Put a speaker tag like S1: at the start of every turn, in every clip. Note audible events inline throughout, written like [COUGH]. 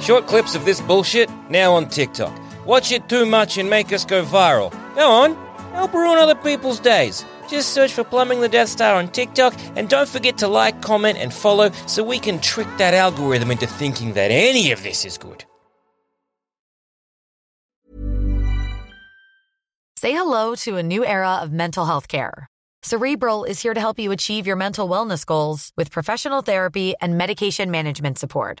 S1: Short clips of this bullshit now on TikTok. Watch it too much and make us go viral. Go on, help ruin other people's days. Just search for Plumbing the Death Star on TikTok and don't forget to like, comment, and follow so we can trick that algorithm into thinking that any of this is good.
S2: Say hello to a new era of mental health care. Cerebral is here to help you achieve your mental wellness goals with professional therapy and medication management support.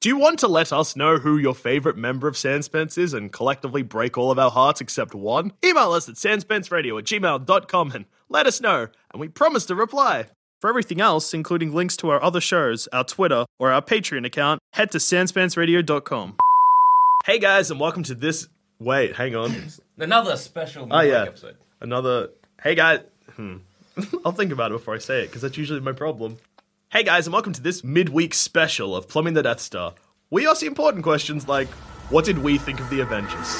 S3: Do you want to let us know who your favorite member of Sandspence is and collectively break all of our hearts except one? Email us at sandspenceradio at gmail.com and let us know, and we promise to reply. For everything else, including links to our other shows, our Twitter, or our Patreon account, head to sandspanceradio.com. Hey guys, and welcome to this. Wait, hang on.
S1: Another special
S3: Oh, yeah. Another. Hey guys. Hmm. [LAUGHS] I'll think about it before I say it, because that's usually my problem. Hey guys, and welcome to this midweek special of Plumbing the Death Star. We ask the important questions like what did we think of the Avengers?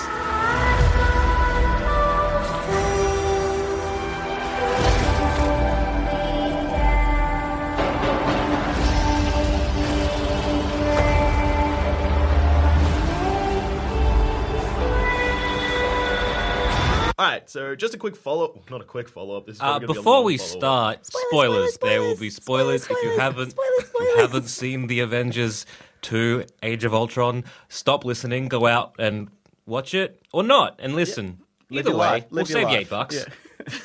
S3: All right, so just a quick follow not a quick follow up. This is
S4: Uh,
S3: probably gonna be a
S4: before
S3: long
S4: we
S3: follow-up.
S4: start, spoilers, There will be spoilers, if you haven't if you haven't seen the Avengers Two: Age of Ultron. Stop listening. Go out and watch it, or not, and listen.
S3: Live
S4: Either
S3: your
S4: way,
S3: life,
S4: we'll
S3: live your
S4: save the
S3: life.
S4: eight bucks. [LAUGHS]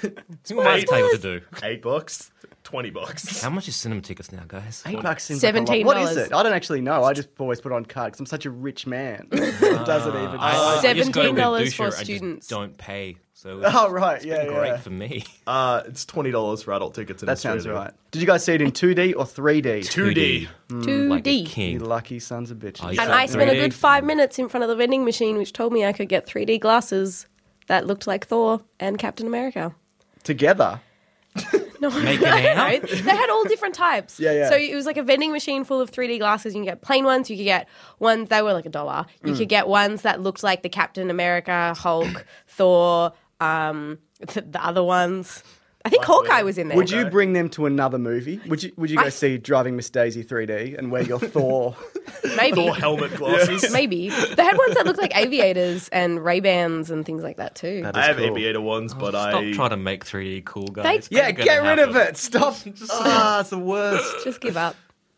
S3: Yeah.
S4: See what Mark's able to do.
S3: Eight bucks, twenty bucks.
S4: How much is cinema tickets now, guys?
S5: Eight bucks seems like a lot.
S6: $17.
S5: What is it? I don't actually know. I just always put it on card because I'm such a rich man. [LAUGHS] it doesn't even.
S4: Ah. I- I just go to
S6: $17
S4: Reducer,
S6: for
S4: I just
S6: students.
S4: don't pay, so it's
S5: [LAUGHS] oh right, yeah,
S4: been great
S5: yeah.
S4: for
S3: [LAUGHS]
S4: me. [LAUGHS]
S3: Uh, it's twenty dollars for adult tickets in
S5: That
S3: Australia.
S5: sounds right. Did you guys see it in 2D or 3D?
S3: 2D.
S7: 2D.
S4: Mm, like a
S5: You
S4: king.
S5: lucky sons of bitches.
S4: Oh, yeah.
S7: And I spent a
S4: 3D.
S7: good five minutes in front of the vending machine, which told me I could get 3D glasses that looked like Thor and Captain America. [LAUGHS]
S5: Together.
S7: No,
S4: Make it out.
S7: no, they had all different
S5: [LAUGHS]
S7: types.
S5: Yeah, yeah.
S7: So it was like a vending machine full of 3D glasses. You can get plain ones. You could get ones they were like a dollar. You
S5: Mm.
S7: could get ones that looked like the Captain America, Hulk, [COUGHS] Thor, um, th- the other ones. I think Hawkeye was in there.
S5: Would you bring them to another movie? Would you Would you go see Driving Miss Daisy 3D and wear
S4: [LAUGHS]
S5: your Thor? [LAUGHS]
S7: Maybe.
S3: Or [LAUGHS] helmet glasses.
S7: [LAUGHS] Maybe they had ones that looked like aviators and Ray Bans and things like that too.
S5: That
S3: I
S5: is
S3: have
S5: cool.
S3: aviator ones, but
S4: Stop
S3: I
S4: trying to make 3D cool, guys.
S7: They-
S5: Yeah,
S4: Ain't
S5: get
S4: gonna
S5: rid of
S4: happen. [LAUGHS]
S5: it. Stop. Ah, it's the worst.
S7: Just give up.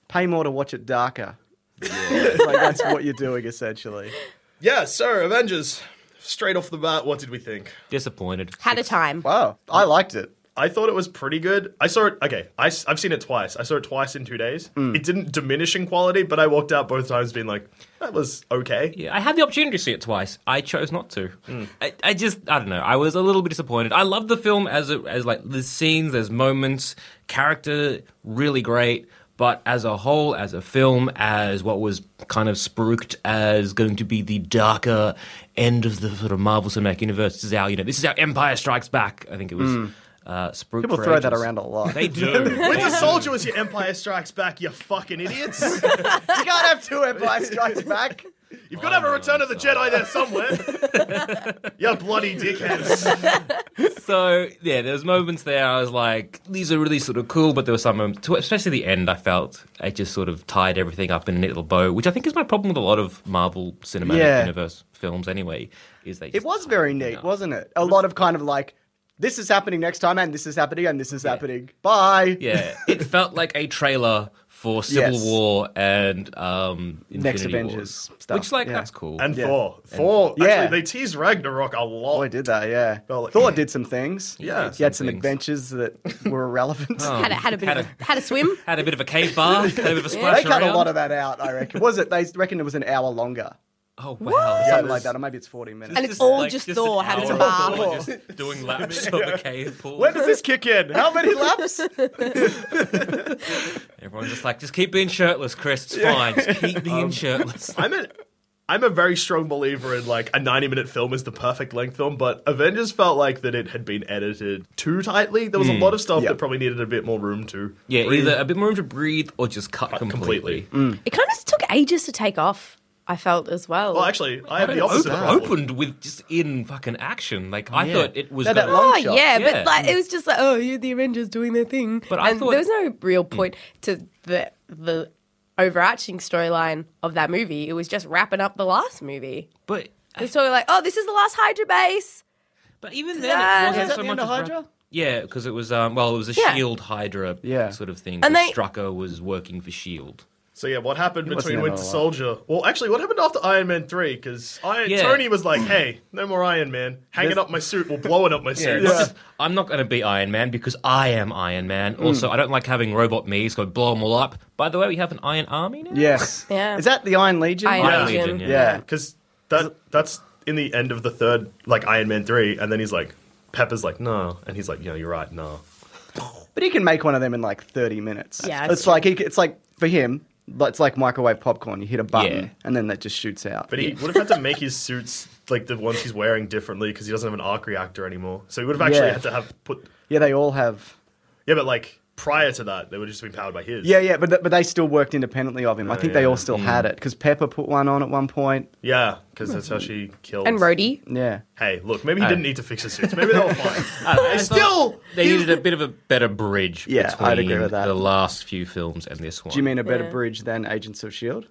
S5: Pay more to watch it darker. [LAUGHS] like that's what you're doing essentially.
S3: Yeah, so Avengers. Straight off the bat, what did we think?
S4: Disappointed.
S7: Had a time.
S5: Wow, I liked it.
S3: I thought it was pretty good. I saw it. Okay, I, have seen it twice. I saw it twice in two days. It didn't diminish in quality, but I walked out both times being like, that was okay.
S4: Yeah, I had the opportunity to see it twice. I chose not to.
S5: Hmm.
S4: I, I just, I don't know. I was a little bit disappointed. I love the film as a, as like the scenes, there's moments, character really great, but as a whole, as a film, as what was kind of spruiked as going to be the darker end of the sort of Marvel Cinematic Universe, this is our, you know, this is our Empire Strikes Back. I think it was uh, spruiked.
S5: Hmm. People
S4: for
S5: throw that
S4: ages.
S5: around a lot.
S4: They
S5: [LAUGHS]
S4: do.
S3: Winter Soldier was your Empire Strikes Back, you fucking idiots.
S5: You can't have two Empire Strikes Back.
S3: You've got to have a Return of the Jedi there somewhere. you bloody dickheads.
S4: so yeah, there was moments there. I was like, these are really sort of cool, but there were some moments, tw- especially the end. I felt it just sort of tied everything up in a neat little bow, which I think is my problem with a lot of Marvel Cinematic
S5: Yeah.
S4: Universe films. Anyway, is they
S5: It
S4: just
S5: was
S4: tie
S5: very
S4: everything
S5: neat,
S4: up.
S5: wasn't it? A lot of kind of like, this [LAUGHS] is happening next time, and this is happening, and this is happening. Bye.
S4: Yeah, it felt like a trailer for Civil
S5: Yes.
S4: War and um, Infinity
S5: Next Avengers
S4: Wars,
S5: stuff,
S4: which like
S5: yeah.
S4: that's cool.
S3: And
S5: Yeah.
S3: Thor. Thor.
S5: Yeah.
S3: Actually, they tease Ragnarok a lot.
S5: Boy, Oh, did that, yeah.
S3: Well, like-
S5: Thor did some things.
S4: Yeah,
S5: He had
S4: some
S5: some
S4: things. Oh,
S5: adventures that were irrelevant.
S7: had a, had a bit
S4: Had
S7: of a, had a swim.
S4: had a bit of a cave bar, had a bit of a splash
S5: [LAUGHS] They cut
S4: around.
S5: a lot of that out, I reckon. Was it? They reckon it was an hour longer,
S4: oh wow,
S5: something like that, or maybe it's forty minutes.
S7: And it's all just
S4: an
S7: Thor had his
S4: hour
S7: bar.
S4: of Thor just doing
S5: [LAUGHS]
S4: laps of the cave pool.
S3: When does this kick in? How many laps?
S7: [LAUGHS]
S4: Everyone's just like, just keep being shirtless, Chris. It's fine. Just keep being shirtless.
S3: I'm a, I'm a very strong believer in like a 90 minute film is the perfect length film, but Avengers felt like that it had been edited too tightly. There was a lot of stuff that probably needed a bit more room to.
S4: Hmm. Yeah,
S3: breathe.
S4: either a bit more room to breathe or just cut, completely.
S3: completely.
S7: It kind of took ages to take off. I felt as well.
S3: Well, actually, I have
S4: But
S3: the
S4: it
S3: opposite.
S4: opened,
S3: problem.
S4: opened with just in fucking action. Like I
S5: Yeah.
S4: thought it was
S5: No, that
S4: gonna-
S5: long
S7: Oh
S5: shot.
S7: yeah,
S4: Yeah.
S7: but like it was just like oh, you're the Avengers doing their thing.
S4: But
S7: But
S4: I
S7: I and
S4: thought-
S7: there was no real point to the the overarching storyline of that movie. It was just wrapping up the last movie.
S4: but
S7: It was sort of like oh, this is the last Hydra base.
S4: but even then, it
S7: Ah, was
S4: wasn't
S5: that
S4: so
S5: the
S4: much.
S5: end of
S4: as
S5: Hydra?
S4: rap- yeah, because it was um, well, it was a
S7: Yeah.
S4: Shield Hydra
S5: Yeah.
S4: sort of thing. 'cause
S7: And they-
S4: Strucker was working for Shield.
S3: So yeah, what happened
S5: wasn't
S3: between
S5: in
S3: Winter
S5: a lot.
S3: Soldier? Well, actually, what happened after Iron Man three? Because
S4: Yeah.
S3: Tony was like, "Hey, no more Iron Man. Hanging up my suit, well, blowing
S5: [LAUGHS]
S3: up my suit."
S4: Not just, I'm not going to be Iron Man because I am Iron Man. Also, I don't like having robot me, so I blow them all up. By the way, we have an Iron Army now.
S5: yes.
S7: Yeah.
S5: Is that the Iron Legion?
S7: Iron
S4: Iron
S7: Legion.
S4: Legion, yeah.
S5: Yeah.
S3: Because that that's in the end of the third, like Iron Man three, and then he's like, Pepper's like, "No," and he's like, "Yeah, you're right, no."
S5: But he can make one of them in like thirty minutes.
S7: Yeah,
S5: It's
S7: it's-
S5: like he, c- it's like for him, like- it's like microwave popcorn. You hit a button
S4: Yeah.
S5: and then that just shoots out.
S3: But he would have had to make his suits like the ones he's wearing differently because he doesn't have an arc reactor anymore. So he would have actually
S5: Yeah.
S3: had to have put.
S5: yeah, they all have.
S3: Yeah, but like prior to that, they would have just been powered by his.
S5: Yeah, yeah, but th- but they still worked independently of him. I think they
S3: yeah.
S5: all still had it because Pepper put one on at one point.
S3: yeah, because that's how she killed.
S7: And Rhodey.
S5: Yeah.
S3: Hey, look, maybe he didn't need to fix his suits. Maybe they were fine.
S4: I
S3: It's still,
S4: They needed a bit of a better bridge
S5: Yeah,
S4: between
S5: I'd agree with that.
S4: the last few films and this one.
S5: Do you mean a better
S7: Yeah.
S5: bridge than Agents of Shield?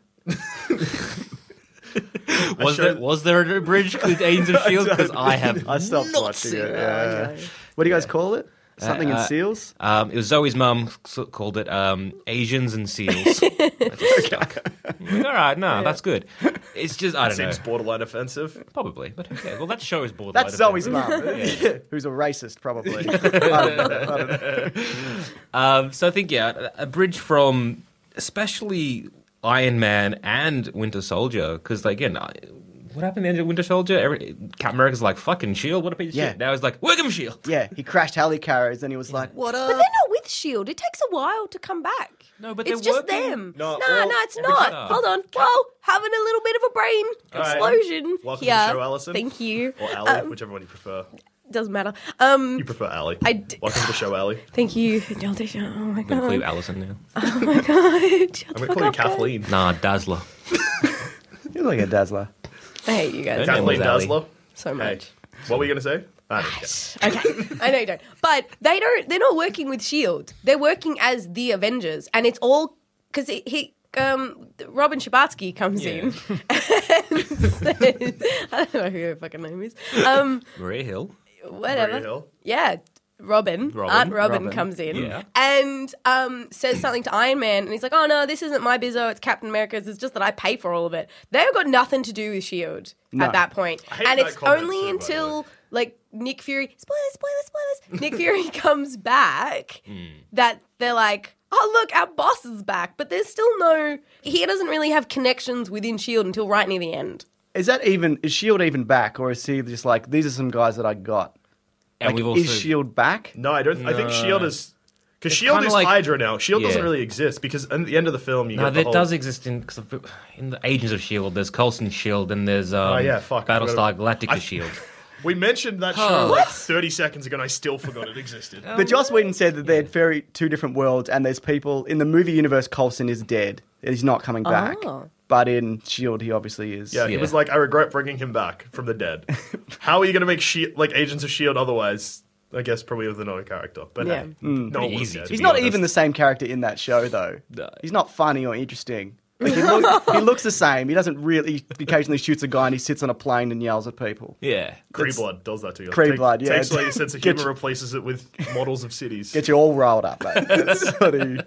S4: was,
S3: showed-
S4: there, was there a bridge with Agents
S5: [LAUGHS]
S4: of S.H.I.E.L.D.? Because I E have
S5: I stopped watching it. yeah. What do you guys call it? Something in seals?
S4: Um, it was Zoe's mum s- called it um, Asians and [LAUGHS] Seals. That just stuck.
S3: [LAUGHS]
S4: I'm like, All right, no, that's good. It's just I don't know,
S3: seems borderline offensive.
S4: probably, but okay. Well, that show is borderline.
S5: That's Zoe's
S4: offensive.
S5: mum, [LAUGHS] who's a racist, probably. I don't know. I don't know.
S4: Um, so I think yeah, a a bridge from especially Iron Man and Winter Soldier because like, again. I, what happened in Winter Soldier? Every, Captain America's like, fucking S.H.I.E.L.D., what a piece of
S5: Yeah.
S4: shit. Now he's like, Wiggum [LAUGHS] S.H.I.E.L.D.
S5: Yeah, he crashed helicarriers and he was like, what
S7: But
S5: up?
S7: they're not with Shield. E It takes a while to come back.
S4: No, but
S7: it's
S4: they're
S7: just
S4: working-
S7: them.
S3: No,
S7: No,
S3: all-
S7: no, it's
S4: Everything-
S7: not. Hold on. Well, having a little bit of a brain
S3: right.
S7: explosion.
S3: Welcome to the
S7: here.
S3: show, Alison.
S7: Thank you. Uh,
S3: Or Ally,
S7: Um,
S3: whichever one you prefer.
S7: Doesn't matter. Um,
S3: You prefer Ally.
S7: I d-
S3: Welcome to the show, Ally. [LAUGHS]
S7: thank you. Don't do- Oh my
S4: I'm
S7: god.
S4: going to
S7: [LAUGHS]
S4: call you Allison now.
S7: Shut
S3: I'm
S7: the
S3: going to
S7: fuck
S3: call you
S7: up, guys.
S3: Kathleen.
S4: Nah, Dazzler.
S5: You're like a dazzler.
S7: I hate you guys
S4: Don't-
S3: Kathleen
S4: Name was Ally.
S3: Dazzler.
S7: so
S3: Hey,
S7: much.
S3: what were you going to say? I don't care.
S7: [LAUGHS] Okay, I know you don't, but they don't. They're not working with Shield. E They're working as the Avengers, and it's all because it, he. Um, Robin Shabatsky comes
S4: Yeah.
S7: in. [LAUGHS] and says, [LAUGHS] I don't know who her fucking name is. Um,
S4: Maria Hill.
S7: whatever.
S3: Maria Hill?
S7: Yeah. Robin,
S4: Robin.
S7: Aunt Robin,
S5: Robin.
S7: comes in
S4: Yeah.
S7: and um, says something to Iron Man, and he's like, "Oh no, this isn't my bizzo. It's Captain America's. It's just that I pay for all of it. They've got nothing to do with Shield E at that point,
S3: hate
S7: and
S3: that
S7: it's
S3: comment
S7: only
S3: too, by the
S7: until like Nick Fury, spoilers, spoilers, spoilers. Nick Fury [LAUGHS] comes back
S4: Hmm.
S7: that they're like, "Oh look, our boss is back," but there's still no. He doesn't really have connections within Shield E until right near the end.
S5: Is that even, is Shield E even back? Or is he just like, these are some guys that I got?
S4: And
S5: Like,
S4: we've also
S5: is Shield E back?
S3: No, I don't. I think Shield is because Shield
S4: kinda
S3: E is
S4: like-
S3: Hydra now. Shield E doesn't
S4: Yeah.
S3: really exist because at the end of the film, you
S4: No,
S3: get the
S4: that
S3: whole,
S4: does exist in cause of- in the Agents of Shield. E There's Coulson Shield, and there's um,
S3: Oh, yeah, fuck, I
S4: Battlestar
S3: forgot
S4: Galactica
S3: I-
S4: Shield. [LAUGHS]
S3: We mentioned that show like 30 seconds ago, and I still forgot
S4: [LAUGHS]
S3: it existed.
S5: But Joss Whedon said that they're very two different worlds, and there's people in the movie universe. Coulson is dead; he's not coming back.
S7: Oh.
S5: But in Shield, E he obviously is.
S3: yeah, he
S4: Yeah.
S3: was like, "I regret bringing him back from
S4: [LAUGHS]
S3: the dead." How are you going to make she- E, like Agents of Shield otherwise? I guess probably with another character, but
S7: Yeah.
S3: hey, no one was
S4: Hmm. easy
S3: dead.
S4: to
S5: he's
S4: be
S5: not
S4: honest.
S5: even the same character in that show, though. He's not funny or interesting. Like he, look,
S4: [LAUGHS]
S5: he looks the same. He doesn't really. He occasionally shoots a guy and he sits on a plane and yells at people.
S4: Yeah.
S3: Cree blood does that to you.
S5: Cree
S3: Take-
S5: blood, yeah.
S3: Takes away your sense of
S5: [LAUGHS] Get
S3: humor,
S5: you-
S3: replaces it with models of cities.
S5: Get you all riled
S4: [LAUGHS]
S5: up, mate. That's what he-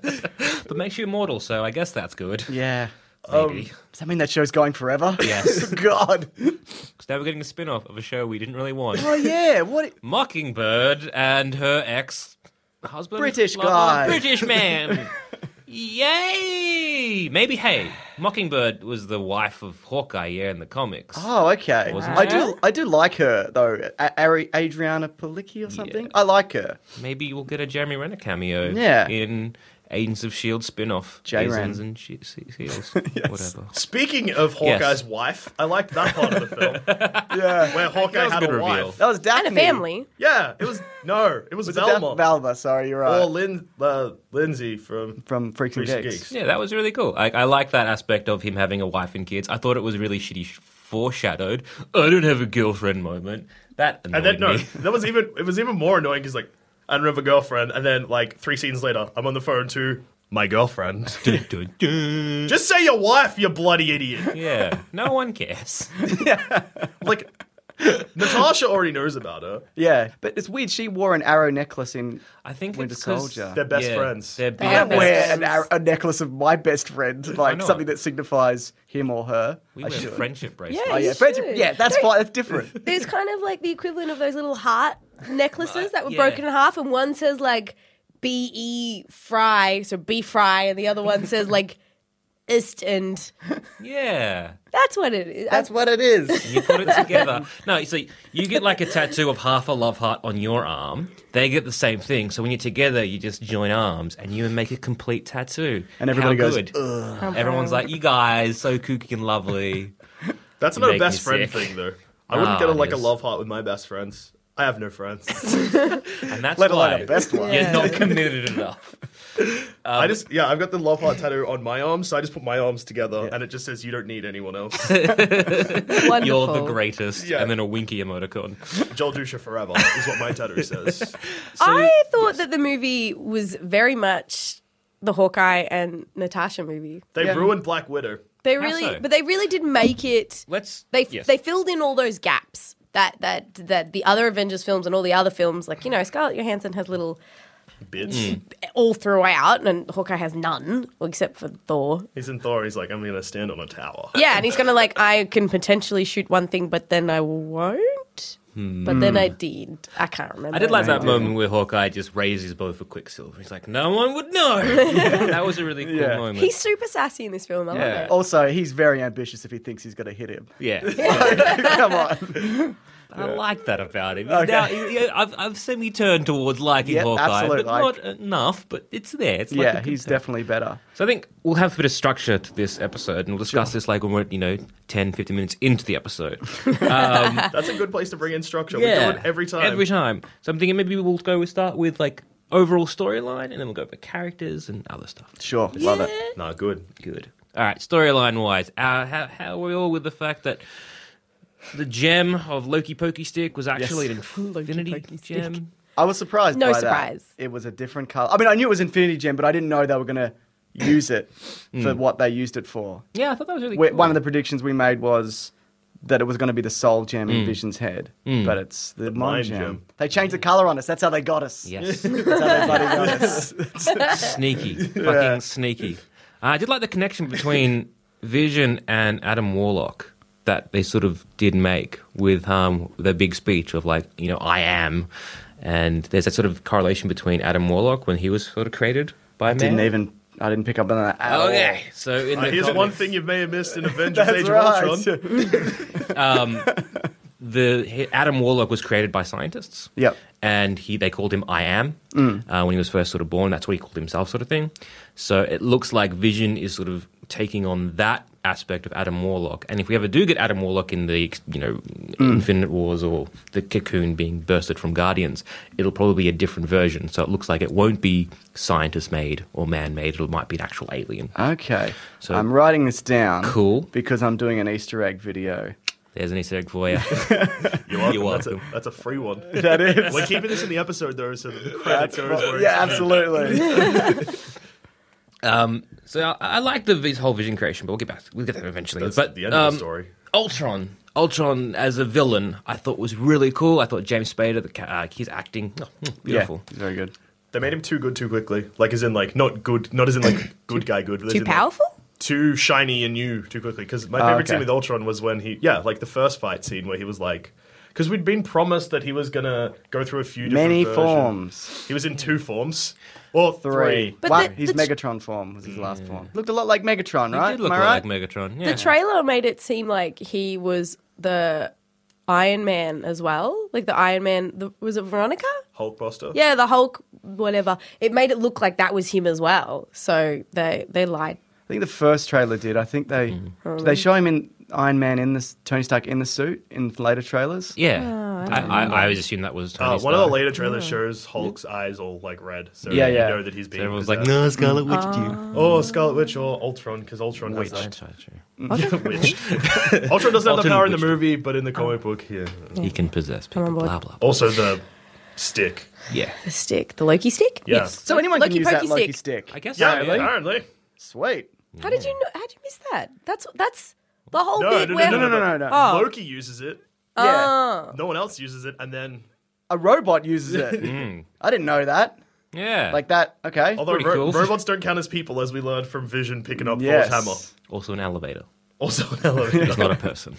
S4: But makes you immortal, so I guess that's good.
S5: yeah.
S3: Um,
S4: Maybe.
S5: Does that mean that show's going forever?
S4: Yes.
S5: [LAUGHS] God.
S4: Because now we're getting a spin off of a show we didn't really want.
S5: Oh yeah. What?
S4: Mockingbird and her ex husband.
S5: British
S4: Blah, blah,
S5: guy. [LAUGHS]
S4: British man. Yay! Maybe, hey, Mockingbird was the wife of Hawkeye, yeah, in the comics.
S5: Oh, okay.
S4: Wasn't
S5: I
S4: she?
S5: do. I do like her though. A- Ari- Adriana Palicki or something. I like her.
S4: Maybe we'll get a Jeremy Renner cameo
S5: Yeah.
S4: in Agents of S.H.I.E.L.D. spin off.
S5: J-Ren.
S4: Agents and she- Se-
S5: [LAUGHS]
S4: Seals. Whatever.
S3: Speaking of Hawkeye's
S4: Yes.
S3: wife, I liked that part of
S4: [LAUGHS]
S3: the film [LAUGHS]
S5: Yeah.
S3: where Hawkeye
S4: was a
S3: had a
S4: good reveal.
S3: wife.
S5: That was Daphne.
S7: And a
S4: Hmm.
S7: family.
S3: Yeah, it was no, it was,
S5: Was it Daphne-
S3: Velma
S5: Velma. Sorry, you're right.
S3: or Lin, uh, Lindsay from
S5: From Freaks and
S3: Freaks and
S5: Geeks.
S3: Geeks.
S4: Yeah, that was really cool. I, I like that aspect of him having a wife and kids. I thought it was really shitty sh- foreshadowed. I don't have a girlfriend moment. That
S3: And
S4: annoyed
S3: then no,
S4: me.
S3: that was even it was even more annoying because like I don't have a girlfriend, and then like three scenes later, I'm on the phone to my girlfriend.
S4: [LAUGHS] Dun, dun, dun.
S3: Just say your wife, you bloody idiot.
S4: Yeah, no one cares.
S3: Like Natasha already knows about her.
S5: Yeah, but it's weird. She wore an arrow necklace in.
S4: I think
S5: Winter
S4: it's 'cause-
S5: Soldier.
S3: They're best friends.
S4: They're
S7: I
S4: best
S7: don't
S5: I wear
S4: friends.
S5: an arrow, a necklace of my best friend, like
S4: not?
S5: something that signifies him or her.
S4: We
S5: I
S4: wear
S5: should.
S4: friendship bracelets.
S5: Oh
S7: You
S5: yeah, friendship.
S7: should.
S5: Yeah, that's fine. That's
S7: [LAUGHS]
S5: different.
S7: There's kind of like the equivalent of those little heart necklaces that were
S4: yeah.
S7: broken in half, and one says like B E Fry, so B Fry, and the other one says like Ist and
S4: Yeah.
S7: that's what it is.
S5: That's what it is.
S4: You put it together. No, you see, you get like a tattoo of half a love heart on your arm. They get the same thing. So when you're together, you just join arms and you make a complete tattoo.
S5: And everybody
S4: How
S5: goes,
S4: good. Everyone's like, you guys, so kooky and lovely.
S3: That's not a
S4: make
S3: best
S4: me
S3: friend
S4: sick.
S3: thing though. I wouldn't
S4: Ah,
S3: get a, like
S4: yes.
S3: a love heart with my best friends. I have no friends.
S4: And that's
S5: Let
S4: why
S5: alone a best one.
S4: you're not committed enough.
S3: I just yeah, I've got the love heart tattoo on my arm, so I just put my arms together, and it just says you don't need anyone else.
S4: You're the
S7: wonderful.
S4: greatest.
S3: Yeah.
S4: And then a winky emoticon.
S3: Joel Dusha forever is what my tattoo says.
S7: I thought that the movie was very much the Hawkeye and Natasha movie.
S3: They ruined Black Widow.
S7: They really,
S4: so?
S7: but they really did make it.
S4: Let's.
S7: They
S4: yes.
S7: they filled in all those gaps that that that the other Avengers films and all the other films, like you know, Scarlett Johansson has little
S3: Bitch.
S7: all throughout, and Hawkeye has none well, except for Thor.
S3: He's in Thor. He's like, I'm gonna stand on a tower.
S7: Yeah, and he's gonna like, I can potentially shoot one thing, but then I won't. But then I did. I can't remember.
S4: I did like that moment where Hawkeye just raises both for Quicksilver. He's like, no one would [LAUGHS] know. that was a really cool
S5: Yeah.
S4: moment.
S7: He's super sassy in this film.
S4: [LAUGHS]
S7: I
S4: Yeah.
S7: love it.
S5: Also, he's very ambitious if he thinks he's going to hit
S7: [LAUGHS]
S5: him. [LAUGHS]
S4: yeah.
S5: Come on.
S4: I like that about him. Now, you- you- I've, I've semi turned towards liking
S5: Yeah,
S4: Hawkeye, but
S5: absolute like.
S4: not enough, but it's there. It's like a
S5: Yeah,
S4: good
S5: he's
S4: thing.
S5: definitely better.
S4: So I think we'll have a bit of structure to this episode, and we'll discuss this like when we're, you know, 10, 15 minutes into the episode.
S3: That's a good place to bring in structure.
S4: Yeah.
S3: We do it every time.
S4: Every time. So I'm thinking maybe we'll go, we start with like overall storyline, and then we'll go for characters and other stuff.
S5: Sure, love it.
S3: Nah, good.
S4: Good. All right, storyline wise, uh, how, how are we all with the fact that the gem of Loki Pokey Stick was actually
S3: [LAUGHS]
S4: an Infinity Gem?
S5: I was surprised.
S7: No
S5: by that.
S7: surprise.
S5: It was a different color. I mean, I knew it was Infinity Gem, but I didn't know they were going to use it
S4: Mm.
S5: for what they used it for.
S4: Yeah, I thought that was really
S5: We-
S4: cool.
S5: One of the predictions we made was that it was going to be the Soul Gem
S4: Mm.
S5: in Vision's head, but it's the, Mind
S3: Mind
S5: gem.
S3: Gem.
S5: They changed the color on us. That's how they got us.
S4: Yes.
S5: That's how
S7: [LAUGHS]
S5: they bloody
S4: [LAUGHS]
S5: got us.
S4: sneaky.
S5: [LAUGHS]
S4: Fucking sneaky. Uh, I did like the connection between [LAUGHS] Vision and Adam Warlock that they sort of did make with um, their big speech of like, you know, I am. And there's that sort of correlation between Adam Warlock when he was sort of created by man.
S5: didn't even. I didn't pick up on that. At
S4: Okay, so in
S3: Uh,
S4: the
S3: here's
S4: comics,
S3: one thing you may have missed in Avengers
S5: All.
S3: Age
S5: That's
S3: of Ultron.
S5: right.
S4: the he- Adam Warlock was created by scientists.
S5: Yep.
S4: and he they called him I am uh, when he was first sort of born. That's what he called himself, sort of thing. So it looks like Vision is sort of taking on that aspect of Adam Warlock. And if we ever do get Adam Warlock in the you know Infinite Wars or the cocoon being bursted from Guardians, it'll probably be a different version. So it looks like it won't be scientist made or man made. It might be an actual alien.
S5: Okay.
S4: So-
S5: I'm writing this down.
S4: Cool.
S5: Because I'm doing an Easter egg video.
S4: There's an Easter egg for you.
S3: You're welcome.
S4: You're
S3: That's, a,
S4: welcome.
S3: that's a free one.
S5: That [LAUGHS] is.
S3: We're keeping this in the episode though, so that the credit goes where
S5: yeah,
S3: it's due.
S5: absolutely.
S4: Um, so I, I like the vis- whole vision creation, but we'll get back. We'll get there eventually.
S3: That's
S4: but um,
S3: the end of the story.
S4: Ultron, Ultron as a villain, I thought was really cool. I thought James Spader, the ca- uh, he's acting oh, mm, [LAUGHS] beautiful.
S5: Yeah, he's very good.
S3: They made him too good too quickly. Like as in like not good, not as in
S7: [COUGHS]
S3: like good guy good. but as
S7: Too
S3: in, like,
S7: powerful?
S3: too shiny and new too quickly. Because my favorite
S5: Ah, okay.
S3: scene with Ultron was when he yeah like the first fight scene where he was like. Because we'd been promised that he was gonna go through a few different
S5: Many
S3: versions.
S5: forms.
S3: He was in two forms, or three.
S5: Three.
S7: But
S5: One,
S7: the-
S5: his
S7: the-
S5: Megatron form was his last form. Looked a lot like Megatron, right?
S4: He did look
S5: Am I
S4: a lot like
S5: right?
S4: Megatron. Yeah.
S7: The trailer made it seem like he was the Iron Man as well. Like the Iron Man, the, was it Veronica?
S3: Hulkbuster.
S7: Yeah, the Hulk, whatever. It made it look like that was him as well. So they they lied.
S5: I think the first trailer did. I think they
S4: Mm.
S5: did they show him in Iron Man in this Tony Stark in the suit in later trailers. Oh,
S4: yeah. I, I, I, always assumed that was Tony
S3: Uh, one of the
S4: Stark.
S3: later trailers shows Hulk's eyes all like red, so
S5: Yeah,
S3: you
S5: yeah.
S3: know that he's being.
S4: Everyone's like,
S3: possessed.
S4: no, Scarlet Witch,
S3: Oh, Scarlet Witch or Ultron, because Ultron witched.
S4: dude.
S3: Witch. Ultron doesn't have the
S4: Ultron
S3: power in the
S4: witched.
S3: movie, but in the comic book, yeah.
S4: He can possess people.
S7: on board.
S4: Blah blah. blah.
S3: Also the stick.
S4: Yeah.
S7: The stick, the Loki stick.
S3: Yeah.
S5: So anyone can
S7: Loki
S5: use that
S7: pokey
S5: Loki
S7: stick.
S5: stick.
S4: I guess.
S3: Yeah,
S4: so,
S3: apparently.
S5: Sweet.
S7: How did you know? How did you miss that? That's that's the whole
S3: No,
S7: bit
S3: no, no,
S7: where
S3: no, no, no,
S5: No, no.
S7: Oh.
S3: Loki uses it.
S5: Yeah.
S7: Ah.
S3: No one else uses it, and then
S5: A robot uses it.
S4: Mm.
S5: [LAUGHS] I didn't know that.
S4: Yeah.
S5: Like that. Okay.
S3: although
S4: Pretty cool.
S3: ro- robots don't count as people, as we learned from Vision picking up
S5: yes.
S3: Thor's hammer.
S4: also an elevator.
S3: Also [LAUGHS] an elevator.
S4: It's not a
S3: [LAUGHS]
S4: person.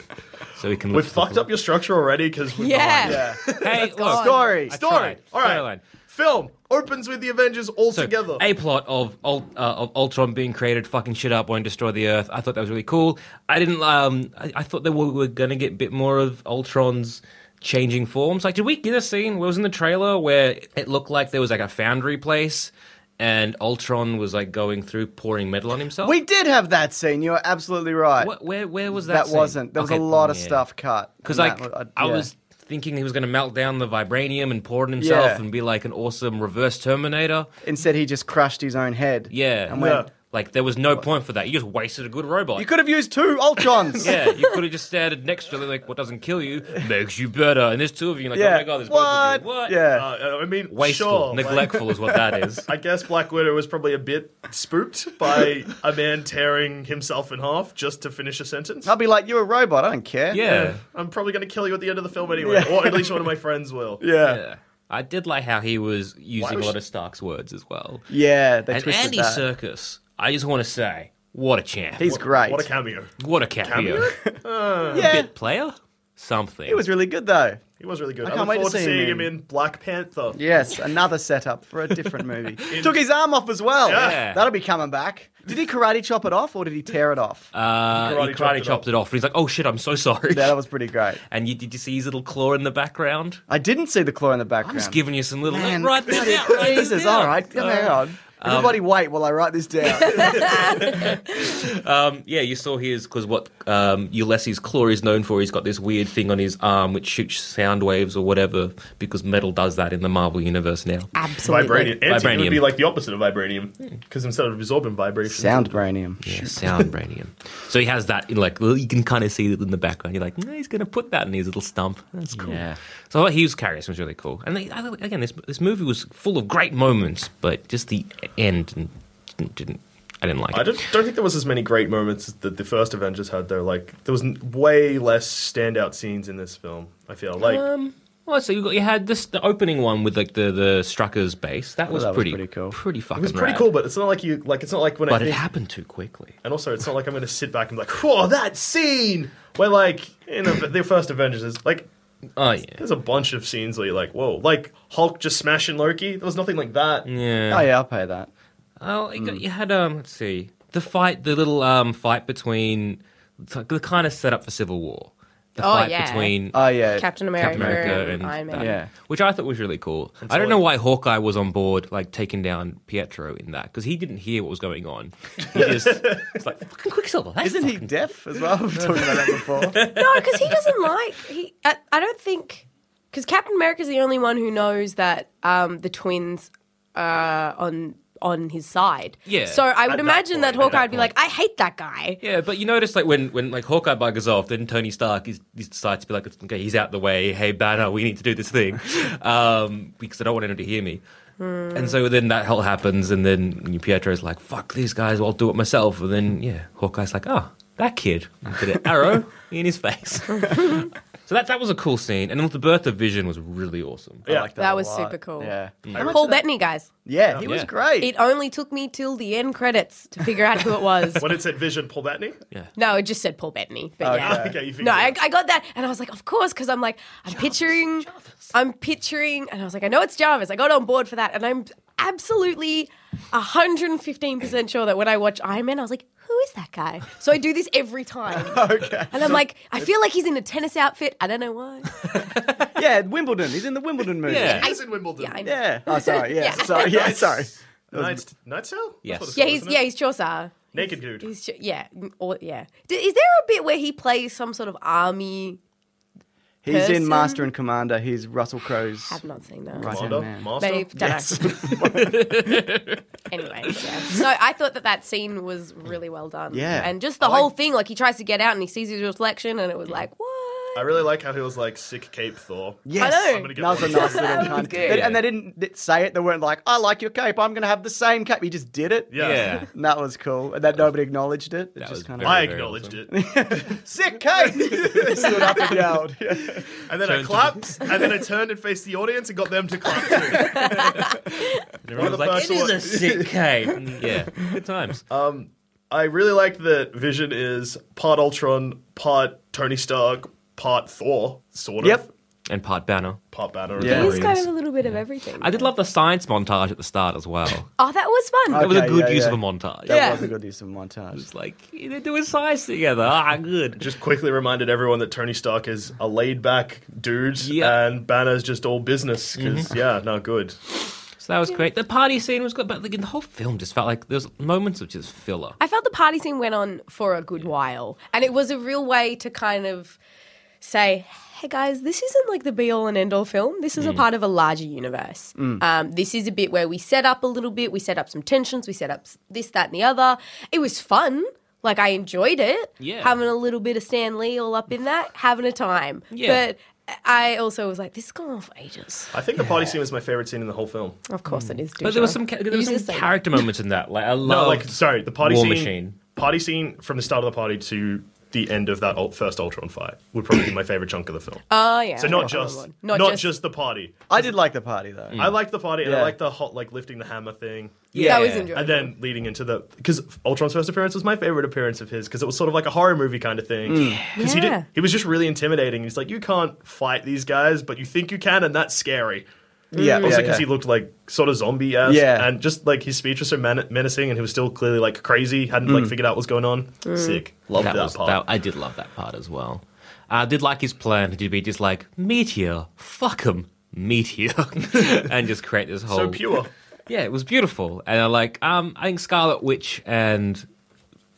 S4: So he can.
S3: We've
S4: lift the
S3: fucked
S4: floor.
S3: up your structure already because
S7: Yeah.
S4: [LAUGHS] Hey, look.
S5: Story.
S4: I
S3: Story.
S4: tried.
S3: All
S4: Storyline.
S3: right. Film opens with the Avengers all
S4: So,
S3: together.
S4: a plot of Ul- uh, of Ultron being created, fucking shit up, won't destroy the Earth. I thought that was really cool. I didn't. Um, I, I thought that we were going to get a bit more of Ultron's changing forms. Like, did we get a scene? Where it was in the trailer where it looked like there was like a foundry place, and Ultron was like going through pouring metal on himself.
S5: We did have that scene. You're absolutely right.
S4: Wh- where where was that?
S5: that wasn't. There was a lot of stuff cut.
S4: because
S5: And
S4: like
S5: that- uh,
S4: I
S5: yeah.
S4: was. Thinking he was going to melt down the vibranium and pour it in himself
S5: Yeah.
S4: and be like an awesome reverse Terminator.
S5: Instead, he just crushed his own head.
S4: Yeah.
S5: And went,
S3: Yeah.
S4: Like there was no point for that. You just wasted a good robot.
S5: You could have used two
S4: [LAUGHS]
S5: Ultrons.
S4: yeah, you could have just standed next to them like what doesn't kill you makes you better. And there's two of you like,
S5: [LAUGHS] Yeah.
S4: oh my god, there's
S5: what?
S4: both of you. What?
S5: Yeah.
S3: Uh, I mean,
S4: Wasteful,
S3: sure, like-
S4: neglectful is what that
S5: [LAUGHS]
S4: is.
S3: I guess Black Widow was probably a bit spooked by a man tearing himself in half just to finish a sentence.
S5: I'll be like, you're a robot. I don't care.
S4: Yeah.
S3: I'm probably going to kill you at the end of the film anyway, or at least one of my friends will.
S5: Yeah. Yeah.
S4: [LAUGHS] yeah. I did like how he was using
S3: was
S4: a lot
S3: she-
S4: of Stark's words as well.
S5: they
S4: And
S5: twisted
S4: Andy
S5: that.
S4: Circus, I just want to say, what a champ.
S5: He's great.
S3: What a cameo!
S4: what a cameo.
S5: yeah.
S4: Player? Something.
S5: It was really good, though.
S3: He was really good. I,
S5: can't
S3: look
S5: wait to
S3: forward to
S5: see
S3: seeing
S5: him
S3: him in Black Panther.
S5: Yes, another setup for a
S4: [LAUGHS]
S5: different movie. Took his arm off as well.
S4: Yeah.
S5: That'll be coming back. Did he karate chop it off or did he tear it off?
S4: uh,
S3: Karate
S4: he karate
S3: chopped
S4: chopped, it
S3: it off.
S4: off. And he's like, oh shit, I'm so sorry.
S5: yeah, that was pretty great.
S4: [LAUGHS] and you, did you see his little claw in the background?
S5: I didn't see the claw in the background.
S4: Just giving you some little.
S5: Man,
S4: right there, yeah, right Uh, there.
S5: Jesus, all right. Come hang on.
S4: um,
S5: Everybody wait while I write this down.
S4: [LAUGHS] Um, Yeah, you saw his because what um, Ulysses Claw is known for, he's got this weird thing on his arm which shoots sound waves or whatever because metal does that in the Marvel universe now.
S5: Ah,
S7: Absolutely.
S3: Vibranium. Anti would
S4: Vibranium.
S3: be like the opposite of vibranium because instead of absorbing vibration,
S5: Sound branium.
S4: Yeah, sound
S5: [LAUGHS]
S4: branium. So he has that in like well, you can kind of see it in the background. You're like, no, he's going to put that in his little stump. That's cool. Yeah. So what he was carrying was really cool. And they, I, think- again, this this movie was full of great moments, but just the end and didn't, didn't I didn't like
S3: I
S4: it.
S3: don't, don't think there was as many great moments that the first Avengers had. Though, like there was n- way less standout scenes in this film. I feel like
S5: Um,
S4: Well, so you got you had this the opening one with like the the Strucker's base. That was,
S5: that was
S4: pretty
S5: pretty cool.
S4: Pretty
S3: it
S4: fucking.
S3: was pretty
S4: rad.
S3: cool, but it's not like you like it's not like when I
S4: But it
S3: think
S4: happened too quickly.
S3: And also, it's not like I'm going to sit back and be like, "Whoa, that scene!" Where like in a, the first Avengers is like,
S4: Oh yeah.
S3: there's a bunch of scenes where you're like, "Whoa!" Like Hulk just smashing Loki. There was nothing like that.
S4: Yeah.
S5: Oh, yeah, I'll pay that.
S4: Oh, you, got, you had um. Let's see the fight, the little um fight between it's like the kind of setup for Civil War. The
S7: Oh,
S4: fight
S7: yeah.
S4: between
S5: Oh, yeah.
S7: Captain
S4: Captain
S7: America,
S4: America
S7: and Iron Man.
S4: that,
S5: Yeah.
S4: which I thought was really cool. I don't
S3: so
S4: know
S3: it-
S4: why Hawkeye was on board, like taking down Pietro in that, because he didn't hear what was going on. He just it's like fucking Quicksilver. that's
S5: Isn't he
S4: fucking-"
S5: deaf as well? [LAUGHS] We've talked about that before.
S7: No, because he doesn't like. He, I, I don't think. Because Captain America's the only one who knows that um, the twins are on on his side.
S4: Yeah,
S7: So
S3: at
S7: I would
S3: that
S7: imagine that,
S3: point, at
S7: Hawkeye
S3: that
S7: would be like, I hate that guy.
S4: Yeah, but you notice like when when like Hawkeye buggers off, then Tony Stark is, he decides to be like, okay, he's out the way. Hey Banner, we need to do this thing, um, because I don't want anyone to hear me. And so then that all happens, and then Pietro's like, "Fuck these guys, I'll do it myself." And then yeah, Hawkeye's like, "Ah, that kid," and did an arrow in his face. so that that was a cool scene, and the birth of Vision was really awesome.
S5: I
S3: Yeah.
S4: [LAUGHS]
S5: like that.
S7: That
S5: a
S7: was
S5: lot.
S7: super cool.
S5: Yeah.
S7: Paul Bettany, guys.
S5: Yeah, he was
S4: Yeah.
S5: great.
S7: It only took me till the end credits to figure out who it was.
S3: When it said Vision, Paul Bettany.
S7: no, it just said Paul Bettany. But yeah.
S3: [LAUGHS] Okay, you figured
S7: No,
S3: it
S7: I,
S3: out.
S7: I got that, and I was like, of course, because I'm like, I'm picturing, I'm picturing, and I was like, I know it's Jarvis. I got on board for that, and I'm absolutely 115 percent sure that when I watch Iron Man, I was like, who is that guy? So I do this every time, okay. And I'm like, I feel like he's in a tennis outfit. I don't know why.
S5: yeah, Wimbledon. He's in the Wimbledon movie.
S4: Yeah.
S3: He is in Wimbledon.
S7: Yeah, I know.
S5: Yeah. Oh, sorry. [LAUGHS] Yeah. Sorry. Yeah. Sorry.
S3: Night's, Night's Tale?
S4: Yes.
S3: That's what it's
S7: yeah,
S3: called,
S7: he's
S3: isn't it?
S7: yeah, he's Chaucer.
S3: Naked dude.
S7: He's Ch- yeah, mm, or yeah. D- is there a bit where he plays some sort of army?
S5: He's
S7: Person?
S5: in Master and Commander. He's Russell Crowe's.
S7: I've not seen that.
S5: Right.
S3: Commander,
S5: man.
S3: Master.
S7: Maybe, don't know.
S3: [LAUGHS]
S7: anyway, yeah. so I thought that that scene was really well done.
S5: Yeah.
S7: and just the whole thing, like he tries to get out and he sees his reflection, and it was like, what?
S3: I really like how he was like sick Cape Thor.
S5: Yes.
S7: I know.
S3: I'm gonna get
S5: That was a
S3: one.
S5: nice little
S7: That was
S5: kind.
S7: good.
S5: They- And they didn't th- say it. They weren't like, "I like your cape. I'm going to have the same cape." He just did it.
S3: [LAUGHS] Yeah.
S4: Yeah.
S5: And [LAUGHS] that was cool. And that nobody acknowledged it. It
S4: That was
S5: just kind
S3: I
S5: [LAUGHS] of
S4: very-
S3: acknowledged
S4: awesome.
S3: it.
S5: sick cape. They stood up and yelled. Yeah.
S3: And then I clapped, and then I turned and faced the audience and got them to clap too.
S4: Everyone was
S3: One Uh, of
S4: like, "It
S3: the
S4: is a
S3: first [LAUGHS]
S4: sick cape." And yeah, good times.
S3: I really like that Vision is part Ultron, part Tony Stark, part Thor, sort of.
S5: Yep.
S4: and part banner.
S3: Part Banner.
S5: Yeah.
S3: and
S7: He's
S3: Wolverine.
S7: kind of a little bit of everything.
S4: I did love the science montage at the start as well.
S7: Oh, that was fun.
S4: That was a
S5: Okay,
S4: good
S5: yeah,
S4: use
S5: yeah.
S4: of a montage.
S5: That
S7: Yeah.
S5: was a good use of montage.
S4: It's like they're doing science together. Ah, good.
S3: Just quickly reminded everyone that Tony Stark is a laid back dude,
S4: Yeah. Mm-hmm.
S3: and Banner's just all business. Because yeah, no good.
S4: So that was great. The party scene was good, but like, the whole film just felt like there's moments of just filler.
S7: I felt the party scene went on for a good while, and it was a real way to kind of say, "Hey guys, this isn't like the be all and end all film. This
S4: Mm.
S7: is a part of a larger universe. Um, this is a bit where we set up a little bit, we set up some tensions, we set up s- this, that, and the other. It was fun." Like I enjoyed it,
S4: Yeah.
S7: having a little bit of Stan Lee all up in that, having a time.
S4: Yeah.
S7: But I also was like, this has gone on for ages.
S3: I think the party scene was my favorite scene in the whole film.
S7: Of course, it is.
S4: Mm. But there were
S7: Dusha.
S4: some ca- there
S7: You
S4: were some
S7: just say that. [LAUGHS]
S4: character moments in that. Like I love.
S3: No, like sorry, the party
S4: War
S3: scene.
S4: Machine.
S3: Party scene from the start of the party to the end of that ult, first Ultron fight would probably be my favorite chunk of the film.
S7: Oh yeah.
S3: so not just not, just, the party.
S5: I did like the party though.
S3: I
S4: Mm.
S3: liked the party, and I
S5: Yeah.
S3: liked the hot like lifting the hammer thing.
S7: That was
S4: Yeah.
S7: enjoyable.
S3: And then leading into the because Ultron's first appearance was my favorite appearance of his because it was sort of like a horror movie kind of thing. Because he
S7: Yeah.
S3: did he was just really intimidating. He's like, you can't fight these guys, but you think you can, and that's scary.
S5: Yeah.
S3: Also,
S5: yeah,
S3: because
S5: yeah.
S3: he looked like sort of zombie esque,
S5: Yeah.
S3: and just like his speech was so men- menacing, and he was still clearly like crazy, hadn't like figured out what's going on. Sick, loved that,
S4: was,
S3: part.
S4: That, I did love that part as well. I did like his plan to be just like meteor, fuck him, meteor, [LAUGHS] and just create this whole
S3: so [LAUGHS] pure.
S4: Yeah, it was beautiful, and I like. Um, I think Scarlet Witch and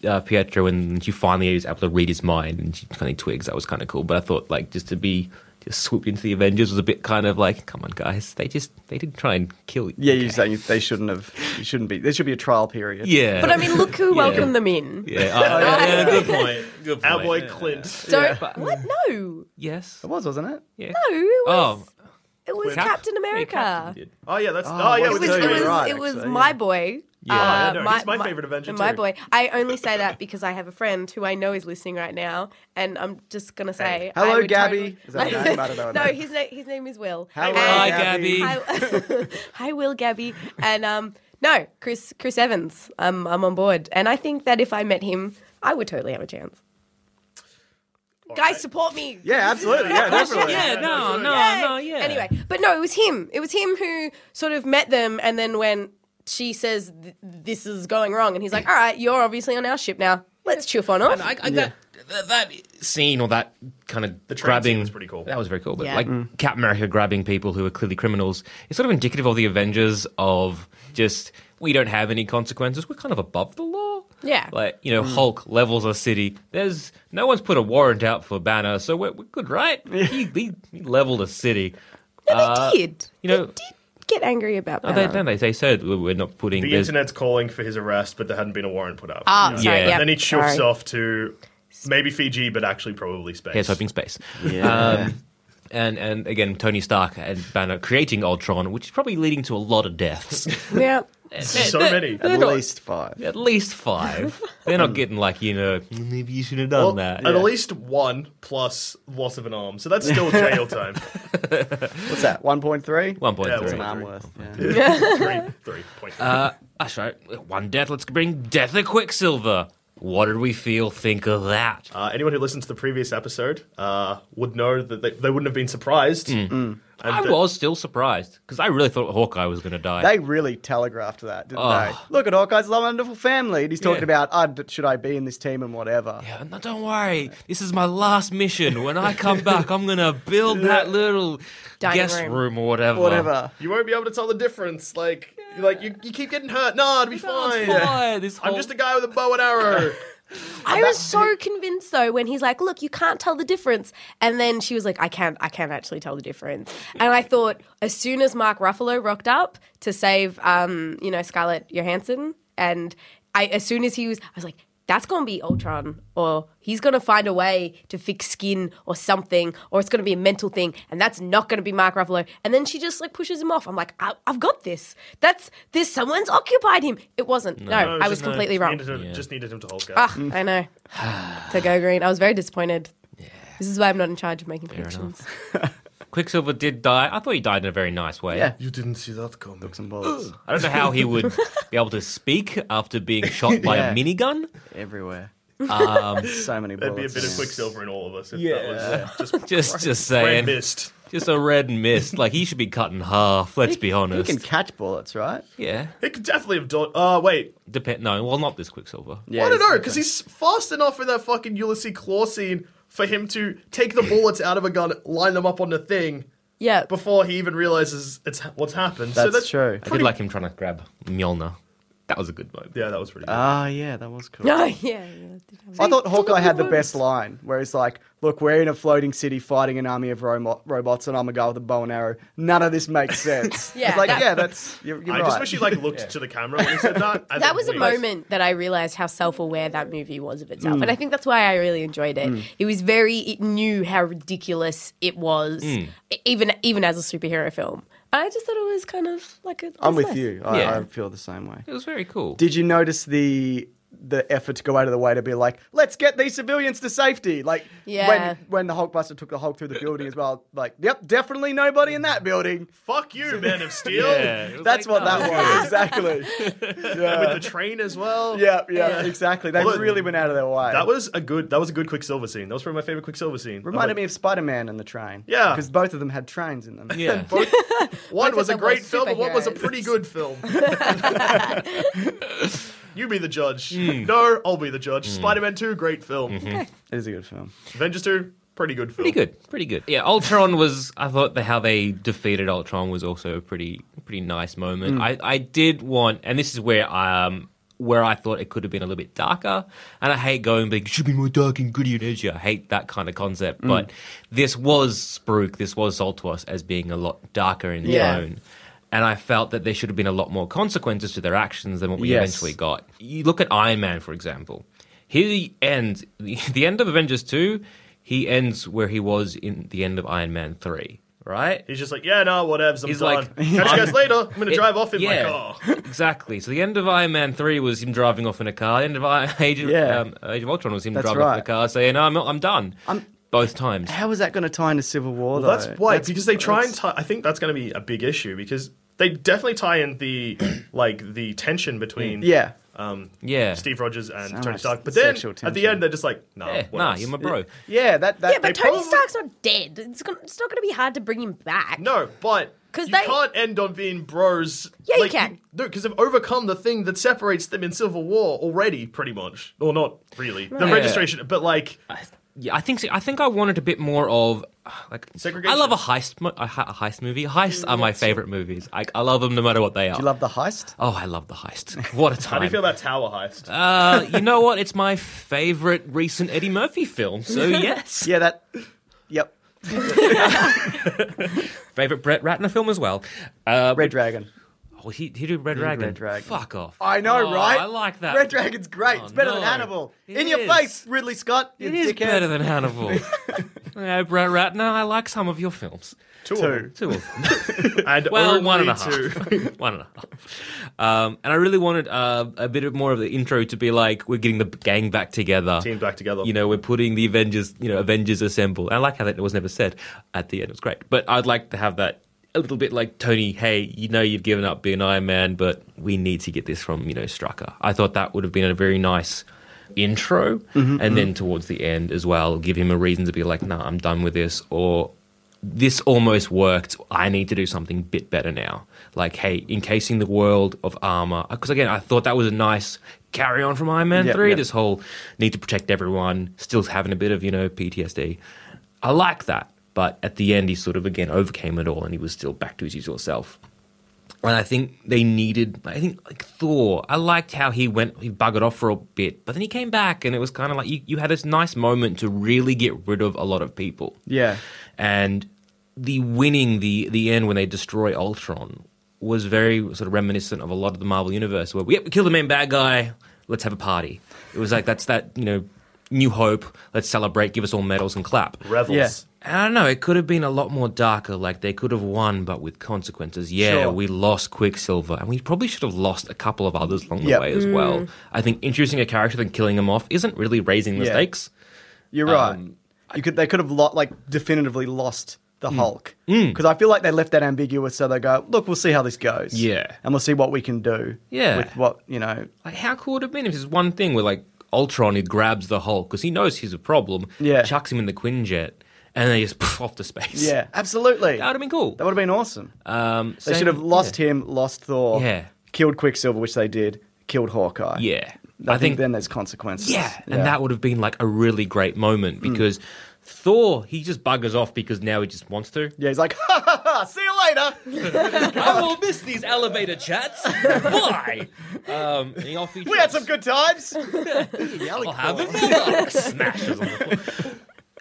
S4: uh, Pietro, and she finally is able to read his mind, and she kind of twigs that was kind of cool. But I thought like just to be just swooped into the Avengers was a bit kind of like, come on, guys, they just they didn't try and kill you.
S5: Yeah, you're saying they shouldn't have. You shouldn't be. There should be a trial period.
S4: yeah.
S7: But I mean, look who welcomed them in.
S4: yeah, uh, yeah,
S7: [LAUGHS]
S4: yeah, good point. Good point.
S3: Our boy Clint.
S7: Don't what? No,
S4: Yes.
S5: It was, wasn't it?
S4: Yeah.
S7: no. It was,
S4: Oh,
S7: it was
S4: Cap-
S7: Captain America.
S4: Captain did.
S3: Oh yeah, that's oh, yeah,
S5: what
S3: we
S7: it was,
S5: did
S3: totally
S7: it
S5: you
S7: was,
S3: right.
S5: right,
S7: it was
S5: actually,
S7: my boy. Uh,
S4: Yeah.
S3: Oh, yeah, no, he's my favourite Avenger
S7: My
S3: too.
S7: boy. I only say that because I have a friend who I know is listening right now, and I'm just gonna say I
S5: Hello,
S7: would
S5: Gabby.
S7: totally-
S5: Is that her
S7: [LAUGHS]
S5: name? I don't know. her
S7: no,
S5: name.
S7: his name his name is Will.
S5: Hello,
S7: And-
S4: Hi,
S5: Gabby.
S4: Gabby.
S7: Hi, [LAUGHS] hi, Will, Gabby, and um, no, Chris Chris Evans. Um, I'm on board, and I think that if I met him, I would totally have a chance. Guys, support me.
S5: Yeah, absolutely. Yeah, definitely.
S4: Yeah, no, no,
S7: Yay.
S4: Oh, no, yeah.
S7: Anyway, but no, it was him. It was him who sort of met them, and then when she says th- this is going wrong, and he's like, "All right, you're obviously on our ship now. Let's chuff on off."
S4: I, I, that, that scene or that kind of the
S3: train
S4: grabbing
S3: scene was pretty cool.
S4: That was very cool. But
S7: Yeah. Mm.
S4: like Captain America grabbing people who are clearly criminals is sort of indicative of the Avengers of just we don't have any consequences. We're kind of above the law.
S7: Yeah. Mm.
S4: Like you know, Hulk levels a city. There's no one's put a warrant out for Banner, so we're, we're good,
S7: [LAUGHS]
S4: right? He, he, he leveled a city.
S7: no, they did.
S4: Uh, You know.
S7: they did get angry about
S4: Oh,
S7: that.
S4: they, don't they? They said we- we're not putting
S3: The
S4: there's-
S3: internet's calling for his arrest, but there hadn't been a warrant put out.
S7: Ah,
S3: Yeah.
S7: sorry.
S4: Yeah.
S7: Yeah.
S3: And then he chuffs
S7: sorry.
S3: off to maybe Fiji, but actually probably space.
S4: Here's hoping space.
S5: Yeah.
S4: Um, and and again Tony Stark and Banner creating Ultron, which is probably leading to a lot of deaths.
S7: Yeah.
S3: So many.
S5: At
S4: They're not-
S5: least five.
S4: At least five. They're not getting like you know maybe you should have done
S3: Well,
S4: that.
S3: At least one plus loss of an arm. So that's still
S7: [LAUGHS]
S3: jail time.
S5: What's that? One point three.
S4: One point
S3: Yeah,
S4: three.
S3: it's
S5: An arm worth. yeah.
S3: three, three point.
S4: Uh, that's right. One death. Let's bring death of Quicksilver. What did we feel? Think of that.
S3: Uh, anyone who listened to the previous episode uh, would know that they, they wouldn't have been surprised.
S5: Hmm.
S7: Mm.
S3: And
S4: I
S3: that-
S4: was still surprised because I really thought Hawkeye was going to die.
S5: They really telegraphed that, didn't they?
S4: Oh.
S5: Look at Hawkeye's wonderful family. And he's talking
S4: Yeah.
S5: about, I d should I be in this team and whatever?
S4: Yeah, no, don't worry. This is my last mission. When I come back, I'm gonna build that little
S7: Dining
S4: guest room.
S7: room.
S4: or whatever.
S5: Whatever.
S3: You won't be able to tell the difference. Like, you- like you, you keep getting hurt. Nah, it'll be
S4: Oh,
S3: fine.
S4: it's fine. This
S3: I'm
S4: whole-
S3: just a guy with a bow and arrow.
S7: I was so convinced though when he's like, "Look, you can't tell the difference," and then she was like, "I can't, I can't actually tell the difference." And I thought, as soon as Mark Ruffalo rocked up to save, um, you know, Scarlett Johansson, and I, as soon as he was, I was like. That's gonna be Ultron, or he's gonna find a way to fix skin or something, or it's gonna be a mental thing, and that's not gonna be Mark Ruffalo. And then she just like pushes him off. I'm like, I- I've got this. That's this. Someone's occupied him. It wasn't.
S3: [LAUGHS]
S7: No, [LAUGHS] I was
S3: Oh, Just-
S7: completely
S3: just
S7: wrong.
S3: Needed him, Just needed him to hold
S7: Ah, I know. [SIGHS] to go green. I was very disappointed. This is why I'm not in charge of making predictions.
S4: Quicksilver did die. I thought he died in a very nice way.
S5: Yeah.
S3: You didn't see that coming.
S5: Some bullets
S4: I don't know how he would be able to speak after being shot by a
S5: Yeah.
S4: minigun.
S5: everywhere.
S4: Um,
S5: [LAUGHS] so many
S3: There'd
S5: bullets.
S3: be a bit of
S5: yeah.
S3: quicksilver in all of us if that
S5: Yeah.
S3: was just
S4: Just, just
S3: red
S4: saying,
S3: mist.
S4: just a red mist. Like he should be cut in half. Let's be
S5: You
S4: honest.
S5: can catch bullets, right?
S4: yeah,
S3: It could definitely have done. Uh, wait. Oh,
S4: depend. No, well, not this Quicksilver.
S5: Yeah,
S3: I don't
S5: it's
S3: know
S5: different.
S3: because he's fast enough in that fucking Ulysses Claw scene for him to take the bullets out of a gun, line them up on the thing
S7: Yeah.
S3: before he even realizes it's ha- what's happened. so
S5: That's
S3: that's
S5: true.
S4: I did like him trying to grab Mjolnir. That was a good moment.
S3: Yeah, that was pretty. Good.
S5: Ah, yeah, that was cool.
S7: [LAUGHS] No, yeah. yeah.
S5: I thought Hawkeye had the best line, where he's like, "Look, we're in a floating city fighting an army of romo- robots, and I'm a guy with a bow and arrow. None of this makes
S7: [LAUGHS]
S5: sense."
S7: Yeah,
S5: it's like,
S7: that-
S5: yeah, that's you're, you're
S3: I
S5: right.
S3: just wish he
S5: [LAUGHS]
S3: like looked to the camera when he said that. and
S7: [LAUGHS] That
S3: then
S7: was a
S3: winked.
S7: moment that I realized how self-aware that movie was of
S3: Mm.
S7: itself, and I think that's why I really enjoyed it. It was very it knew how ridiculous it was,
S3: Mm.
S7: e- even even as a superhero film. And I just thought it was kind of like a.
S5: I'm with
S7: nice.
S5: you. I,
S4: Yeah.
S5: I feel the same way.
S4: It was very cool.
S5: Did you notice the the effort to go out of the way to be like, "Let's get these civilians to safety"? Like,
S7: Yeah.
S5: when when the Hulkbuster took the Hulk through the building as well. Like, yep, definitely nobody in that building.
S3: Fuck
S7: [LAUGHS]
S3: you, Man of Steel.
S4: Yeah, it was
S5: That's
S4: like, oh.
S5: what
S4: no.
S5: that was exactly.
S4: [LAUGHS]
S3: With the train as well.
S5: Yeah, yeah, exactly. They
S3: Although-
S5: really went out of their way.
S3: That was a good. That was a good Quicksilver scene. That was probably my favorite Quicksilver scene.
S5: Reminded me of Spider Man and the train.
S3: Yeah.
S5: Because both of them had trains in them.
S4: Yeah.
S3: One was a
S7: them
S3: great
S7: were
S3: film, and one was a
S7: superheroes.
S3: pretty good film. [LAUGHS] you be the judge.
S4: Hmm.
S3: No, I'll be the judge. Spider Man 2, great film.
S5: It is a good film.
S3: Avengers 2, pretty good film.
S4: Mm-hmm. Pretty good, pretty good. Yeah, Ultron was. I thought the, how they defeated Ultron was also a pretty, pretty nice moment. I, I did want, and this is where um where I thought it could have been a little bit darker. And I hate going big. Should be more dark and gritty and edgy. I hate that kind of concept. But this was Spruik. This was sold to us as being a lot darker in
S7: Yeah.
S4: tone. And I felt that there should have been a lot more consequences to their actions than what we
S5: Yes.
S4: eventually got. You look at Iron Man, for example. He ends the, [LAUGHS] the end of Avengers two. He ends where he was in the end of Iron Man three. Right?
S3: He's just like, yeah, no, whatevs. I'm
S4: He's
S3: done.
S4: like-
S3: Catch you
S4: [LAUGHS]
S3: guys later. I'm going to
S4: It-
S3: drive off in
S4: yeah,
S3: my car.
S4: [LAUGHS] exactly. So the end of Iron Man three was him driving off in a car. The end of I- [LAUGHS] Age of,
S5: Yeah.
S4: um, Age of Ultron was him
S5: That's
S4: driving off in a
S5: right.
S4: car, saying, "No, "I'm I'm done." Both times.
S5: How is that going to tie into Civil War,
S3: Well, that's
S5: though?
S3: why because they try and tie. I think that's going to be a big issue because they definitely tie
S4: [CLEARS THROAT]
S3: in the like the tension between
S5: Yeah.
S3: um,
S4: Yeah.
S3: Steve Rogers and
S5: So
S3: Tony
S5: much
S3: Stark. But then
S5: sexual
S3: at the
S5: tension.
S3: end, they're just like, nah,
S4: Yeah,
S3: what
S4: nah,
S3: else?
S4: you're my bro.
S5: Yeah, that. that
S7: Yeah, but
S3: They
S7: Tony
S3: probably-
S7: Stark's not dead. It's gonna, it's not going to be hard to bring him back.
S3: No, but
S7: 'Cause
S3: you
S7: they-
S3: can't end on being bros.
S7: Yeah, you can.
S3: no, because they've overcome the thing that separates them in Civil War already, pretty much. Or not really. The
S4: Yeah.
S3: registration, but like,
S4: Yeah, I think so. I think I wanted a bit more of [SIGHS] like
S3: Segregation.
S4: I love a heist, mo- a, hi- a heist movie. Heists are my favorite movies. I, I love them no matter what they are.
S5: You love the heist?
S4: oh, I love the heist. What a time!
S3: how do you feel about Tower Heist?
S4: Uh, you know what? It's my favorite recent Eddie Murphy film. So yes,
S5: Yeah, that. Yep.
S4: favorite Brett Ratner film as well. Uh,
S5: Red Dragon.
S4: Oh, he he did Red Dragon.
S5: Red Dragon.
S4: Fuck off.
S5: I know,
S4: Oh,
S5: right?
S4: I like that.
S5: Red Dragon's great.
S4: Oh,
S5: it's better
S4: no.
S5: than Hannibal.
S4: It
S5: in your
S4: is.
S5: face, Ridley Scott. You
S4: It is
S5: dickhead.
S4: better than Hannibal. Yeah, Brett Ratner, I like some of your films.
S3: Two.
S5: Two.
S4: Two of them.
S3: [LAUGHS]
S4: [LAUGHS]
S3: And
S4: Well, one and
S3: only
S4: a half.
S3: two.
S4: [LAUGHS] one and a half. Um, and I really wanted uh, a bit of more of the intro to be like, we're getting the gang back together.
S3: Team back together.
S4: You know, we're putting the Avengers, you know, Avengers assemble. I like how that was never said at the end. It was great. But I'd like to have that a little bit like Tony, hey, you know you've given up being Iron Man, but we need to get this from, you know, Strucker. I thought that would have been a very nice intro. and then towards the end as well, give him a reason to be like, nah, I'm done with this. Or this almost worked. I need to do something bit better now. Like, hey, encasing the world of armor. Because again, I thought that was a nice carry on from Iron Man
S5: Yep,
S4: 3.
S5: yep.
S4: This whole need to protect everyone, still having a bit of, you know, PTSD. I like that. But at the end, he sort of again overcame it all and he was still back to his usual self. And I think they needed, I think, like Thor. I liked how he went, he buggered off for a bit, but then he came back and it was kind of like you, you had this nice moment to really get rid of a lot of people
S5: Yeah.
S4: and the winning the the end when they destroy Ultron was very sort of reminiscent of a lot of the Marvel universe where yep, we kill the main bad guy, let's have a party. It was like that's that you know new hope, let's celebrate, give us all medals and clap.
S3: Revels.
S5: Yeah.
S4: And I don't know. It could have been a lot more darker. Like they could have won, but with consequences. Yeah,
S5: Sure.
S4: we lost Quicksilver, and we probably should have lost a couple of others along the
S5: Yep.
S4: way as well. I think introducing a character and killing him off isn't really raising the
S5: Yeah.
S4: stakes.
S5: You're
S4: Um,
S5: right. You could they could have lo- like definitively lost the
S4: Hmm.
S5: Hulk because I feel like they left that ambiguous. So they go, look, we'll see how this goes.
S4: Yeah.
S5: and we'll see what we can do.
S4: Yeah.
S5: with what you know.
S4: Like, how cool would it have been if there's one thing where, like, Ultron, he grabs the Hulk because he knows he's a problem,
S5: Yeah.
S4: chucks him in the Quinjet, and they just [LAUGHS] poof, off to space.
S5: Yeah, absolutely.
S4: That would have been cool.
S5: That would have been awesome.
S4: Um,
S5: they should have lost him, lost Thor,
S4: Yeah.
S5: killed Quicksilver, which they did, killed Hawkeye.
S4: Yeah.
S5: I, think, then there's consequences.
S4: Yeah, and that would have been like a really great moment
S5: Hmm.
S4: because Thor, he just buggers off because now he just wants
S5: [LAUGHS]
S4: to.
S5: yeah, he's like, ha ha ha, see you later.
S4: I will miss these elevator chats.
S5: [LAUGHS]
S4: Why? Um, and he off he
S5: We had
S4: jumps.
S5: some
S4: [LAUGHS]
S5: good times.
S4: I'll have another. Oh, Smashes on the floor.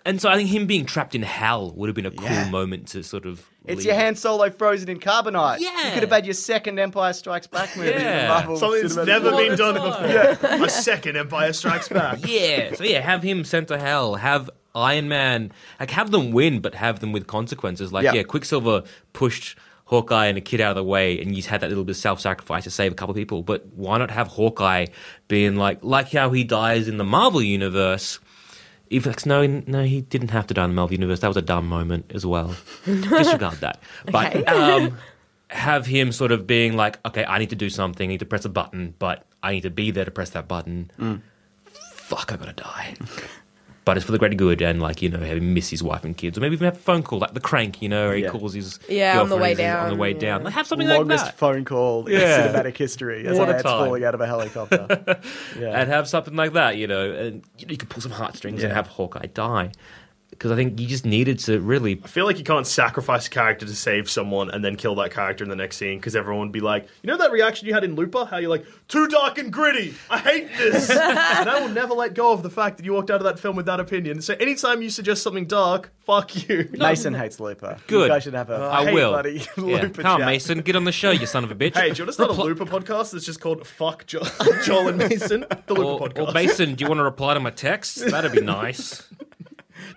S4: And so I think him being trapped in hell would have been a cool
S5: Yeah.
S4: moment to sort of.
S5: It's
S4: leave.
S5: your hand solo frozen in carbonite.
S4: Yeah.
S5: You could have had your second Empire Strikes Back movie. in the
S4: Yeah.
S5: Marvel
S3: Something that's
S5: Cinematic
S3: never
S4: What
S3: been
S4: a
S3: done
S4: time.
S3: before. A second Empire Strikes Back.
S4: Yeah. So yeah, have him sent to hell. Have Iron Man like have them win, but have them with consequences. Like
S5: Yeah.
S4: yeah, Quicksilver pushed Hawkeye and a kid out of the way, and he's had that little bit of self-sacrifice to save a couple of people. But why not have Hawkeye being like like how he dies in the Marvel universe? If it's no, no, he didn't have to die in the Marvel universe. That was a dumb moment as well. Disregard that. But um, have him sort of being like, okay, I need to do something. I need to press a button, but I need to be there to press that button
S5: Mm.
S4: fuck, I gotta die. [LAUGHS] but it's for the greater good, and like you know, have him miss his wife and kids, or maybe even have a phone call, like the crank, you know, where he
S5: Yeah.
S4: calls his
S7: Yeah, on the
S4: girlfriend
S7: way
S4: as he's on the
S7: down,
S4: way
S7: yeah.
S4: down. Like, have something like
S5: longest
S4: that,
S5: phone call
S4: Yeah.
S5: in cinematic history as
S4: What
S5: a
S4: a
S5: man's
S4: time.
S5: falling out of
S4: [LAUGHS]
S5: a helicopter. yeah.
S4: and have something like that, you know, and you, know, you could pull some heartstrings and
S5: Yeah.
S4: have Hawkeye die. Because I think you just needed to really
S3: I feel like you can't sacrifice a character to save someone and then kill that character in the next scene because everyone would be like, you know that reaction you had in Looper? How you're like, too dark and gritty. I hate this. and I will never let go of the fact that you walked out of that film with that opinion. So anytime you suggest something dark, fuck
S5: [LAUGHS]
S3: you.
S5: Mason hates Looper.
S4: good.
S5: You guys should have a
S4: I
S5: hey,
S4: will.
S5: buddy, [LAUGHS]
S4: yeah.
S5: Looper
S4: Come on,
S5: chat.
S4: Mason, get on the show, you son
S5: [LAUGHS]
S4: of a bitch.
S3: Hey, do you want to start a Looper podcast that's just called Fuck jo- [LAUGHS] Joel and Mason? The Looper
S4: or,
S3: podcast.
S4: or Mason, do you want to reply to my text? That'd be nice.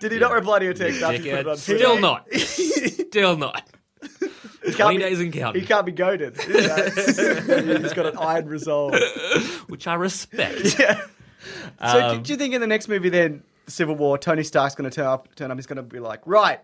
S5: Did he not reply to your text after you put it on
S4: Dickhead.
S5: Twitter?
S4: Still not.
S3: [LAUGHS]
S4: Still not.
S5: He can't
S4: Twenty
S5: be-
S4: days and counting.
S5: He can't be goaded. you know? He's got an iron resolve.
S4: which I respect.
S3: [LAUGHS]
S5: So do, do you think in the next movie then, Civil War, Tony Stark's going to turn up? Turn up. He's going to be like, right,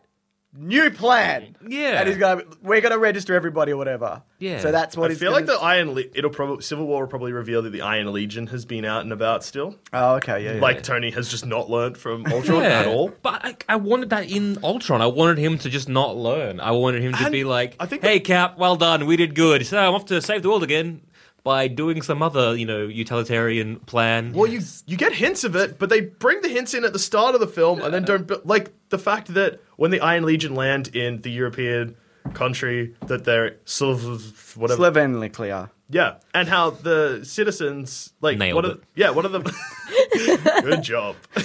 S5: new plan.
S4: Yeah.
S5: And he's going. to We're going to register everybody or whatever.
S4: Yeah.
S5: So that's
S3: [LAUGHS]
S5: what
S3: I
S5: he's.
S3: feel like
S5: gonna-
S3: the Iron Le- it'll probably Civil War will probably reveal that the Iron Legion has been out and about still.
S5: Oh, okay. Yeah. yeah.
S3: Like Tony has just not learned from Ultron
S4: Yeah.
S3: at all.
S4: But I, I wanted that in Ultron. I wanted him to just not learn. I wanted him to
S3: And
S4: be like,
S3: I think
S4: "Hey,
S3: that-
S4: Cap, well done. We did good. So I'm off to save the world again by doing some other, you know, utilitarian plan."
S3: Well, you you get hints of it, but they bring the hints in at the start of the film, and then don't bu- like the fact that when the Iron Legion land in the European country, that they're sort of whatever,
S5: Slovenly clear.
S3: yeah, and how the citizens like
S4: Nailed
S3: what
S4: it.
S3: Are, yeah, what are the [LAUGHS] Good job. [LAUGHS]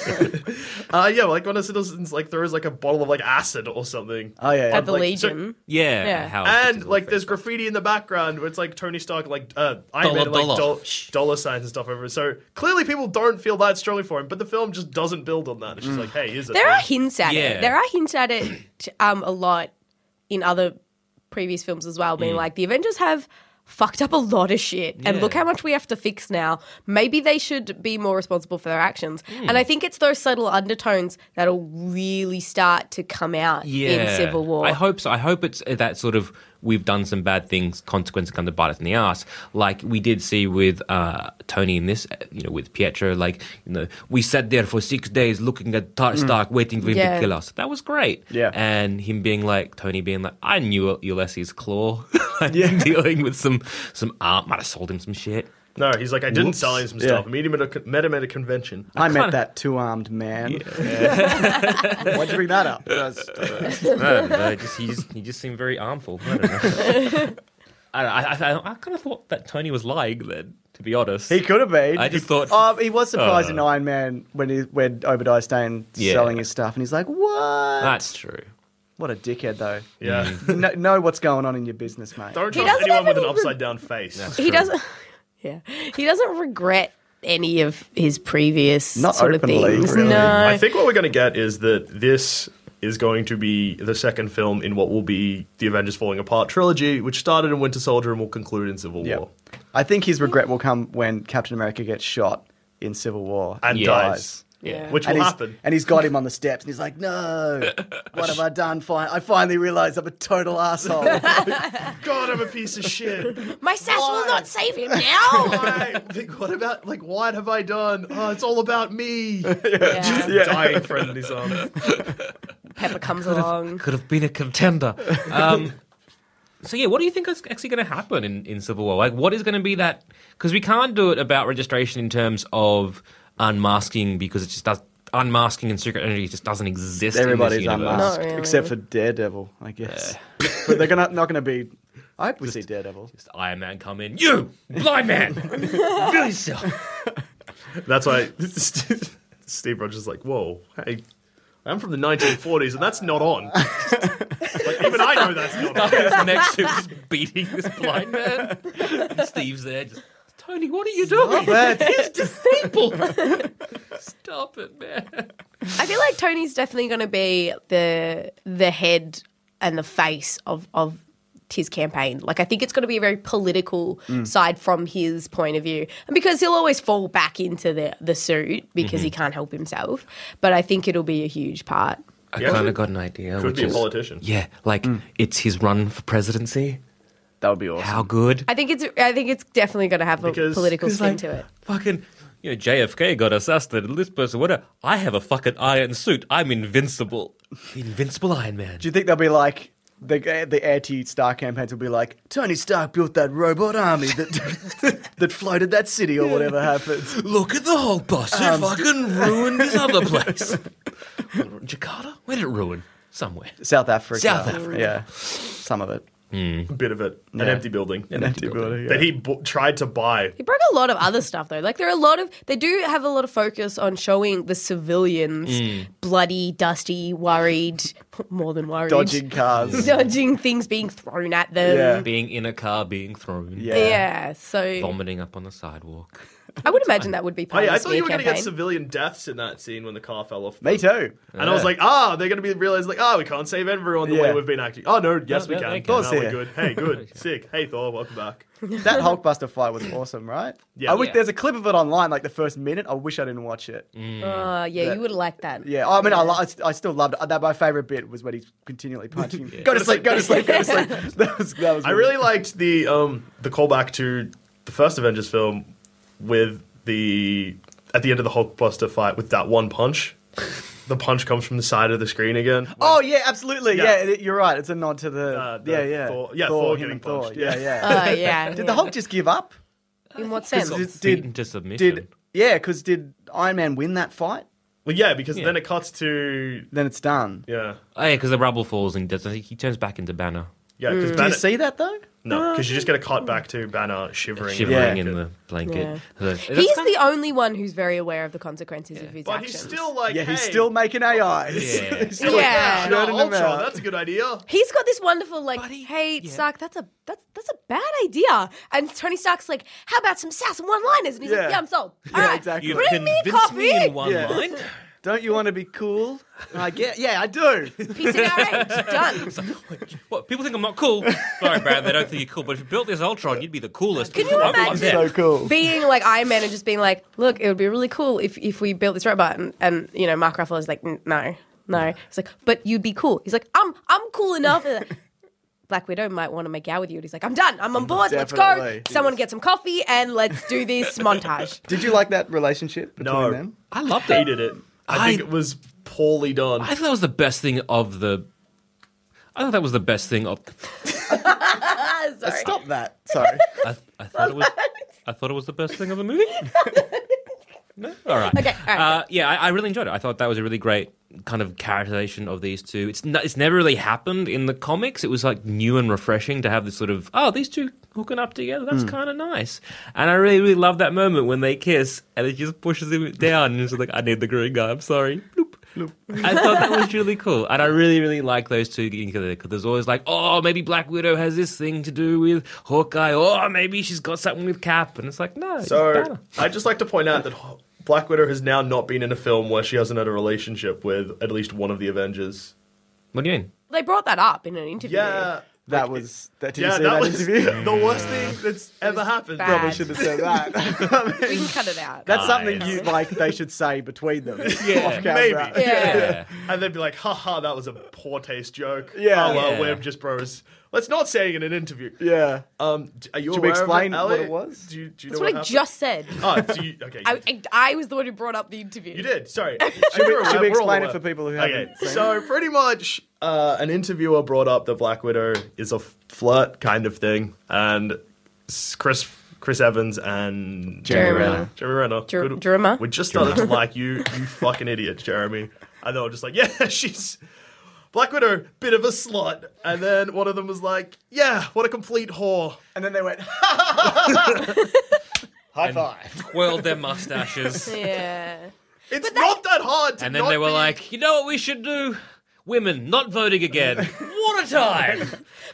S3: uh, yeah, like one of the citizens like throws like a bottle of like acid or something.
S5: Oh yeah.
S7: At the
S3: like, so-
S7: Legion.
S4: Yeah.
S7: Yeah.
S4: how
S3: And
S4: it's
S3: like
S4: all
S3: there's
S4: fixed up.
S3: graffiti in the background where it's like Tony Stark like uh Iron
S4: Dollar,
S3: Man like
S4: dollar.
S3: dol- dollar signs and stuff over it. So clearly people don't feel that strongly for him, but the film just doesn't build on that. It's just like, hey, is it?
S7: There are hints at
S4: Yeah.
S7: it. There are hints at it [CLEARS THROAT] um, a lot in other previous films as well, being like the Avengers have fucked up a lot of shit, and look
S4: Mm. Yeah.
S7: how much we have to fix now. Maybe they should be more responsible for their actions.
S4: Hmm.
S7: And I think it's those subtle undertones that'll really start to come out in Civil War.
S4: I hope so. I hope it's uh, that sort of we've done some bad things, consequences come to bite us in the ass, like we did see with uh, Tony in this, uh, you know, with Pietro. Like, you know, we sat there for six days looking at Tar- Stark, waiting for him
S7: Yeah.
S4: to kill us. That was great.
S5: Mm. Yeah.
S4: and him being like Tony being like, I knew Ulysses' claw. [LAUGHS] like, dealing with some some art might have sold him some
S5: [LAUGHS]
S4: shit.
S3: No, he's like, I didn't sell him some stuff. I
S5: Yeah. Mm.
S3: met him, at a, con- met him at a convention.
S5: I met that two armed man. [LAUGHS] Why'd you bring that up?
S4: No, no, just, he just he just seemed very armful. I
S7: [LAUGHS]
S4: don't know. I, I, I, I kind of thought that Tony was lying then. To be honest,
S5: he could have been.
S4: I just thought-
S5: Um, he was surprised
S4: Oh.
S5: in Iron Man when he when Obadiah Stane
S4: Yeah.
S5: selling his stuff, and he's like, "What?
S4: that's true.
S5: What a dickhead, though.
S3: Yeah.
S5: You kn- know what's going on in your business, mate."
S3: Don't
S7: He
S3: trust
S7: doesn't
S3: anyone
S7: have
S3: with an
S7: any re-
S3: upside down face.
S7: he doesn't. [LAUGHS] Yeah, he doesn't regret any of his previous
S5: Not
S7: sort of
S5: openly,
S7: things.
S5: really.
S7: No,
S3: I think what we're going to get is that this is going to be the second film in what will be the Avengers Falling Apart trilogy, which started in Winter Soldier and will conclude in Civil
S5: Yeah.
S3: War.
S5: I think his regret will come when Captain America gets shot in Civil War
S3: And
S5: He
S3: dies.
S7: Yeah.
S3: Which
S5: And
S3: will
S5: he's,
S7: [LAUGHS]
S3: happen.
S5: and he's got him on the steps, and he's like, "No, what have I done? Fine, I finally realized I'm a total asshole."
S3: God, I'm a piece of shit.
S7: my sass
S5: Why?
S7: will not save
S4: [LAUGHS]
S7: him now.
S3: Why? [LAUGHS] Like, what about, like, what have I done? Oh, it's all about [LAUGHS] me.
S7: yeah.
S3: Dying friend in his arms.
S7: Pepper comes
S4: [LAUGHS]
S7: along.
S4: Could have been a contender. Um, [LAUGHS] so yeah, what do you think is actually going to happen in, in Civil War? Like, what is going to be that? Because we can't do it about registration in terms of unmasking because it just does unmasking and secret energy just doesn't exist. in
S5: Everybody's
S4: this universe.
S5: unmasked,
S7: Not really.
S5: except for Daredevil, I guess. [LAUGHS] but they're gonna not gonna be. I hope we see [LAUGHS] Daredevil.
S4: Just Iron Man come in. You blind
S5: [LAUGHS]
S4: man, feel yourself.
S3: That's why Steve Rogers is like, whoa, hey, I'm from the 1940s and that's not [LAUGHS] on. like, even I know that's not on.
S4: He's next to him, just beating this blind man. And Steve's there. Just Tony, what are you doing? He's disabled. Stop it, man.
S7: I feel like Tony's definitely going to be the the head and the face of of his campaign. Like I think it's going to be a very political side from his point of view, and because he'll always fall back into the the suit because he can't help himself. But I think it'll be a huge part.
S4: I
S3: Yeah.
S4: kind of got an idea.
S3: Could
S4: which
S3: be a
S4: is-
S3: politician.
S4: Yeah, like it's his run for presidency.
S5: That would be awesome.
S4: How good?
S7: I think it's I think it's definitely going to have a
S3: Because-
S7: political
S4: He's
S7: spin
S4: like,
S7: to it.
S4: Fucking, you know, JFK got assassinated. This person, whatever. I have a fucking iron suit. I'm invincible. The invincible Iron Man.
S5: Do you think they'll be like the the anti Stark campaigns will be like Tony Stark built that robot army that [LAUGHS] that floated that city or whatever happens?
S4: Look at the whole bus. It fucking ruined this [LAUGHS] other place. Jakarta? Where did it ruin? Somewhere.
S5: South Africa.
S4: South Africa.
S5: Yeah, some of it.
S3: A bit of it. An
S5: Yeah.
S3: empty building.
S5: An empty building.
S3: That he bu- tried to buy.
S7: He broke a lot of other stuff though. Like there are a lot of they do have a lot of focus on showing the civilians bloody, dusty, worried, [LAUGHS] more than worried,
S5: Dodging
S7: [LAUGHS]
S5: cars.
S7: dodging things being thrown at them.
S4: Being in a car, being thrown,
S5: Yeah.
S7: Yeah. so
S4: vomiting up on the sidewalk.
S7: I would imagine that would be
S3: Oh,
S7: part
S3: yeah, I
S7: of the
S3: thought you
S7: smear
S3: were going to
S7: campaign.
S3: get civilian deaths in that scene when the car fell off.
S5: Me too.
S3: And I was like, ah, they're going to be realized, like, ah, we can't save everyone the way
S5: Yeah.
S3: we've been acting. Oh, no, yes,
S4: No,
S3: we
S4: they-
S3: can.
S4: they
S3: Of
S4: can.
S3: course,
S5: Of course,
S3: we're
S5: yeah.
S3: good. Hey,
S5: [LAUGHS]
S3: good. Sick. Hey, Thor, welcome back.
S5: That Hulkbuster fight was awesome, right?
S3: Yeah.
S5: I wish
S3: Yeah.
S5: there's a clip of it online, like the first minute. I wish I didn't watch it.
S3: Mm.
S4: Mm.
S7: Oh, yeah, you would like that.
S5: Yeah, I mean, I, lo- I st- I still loved it. That my favorite bit was when he's continually punching. Go to sleep, go to sleep, go to sleep. [LAUGHS] That was, that was
S3: I really liked the um the callback to the first Avengers film with the at the end of the Hulkbuster fight with that one
S5: [LAUGHS]
S3: punch. the punch comes from the side of the screen again.
S5: Oh yeah, absolutely.
S3: Yeah.
S5: Yeah, it- you're right. It's a nod to the,
S3: Uh, the
S5: yeah, yeah,
S3: Thor- yeah, Thor
S5: him
S3: getting
S5: and Thor.
S3: punched,
S5: Yeah,
S3: yeah.
S5: yeah.
S7: [LAUGHS]
S3: [LAUGHS]
S7: Oh, yeah.
S5: did the Hulk just give up?
S7: In what
S5: Because
S7: sense?
S5: it's- Did-
S4: Beaten to submission.
S5: Did yeah? Because did Iron Man win that fight?
S3: Well, yeah, because then it cuts to
S5: Then it's done.
S3: yeah.
S4: Oh, yeah, because the rubble falls and does, he turns back into Banner.
S3: Yeah, because
S5: Do Mm. you
S3: Banner.
S5: see that though?
S3: no, because you just get a cut back to Banner shivering.
S4: shivering
S5: Yeah.
S4: in the blanket. So-
S7: He's the only one who's very aware of the consequences of his
S3: But
S7: actions.
S3: he's still like,
S5: Yeah,
S3: hey, Oh,
S5: he's still making AIs.
S4: Yeah.
S5: [LAUGHS] He's still like,
S7: Yeah.
S3: no,
S5: Shouting them
S3: Ultron,
S5: out.
S3: that's a good idea.
S7: He's got this wonderful like, hey Stark, that's a that's that's a bad idea. And Tony Stark's like, how about some sass and one-liners? And he's
S5: Yeah.
S7: like, yeah, I'm sold. All
S5: Yeah,
S7: right,
S5: exactly.
S4: You've
S7: bring me
S4: convinced
S7: coffee.
S4: me in one
S5: Yeah.
S4: line.
S7: [LAUGHS]
S5: Don't you want to be cool?
S3: [LAUGHS]
S5: I get, yeah, I do.
S7: Peace in our age. Done.
S4: What, people think I'm not cool. Sorry, Brad, they don't think you're cool. But if you built this Ultron, you'd be the coolest.
S7: Can you
S4: I'm- I'm
S7: imagine?
S4: there.
S5: so cool.
S7: being like Iron Man and just being like, look, it would be really cool if, if we built this robot. And, and you know, Mark Ruffalo is like, "N- no, no. He's like, but you'd be cool. He's like, I'm I'm cool enough. And [LAUGHS] Black Widow might want to make out with you. And he's like, I'm done. I'm on board.
S5: Definitely.
S7: Let's go. Someone get some coffee and let's do this montage.
S5: Did you like that relationship between
S3: No.
S5: them?
S4: I loved it.
S3: Hated it. I, think
S4: I-
S3: it was poorly done.
S4: I thought that was the best thing of the. I thought that was the best thing of.
S7: Ah,
S3: Uh,
S7: sorry.
S5: Stop that. Sorry.
S4: I, I thought it
S7: [LAUGHS]
S4: was. I thought it was the best thing of the movie. No? All right.
S7: Okay, all right.
S4: Uh, yeah, I, I really enjoyed it. I thought that was a really great kind of characterization of these two. It's n- it's never really happened in the comics. It was like new and refreshing to have this sort of oh these two hooking up together. That's kind of nice. And I really really love that moment when they kiss and it just pushes him down and it's like I need the green guy. I'm sorry. Bloop. I thought that was really cool, and I really, really like those two getting together because there's always like, oh, maybe Black Widow has this thing to do with Hawkeye, or maybe she's got something with Cap, and it's like, no, it's
S3: So
S4: Banner.
S3: I'd just like to point out that Black Widow has now not been in a film where she hasn't had a relationship with at least one of the Avengers.
S4: what do you mean?
S7: They brought that up in an interview.
S3: Yeah.
S5: [LAUGHS] That was. That, did you
S3: Yeah,
S5: see
S3: that
S5: that,
S3: was
S5: interview?
S3: [LAUGHS]
S5: [LAUGHS]
S3: the worst thing that's ever happened.
S7: bad.
S5: Probably should have
S3: [LAUGHS]
S5: said that.
S7: We can cut it out.
S5: That's something you like. They should say
S3: [LAUGHS]
S5: between them. Off camera.
S3: Maybe. [LAUGHS]
S7: yeah.
S4: Yeah.
S3: And they'd be like, haha, that was a poor taste joke.
S5: Yeah.
S3: Oh, well,
S4: Yeah.
S3: we're just bros. Let's not say it in an interview.
S5: Yeah.
S3: Um, d- are you
S5: Should we
S3: aware of
S5: explain
S3: it,
S5: what
S3: Ali?
S5: it was?
S3: Do you, do you
S7: That's
S3: know
S7: what I
S3: what
S7: just said.
S3: happened? Oh, so you, okay.
S7: [LAUGHS] I, I, I was the one who brought up the interview.
S3: You did. Sorry.
S7: [LAUGHS]
S5: we-
S3: We're
S5: should
S3: all
S5: we explain
S3: aware.
S5: it for people who haven't seen
S3: So pretty much, uh, an interviewer brought up that Black Widow is a f- flirt kind of thing, and s- Chris Chris Evans and
S7: Jeremy Renner.
S3: Jeremy Renner.
S7: Jer-
S3: Good-
S7: Jeremy?
S3: We just started to like you, you fucking idiot, Jeremy. And they were just like, yeah, [LAUGHS] she's. Black Widow, bit of a slut. And then one of them was like, yeah, what a complete whore.
S5: And then
S3: [LAUGHS]
S5: they [LAUGHS] went.
S3: High five.
S4: Twirled their
S7: [LAUGHS]
S4: mustaches,
S7: Yeah.
S3: It's not that hard to
S4: and then
S3: not
S4: they were
S3: be-
S4: like, you know what we should do? Women not voting
S3: [LAUGHS]
S4: again. What a time!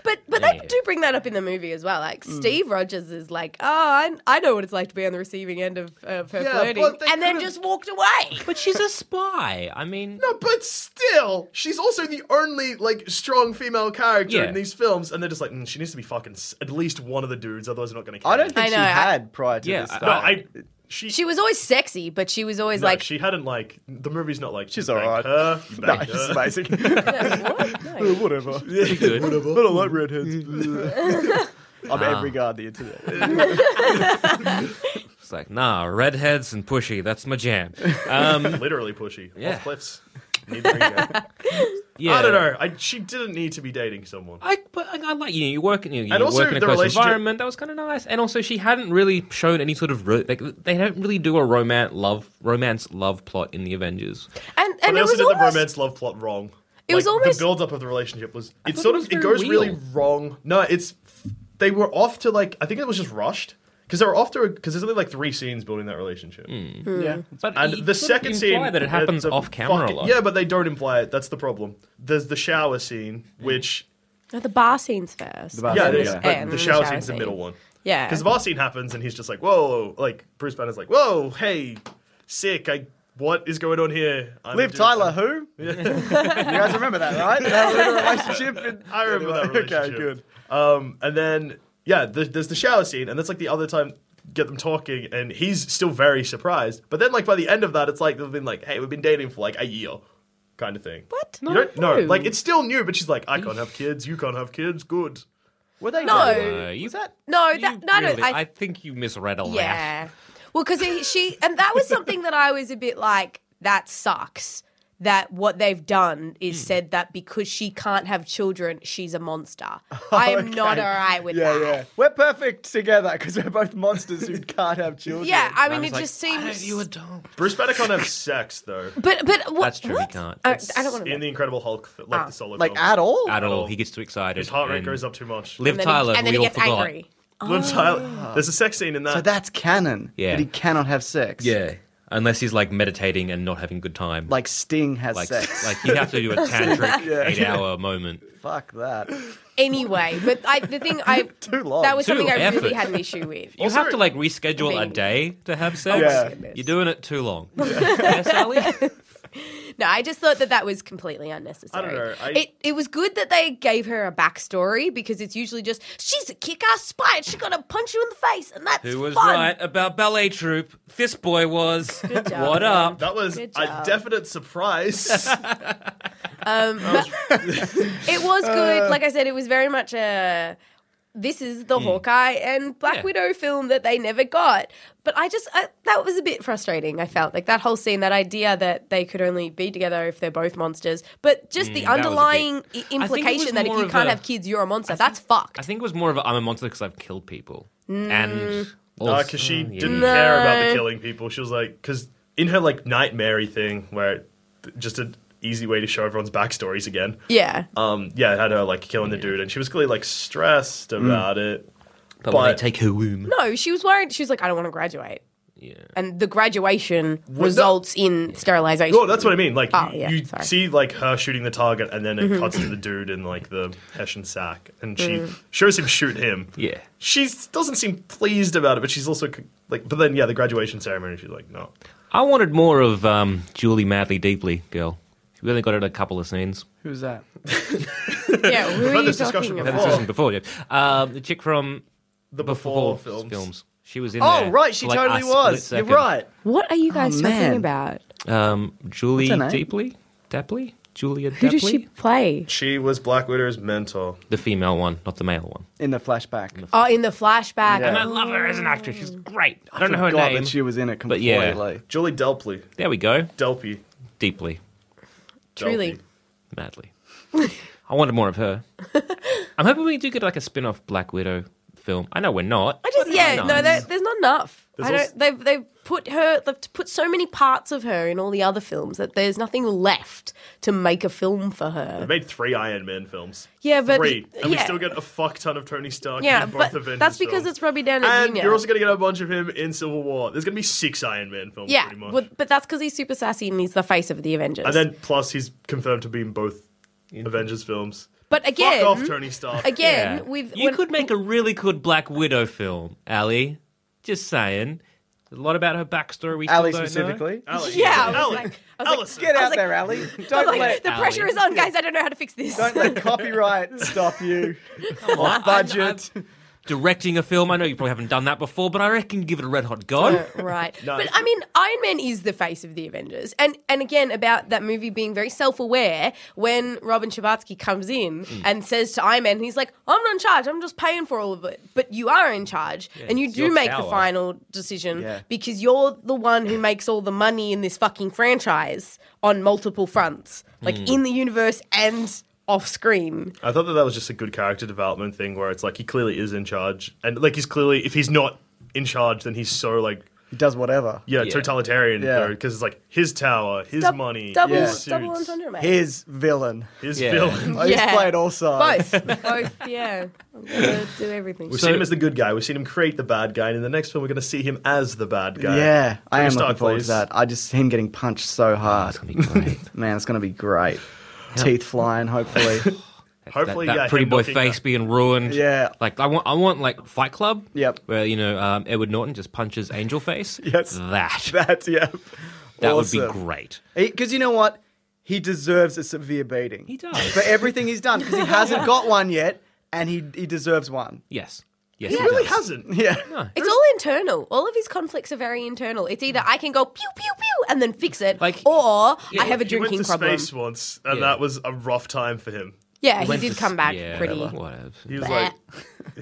S7: But but they do bring that up in the movie as well. Like Steve Rogers is like, oh, I, I know what it's like to be on the receiving end of, of her
S3: Yeah,
S7: flirting,
S3: but they
S7: and then
S3: could've-
S7: just walked away.
S4: But she's a spy. I mean,
S3: No, [LAUGHS] but still, she's also the only like strong female character
S4: Yeah.
S3: in these films, and they're just like, mm, she needs to be fucking s- at least one of the dudes, otherwise we're not going to.
S5: I don't think
S7: I
S5: she
S7: know, I-
S5: had prior to
S4: Yeah,
S5: this.
S4: I-
S3: No,
S5: though.
S3: I. She,
S7: She was always sexy, but she was always
S3: no,
S7: like,
S3: she hadn't like the movie's not like
S5: She's
S3: you
S5: alright.
S3: banged Her,
S5: [LAUGHS]
S3: you
S5: No,
S3: banged
S5: she's
S3: her.
S5: amazing.
S7: "Oh, "What? No."
S5: Whatever.
S4: pretty good.
S5: I don't like redheads.
S4: Mm.
S5: [LAUGHS]
S4: [LAUGHS]
S5: I'm
S4: Ah.
S5: every guy on the internet.
S4: It's like, nah, redheads and pushy. That's my
S3: [LAUGHS]
S4: jam. Um,
S3: [LAUGHS] literally pushy
S4: Yeah.
S3: off
S5: [LAUGHS]
S3: cliffs. Need to go.
S4: yeah.
S3: I don't know. I, she didn't need to be dating someone.
S4: I, but I, I like you. know, You work in you,
S3: And
S4: you
S3: also
S4: work in a
S3: the
S4: close
S3: relationship-
S4: environment. That was kind of nice. And also, she hadn't really shown any sort of ro- like they don't really do a romance love romance love plot in the Avengers.
S7: and
S3: But
S7: and
S3: they also
S7: it was
S3: did
S7: almost
S3: the romance love plot wrong.
S7: It was almost-
S3: the build up of the relationship was it
S4: thought
S3: sort
S4: it
S3: of
S4: was
S3: it
S4: very
S3: goes really
S4: real.
S3: wrong. No, it's they were off to like I think it was just rushed because they were off to because there's only like three scenes building that relationship.
S5: Hmm. yeah.
S4: But
S3: And
S4: you
S3: the
S4: sort of
S3: second
S4: imply
S3: scene
S4: that it happens
S3: the
S4: off camera a
S3: fucking-
S4: lot.
S3: Yeah, but they don't imply it. That's the problem. There's the shower scene, which
S7: No, the bar scenes first. The
S5: bar
S3: yeah,
S5: Yeah,
S3: it is,
S5: yeah.
S3: but
S7: And
S3: the
S7: the
S3: shower
S7: shower
S3: scene's the
S7: scene.
S3: middle one.
S7: Yeah,
S3: Because the bar scene happens and he's just like, whoa, like Bruce Banner's like, whoa, hey, sick, I, what is going on here? I'm
S5: Liv
S3: just-
S5: Tyler, who? you guys remember that, right? That was a relationship. in-
S3: I remember that
S5: Anyway,
S3: relationship.
S5: Okay, good.
S3: Um, and then yeah, there's, there's the shower scene, and that's like the other time get them talking, and he's still very surprised. But then like by the end of that, it's like they've been like, hey, we've been dating for like a year, kind of thing.
S7: what?
S3: You don't know. Like it's still new, but she's like, I can't have kids. You can't have kids. Good.
S5: Were they
S7: No.
S5: dating?
S4: Uh, you,
S5: Was that?
S7: no,
S4: you
S7: that, no,
S4: really-
S7: no. I,
S4: I think you misread a lot.
S7: yeah. Well, because she and that was something that I was a bit like that sucks. that what they've done is said that because she can't have children, she's a monster. I am not all right with
S5: Yeah,
S7: that.
S5: yeah. We're perfect together because we're both monsters who can't have children.
S7: Yeah, I mean,
S4: was
S7: it
S4: like,
S7: just seems.
S4: You adult.
S3: Bruce Banner can't
S7: [LAUGHS]
S3: have sex though.
S7: But but what?
S4: That's true, he
S7: what?
S4: can't.
S7: I, I don't Ah. want to.
S3: In the Incredible Hulk, f- like the solo
S5: Like,
S3: film.
S5: at all?
S4: At all, he gets too excited.
S3: His heart rate
S4: and
S3: goes up too much.
S4: Liv
S7: and then,
S4: Tyler,
S7: he, and then
S4: we
S7: he
S4: all
S7: gets
S4: forgot.
S7: angry.
S3: Liv Tyler. There's a sex scene in that.
S5: So that's canon.
S4: Yeah.
S5: But he cannot have sex.
S4: Yeah, unless he's like meditating and not having good time.
S5: Like Sting has
S4: like,
S5: sex.
S4: like you have to
S7: [LAUGHS]
S4: do a tantric eight-hour moment.
S5: Fuck that.
S7: Anyway, but I, the thing
S4: [LAUGHS]
S7: I
S5: Too long.
S7: that was
S4: Too
S7: something I
S4: effort.
S7: really had an
S4: [LAUGHS]
S7: issue with.
S4: You have to like reschedule a
S7: being-
S4: day to
S7: oh
S4: have sex.
S5: Yeah.
S4: You're doing it too
S7: [LAUGHS]
S4: long. Yeah, Sally?
S7: No, I just thought that that was completely unnecessary.
S3: I don't know, I-
S7: It it was good that they gave her a backstory because it's usually just she's a kick-ass spy and she's gonna punch you in the face and that's
S4: Who was
S7: fun.
S4: right about ballet troupe? This boy was.
S7: job,
S4: what
S7: man.
S4: up?
S3: that was
S7: Good
S3: a
S7: job.
S3: definite
S7: [LAUGHS]
S3: surprise.
S7: Um, but it was good. Like I said, it was very much a. This is the Hawkeye and Black
S4: Hmm. Yeah.
S7: Widow film that they never got. But I just I, that was a bit frustrating. I felt like that whole scene, that idea that they could only be together if they're both monsters. But just the
S4: Hmm, was a bit-
S7: underlying i-
S4: it was
S7: implication that if
S4: more
S7: you
S4: of
S7: can't
S4: a-
S7: have kids, you're a monster. That's fucked.
S4: I think it was more of a I'm a monster because I've killed people.
S7: Mm.
S4: And
S3: Because
S4: also-
S3: Uh, she
S4: yeah.
S3: didn't care about the killing people. She was like, because in her like nightmare thing, where th- just an easy way to show everyone's backstories again.
S7: yeah.
S3: Um, yeah, Mm. it had her like killing the dude, and she was clearly like stressed about it.
S4: But, when they
S3: but-
S4: take her womb,
S7: No, she was worried. She was like, I don't want to graduate.
S4: yeah.
S7: And the graduation
S3: that-
S7: results in sterilization.
S3: No, that's what I mean. Like
S7: Oh,
S3: you-
S7: yeah,
S3: you
S7: sorry. Mm-hmm.
S3: see like her shooting the target, and then it cuts to the dude in like the Hessian sack, and she
S7: Mm.
S3: shows him shoot him.
S4: Yeah.
S3: she doesn't seem pleased about it, but she's also c- like. But then yeah, the graduation ceremony, she's like, no.
S4: I wanted more of um, Julie Madly Deeply girl. We only got it a couple of scenes.
S5: Who's that?
S7: [LAUGHS] Yeah, who are
S3: had
S7: you
S3: this discussion
S7: talking
S4: Had
S7: about?
S4: this
S3: Before.
S4: discussion before, yeah. Um, the chick from
S3: The
S4: before,
S3: before, films.
S4: She was in.
S5: Oh,
S4: there
S5: right. She
S4: for, like,
S5: totally
S4: a split
S5: was. You're
S4: second.
S5: right.
S7: What are you
S4: Oh,
S7: guys
S5: man.
S7: talking about?
S4: Um, Julie
S5: What's her name?
S4: Deeply, Dapley, Julia
S7: Who
S4: Dapley,
S7: does she play?
S3: She was Black Widow's mentor.
S4: the female one, not the male one.
S5: In the flashback.
S7: Oh, in the flashback.
S5: Yeah.
S4: I love her as an actress. She's great. I don't know her
S5: Forgot
S4: name.
S5: that she was in it
S4: But
S5: completely.
S4: yeah.
S3: Julie Delpley.
S4: There we go.
S3: Delpy.
S4: Deeply,
S7: Truly.
S3: Delpy.
S7: [LAUGHS]
S4: madly. I wanted more of her. I'm hoping we do get like a spin-off Black Widow film. I know we're not.
S7: I just, yeah,
S4: nice.
S7: no, there- there's not enough.
S3: There's
S7: I don't,
S3: also-
S7: they've, they've put her, they've put so many parts of her in all the other films that there's nothing left to make a film for
S3: They
S7: her.
S3: made three Iron Man films.
S7: Yeah, but
S3: three, and we
S7: yeah.
S3: still get a fuck ton of Tony Stark.
S7: Yeah,
S3: in both
S7: but
S3: Avengers
S7: that's because
S3: films.
S7: it's Robbie Downey
S3: And
S7: Jr.
S3: you're also gonna get a bunch of him in Civil War. There's gonna be six Iron Man films.
S7: yeah,
S3: pretty much.
S7: but, but that's because he's super sassy and he's the face of the Avengers.
S3: and then plus he's confirmed to be in both Avengers films.
S7: but again,
S3: fuck off, Tony Stark.
S7: again,
S4: Yeah.
S7: we've
S4: you
S7: when-
S4: could make a really good Black Widow film, Ali. Just saying. There's a lot about her backstory we still
S5: Ali
S4: don't know. Oh.
S5: specifically.
S3: Ally.
S7: [LAUGHS] [LAUGHS] Yeah, I was
S3: Ally.
S7: like-
S3: Allison.
S5: Get out
S7: like-
S5: there, Ali.
S7: I'm
S5: Don't
S7: like, [LAUGHS]
S5: let
S7: the pressure is on, guys. I don't know how to fix this.
S5: don't let
S7: [LAUGHS]
S5: copyright stop you.
S4: Well, I-
S5: Budget.
S4: I'm directing a film. I know you probably haven't done that before, but I reckon give it a red hot go.
S7: right.
S3: No,
S7: but
S3: it's-
S7: I mean, Iron Man is the face of the Avengers. And and again, about that movie being very self aware, when Robin Shabatsky comes in and says to Iron Man, he's like, I'm not in charge. I'm just paying for all of it. But you are in charge. and you
S4: it's
S7: do
S4: your
S7: make the
S4: power.
S7: final decision
S5: Yeah.
S7: because you're the one who makes all the money in this fucking franchise on multiple fronts, like in the universe and off screen.
S3: I thought that that was just a good character development thing where it's like he clearly is in charge, and like he's clearly if he's not in charge, then he's so like
S5: He does whatever.
S3: yeah,
S4: Yeah.
S3: totalitarian
S5: Yeah.
S3: though because it's like his tower, his
S7: Dub-
S3: money,
S7: double,
S5: Yeah.
S3: his
S7: double
S3: suits,
S7: entendre, mate.
S5: His villain.
S3: his
S4: Yeah.
S3: villain.
S5: Oh, He's
S7: Yeah.
S5: played all sides.
S7: both, both, yeah. I'm gonna do everything.
S3: We've seen him as the good guy. We've seen him create the bad guy, and in the next film, we're going to see him as the bad guy.
S5: Yeah, I
S3: Tony
S5: am looking
S3: Stark,
S5: forward
S3: please.
S5: to that. I just him getting punched so
S4: Oh,
S5: hard.
S4: That'd be
S5: [LAUGHS]
S4: great.
S5: Man, it's gonna be great. Teeth
S4: [LAUGHS]
S5: flying, hopefully.
S4: that,
S3: Hopefully,
S4: that
S3: yeah,
S4: pretty
S3: him
S4: boy
S3: knocking
S4: face
S3: that-
S4: being ruined.
S5: Yeah.
S4: like I want, I want like Fight Club.
S5: Yep.
S4: where you know um, Edward Norton just punches Angel Face.
S5: [LAUGHS] Yes.
S4: that that,
S5: That's yeah.
S4: would be
S5: awesome.
S4: great.
S5: Because you know what, he deserves a severe beating.
S4: He does.
S5: for everything he's
S4: [LAUGHS]
S5: done because he hasn't got one yet, and he he deserves one. [LAUGHS]
S4: Yes, yes,
S3: He
S4: he
S3: really
S4: does.
S3: hasn't.
S5: Yeah.
S7: It's all internal. All of his conflicts are very internal. It's either I can go pew pew pew and then fix it,
S4: Like-
S7: or I have a
S3: He went
S7: drinking
S3: to
S7: problem.
S3: space once, and
S4: Yeah.
S3: that was a rough time for him.
S7: Yeah, he
S4: went
S7: did
S4: to
S7: come
S4: s-
S7: back
S4: yeah,
S7: pretty.
S4: Whatever.
S3: He was like,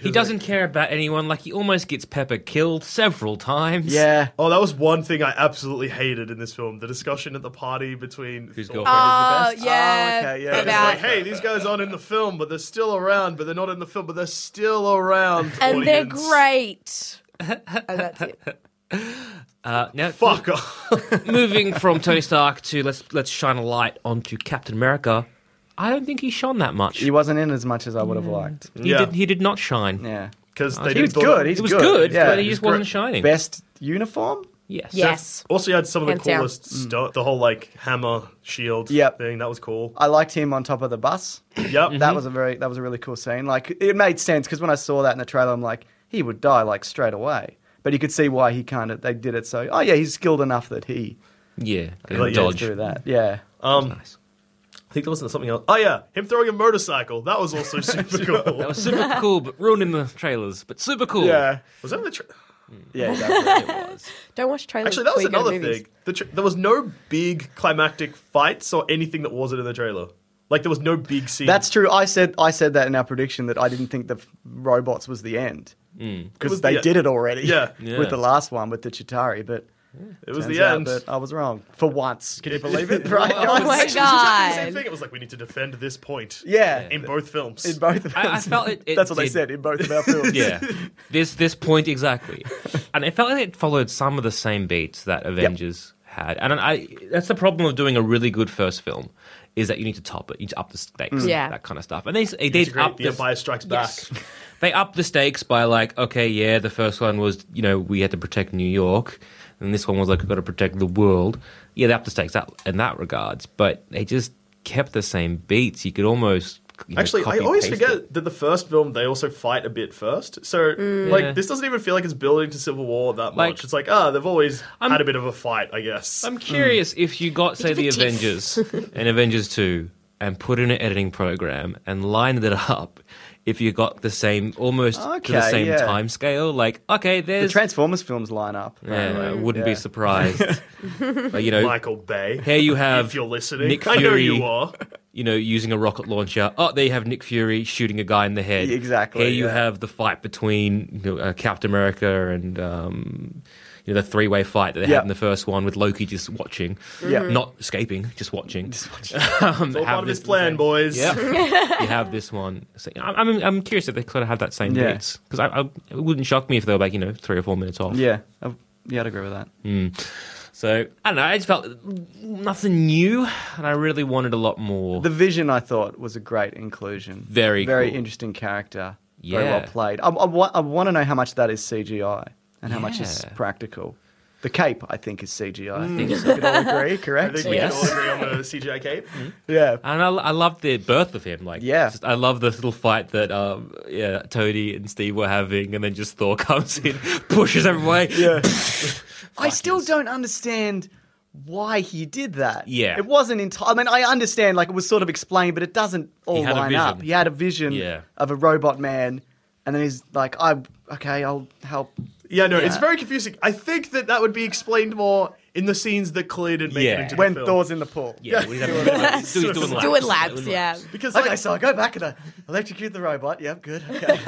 S4: He doesn't care about anyone. Like he almost gets Pepper killed several times.
S5: Yeah.
S3: oh, that was one thing I absolutely hated in this film: the discussion at the party between
S4: Whose
S3: Thor-
S4: girlfriend
S7: Oh,
S4: is the best?
S7: yeah.
S5: Oh, okay, yeah.
S3: It's
S7: About
S3: like, hey, these guys aren't in the film, but they're still around. But they're not in the film, but they're still around.
S7: and they're
S4: [LAUGHS]
S3: audience.
S7: great. and that's it.
S4: Uh,
S5: [LAUGHS]
S4: now,
S3: Fuck off. [LAUGHS]
S4: moving from Tony Stark to let's let's shine a light onto Captain America. I don't think he shone that much.
S5: He wasn't in as much as I would have liked.
S4: He
S3: Yeah.
S4: did. He did not shine.
S5: Yeah.
S3: Because they
S4: Oh, He
S3: didn't
S5: was
S3: thought
S5: good,
S3: it-
S5: he's
S4: It was good,
S5: Yeah,
S4: but he
S5: it
S4: just
S5: was
S4: wasn't
S5: great.
S4: shining.
S5: Best uniform?
S4: Yes.
S7: Yes.
S3: Also, you had some of the
S7: Hands down.
S3: coolest stuff. The whole like hammer shield
S5: Mm. Yep.
S3: thing that was cool.
S5: I liked him on top of the bus. [CLEARS THROAT]
S3: Yep.
S4: Mm-hmm.
S5: That was a very that was a really cool scene. Like it made sense because when I saw that in the trailer, I'm like, he would die like straight away. But you could see why he kind of they did it so. Oh yeah, he's skilled enough that he
S4: Yeah.
S3: Well, yeah, it's
S4: Dodge. [LAUGHS]
S5: do that. Yeah.
S4: Um, nice.
S3: I think there wasn't something else. Oh yeah, him throwing a motorcycle. That was
S5: [LAUGHS]
S3: also super cool.
S4: That was super cool, but ruined in the trailers. But super cool.
S5: [LAUGHS] Yeah.
S3: Was that the? Tra-
S5: Yeah. Exactly.
S7: Don't watch trailers.
S3: Actually, that was
S7: before you go to
S3: another
S7: movies.
S3: thing. The tra- there was no big climactic fights or anything that wasn't in the trailer. Like there was no big scene.
S5: That's true. I said I said that in our prediction that I didn't think the f- robots was the end
S3: It
S5: because
S3: was
S5: they
S3: the-
S5: did it already.
S3: Yeah.
S4: Mm. Yeah.
S5: [LAUGHS] With the last one with the Chitari, but
S3: it was
S5: turns
S3: the
S5: out
S3: end.
S5: that I was wrong for once. Can you believe [LAUGHS] it? Right?
S7: Oh my
S3: It was exactly the same
S7: god.
S3: thing. It was like we need to defend this point.
S5: Yeah.
S3: In both films.
S5: In both of
S4: I- I
S5: us.
S4: felt it- it
S5: That's what they
S4: did-
S5: said in both
S4: [LAUGHS]
S5: of our
S3: [LAUGHS]
S5: films.
S4: Yeah. this this point exactly, and it felt like it followed some of the same beats that Avengers had, and I that's the problem of doing a really good first film, is that you need to top it, you need to up the
S3: Mm.
S4: stakes,
S7: Yeah.
S4: that kind of stuff, and they they
S3: It's
S4: did
S3: great.
S4: up
S3: the
S4: this-
S3: Empire Strikes
S4: Yes.
S3: Back.
S4: they upped the stakes by like, okay, yeah, the first one was, you know, we had to protect New York, and this one was like, we've got to protect the world. Yeah, they upped the stakes that, in that regards, but they just kept the same beats. You could almost you know,
S3: Actually, I
S4: copy
S3: always
S4: paste
S3: forget
S4: it.
S3: that the first film they also fight a bit first. So like
S4: Mm. Yeah.
S3: this doesn't even feel like it's building to Civil War that
S4: Like-
S3: much. It's like ah, they've always
S4: I'm-
S3: had a bit of a fight, I guess.
S4: I'm
S5: Mm.
S4: curious if you got, say, the
S5: [LAUGHS]
S4: Avengers and Avengers 2 and put in an editing program and lined it up, if you got the same, almost to the
S5: Okay,
S4: same
S5: yeah.
S4: time scale. Like, okay,
S5: The
S4: there's.
S5: Transformers films line up.
S4: yeah, I wouldn't be
S5: Yeah. [LAUGHS]
S4: surprised. but, you know,
S3: Michael Bay.
S4: Here you have
S3: if you're listening,
S4: Nick
S3: I know
S4: Fury.
S3: you are.
S4: you know, using a rocket launcher. Oh, there you have Nick Fury shooting a guy in the head.
S5: Yeah, exactly,
S4: Here you
S5: yeah.
S4: have the fight between you know, uh, Captain America and um, you know the three-way fight that they
S5: Yeah.
S4: had in the first one with Loki just watching,
S5: Yeah.
S4: not escaping, just watching. [LAUGHS] Um,
S3: It's all
S4: have
S3: part of
S4: this
S3: his plan, boys.
S4: Yeah,
S3: [LAUGHS]
S4: you have this one. So, I'm, I'm I'm curious if they sort of have that same
S5: Yeah.
S4: beats because I, I it wouldn't shock me if they were like you know three or four minutes off.
S5: [LAUGHS] Yeah. I- Yeah, I'd agree with that.
S4: So I don't know. I just felt nothing new, and I really wanted a lot more.
S5: The Vision, I thought, was a great inclusion.
S4: Very
S5: very
S4: cool.
S5: interesting character. Very well
S4: Yeah.
S5: played. I, I, wa- I want to know how much that is CGI and how much is
S4: Yeah.
S5: practical. The cape, I think, is CGI. I think
S4: Mm.
S5: we could all
S4: [LAUGHS]
S5: agree,
S3: I
S5: correct?
S3: think we can all agree on the CGI cape.
S4: Mm-hmm.
S5: yeah.
S4: And I, I love the birth of him. Like,
S5: Yeah.
S4: just- I love the little fight that, um, yeah, Tony and Steve were having, and then just Thor [LAUGHS] comes in, pushes him away.
S5: Yeah. I still don't understand why he did that.
S4: Yeah.
S5: It wasn't entirely. I mean, I understand, like, it was sort of explained, but it doesn't all
S4: had a
S5: line up.
S4: vision.
S5: He had a vision
S4: Yeah.
S5: of a robot man, and then he's like, I, okay, I'll help.
S3: Yeah, no, it's
S5: Yeah.
S3: very confusing. I think that that would be explained more in the scenes that clearly didn't make
S4: Yeah.
S3: it into the
S5: When
S3: film.
S5: Thor's in the pool.
S4: Yeah, he's, having a bit of a- he's doing, he's doing laps.
S7: Doing laps, yeah.
S3: because like,
S5: Okay, so I go back and I electrocute the robot. Yep, good. [LAUGHS] Okay.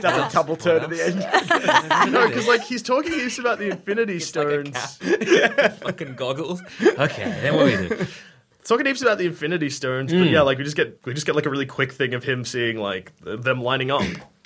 S5: Does a double turn at the [LAUGHS] end.
S3: no, because like he's talking heaps about the
S4: [LAUGHS]
S3: Infinity Stones.
S4: Fucking goggles. Okay, then what do we
S3: [LAUGHS]
S4: do?
S3: He's talking heaps about the Infinity Stones, but
S5: Hmm.
S3: yeah, like we just get we just get like a really quick thing of him seeing like th- them lining up.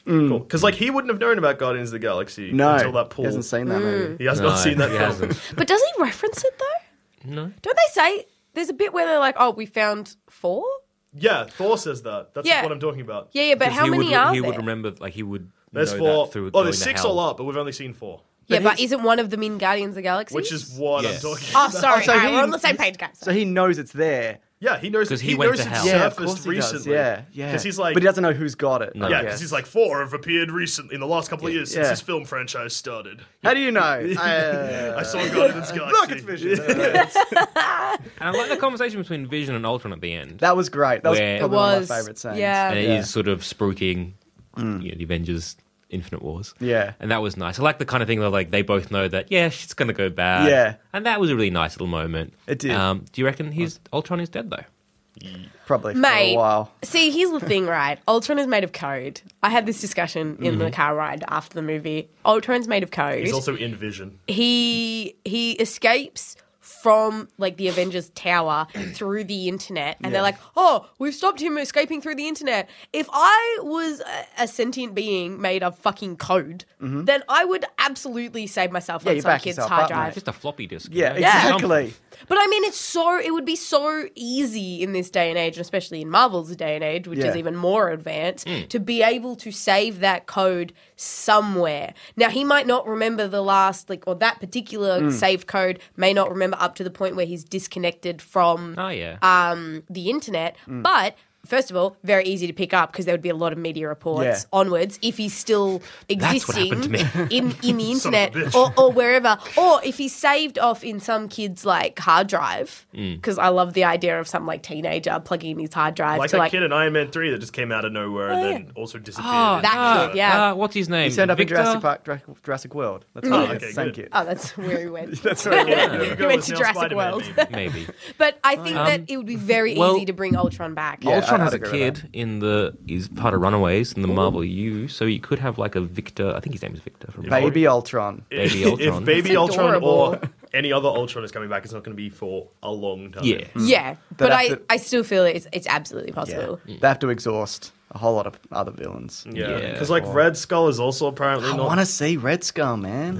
S3: Cool, because like he wouldn't have known about Guardians of the Galaxy until that pool.
S5: Hmm. He hasn't seen that movie.
S3: He has
S4: No,
S3: not seen that
S4: he
S3: film.
S4: hasn't.
S7: But does he reference it though?
S4: No.
S7: Don't they say there's a bit where they're like, "Oh, we found four?
S3: [LAUGHS] Yeah, Thor says that. That's
S7: Yeah.
S3: what I'm talking about.
S7: Yeah, yeah, but how
S4: he
S7: many
S4: would,
S7: are
S4: He
S7: there?
S4: would remember, like, he would
S3: There's
S4: know
S3: four.
S4: that through
S3: oh,
S4: going
S3: there's
S4: to
S3: six
S4: hell.
S3: all up, but we've only seen four,
S7: yeah, but isn't one of them in Guardians of the Galaxy?
S3: which is what I'm talking.
S7: Oh,
S5: [LAUGHS]
S7: sorry.
S5: so
S7: All right,
S5: he-
S7: we're on the same page, guys.
S5: So he knows it's there.
S3: Yeah, he knows
S4: 'Cause he
S3: he,
S4: went
S3: knows
S4: to
S3: it
S4: hell.
S5: Yeah, of course
S3: surfaced
S5: he does.
S3: recently.
S5: Yeah, yeah.
S3: Because he's like,
S5: but he doesn't know who's got it.
S4: No.
S3: yeah,
S4: I
S3: because
S5: guess.
S3: he's like four have appeared recently in the last couple of years since
S5: Yeah.
S3: this film franchise started.
S5: How do you
S3: [LAUGHS]
S5: know? Uh,
S3: I saw Guardians
S5: [LAUGHS]
S3: of the Galaxy.
S5: Look, it's Vision.
S4: And I like the conversation between Vision and Ultron at the end.
S5: [LAUGHS] that was great. That was
S4: Where-
S5: probably
S4: It
S5: one
S7: was,
S5: of my favorite scenes.
S7: yeah.
S4: and it is
S5: Yeah. Mm.
S4: sort of spruiking you know, the Avengers Infinite Wars.
S5: Yeah.
S4: And that was nice. I like the kind of thing that like they both know that yeah, shit's gonna go bad.
S5: Yeah.
S4: And that was a really nice little moment.
S5: It did.
S4: Um, do you reckon he's Ultron is dead though?
S5: Probably for
S7: Mate,
S5: a while.
S7: see, here's the thing, right? Ultron is made of code. I had this discussion in
S5: Mm-hmm.
S7: the car ride after the movie. Ultron's made of code.
S3: He's also in Vision.
S7: he he escapes from like the Avengers Tower [CLEARS THROAT] through the internet, and they're like, "Oh, we've stopped him escaping through the internet." If I was a, a sentient being made of fucking code, then I would absolutely save myself
S5: Mm-hmm. Yeah,
S7: on
S5: you
S7: some
S5: back
S7: kid's
S5: yourself
S7: hard
S5: up, mate.
S7: drive.
S4: Just a floppy disk.
S5: Yeah,
S4: you know?
S5: exactly.
S7: But I mean, it's so it would be so easy in this day and age, and especially in Marvel's day and age, which is
S5: Yeah.
S7: even more advanced, to be able to save that code somewhere. Now he might not remember the last like or that particular saved code may not remember up to the point where he's disconnected from
S4: Oh yeah.
S7: um, the internet, but. First of all, very easy to pick up because there would be a lot of media reports
S5: Yeah.
S7: onwards if he's still
S4: That's what
S7: existing
S4: happened to me.
S7: in in the
S3: Son of a
S7: internet
S3: bitch.
S7: or, or wherever, or if he's saved off in some kid's like hard drive, because I love the idea of some like teenager plugging in his hard drive
S3: Like
S7: to
S3: that
S7: like
S3: kid in Iron Man 3 that just came out of nowhere and then also disappeared.
S7: Oh, that
S4: Ah,
S7: kid, yeah.
S4: ah, what's his name?
S5: He turned up
S4: Victor?
S5: in Jurassic Park, Jurassic, Jurassic World. That's
S3: Oh,
S5: what it
S3: okay,
S5: is. Thank
S3: good.
S5: you.
S7: oh, that's where he went.
S5: That's right.
S7: [LAUGHS]
S5: yeah.
S3: Hugo
S7: He went
S3: is
S7: to
S3: now
S7: Jurassic
S3: Spider-Man,
S7: World.
S3: maybe.
S4: Maybe.
S7: [LAUGHS] But I think that it would be very
S4: well-
S7: easy to bring Ultron
S5: [LAUGHS]
S7: back.
S5: Yeah,
S4: Ultron
S5: I-
S4: has a
S5: I'd agree with
S4: kid in the is part of Runaways in the Marvel U, so you could have like a Victor. I think his name is Victor. From
S5: Baby Ultron.
S4: Baby
S3: If-
S4: Ultron.
S3: If Baby
S7: That's
S3: Ultron or
S7: adorable.
S3: any other Ultron is coming back, it's not going to be for a long time.
S4: Yeah.
S5: Mm.
S7: Yeah, but I,
S5: after-
S7: I still feel it's it's absolutely
S5: Yeah.
S7: possible.
S5: They have to exhaust a whole lot of other villains.
S3: Yeah.
S4: Yeah.
S3: Because, like, Red Skull is also apparently
S5: I
S3: not.
S5: want to see Red Skull, man.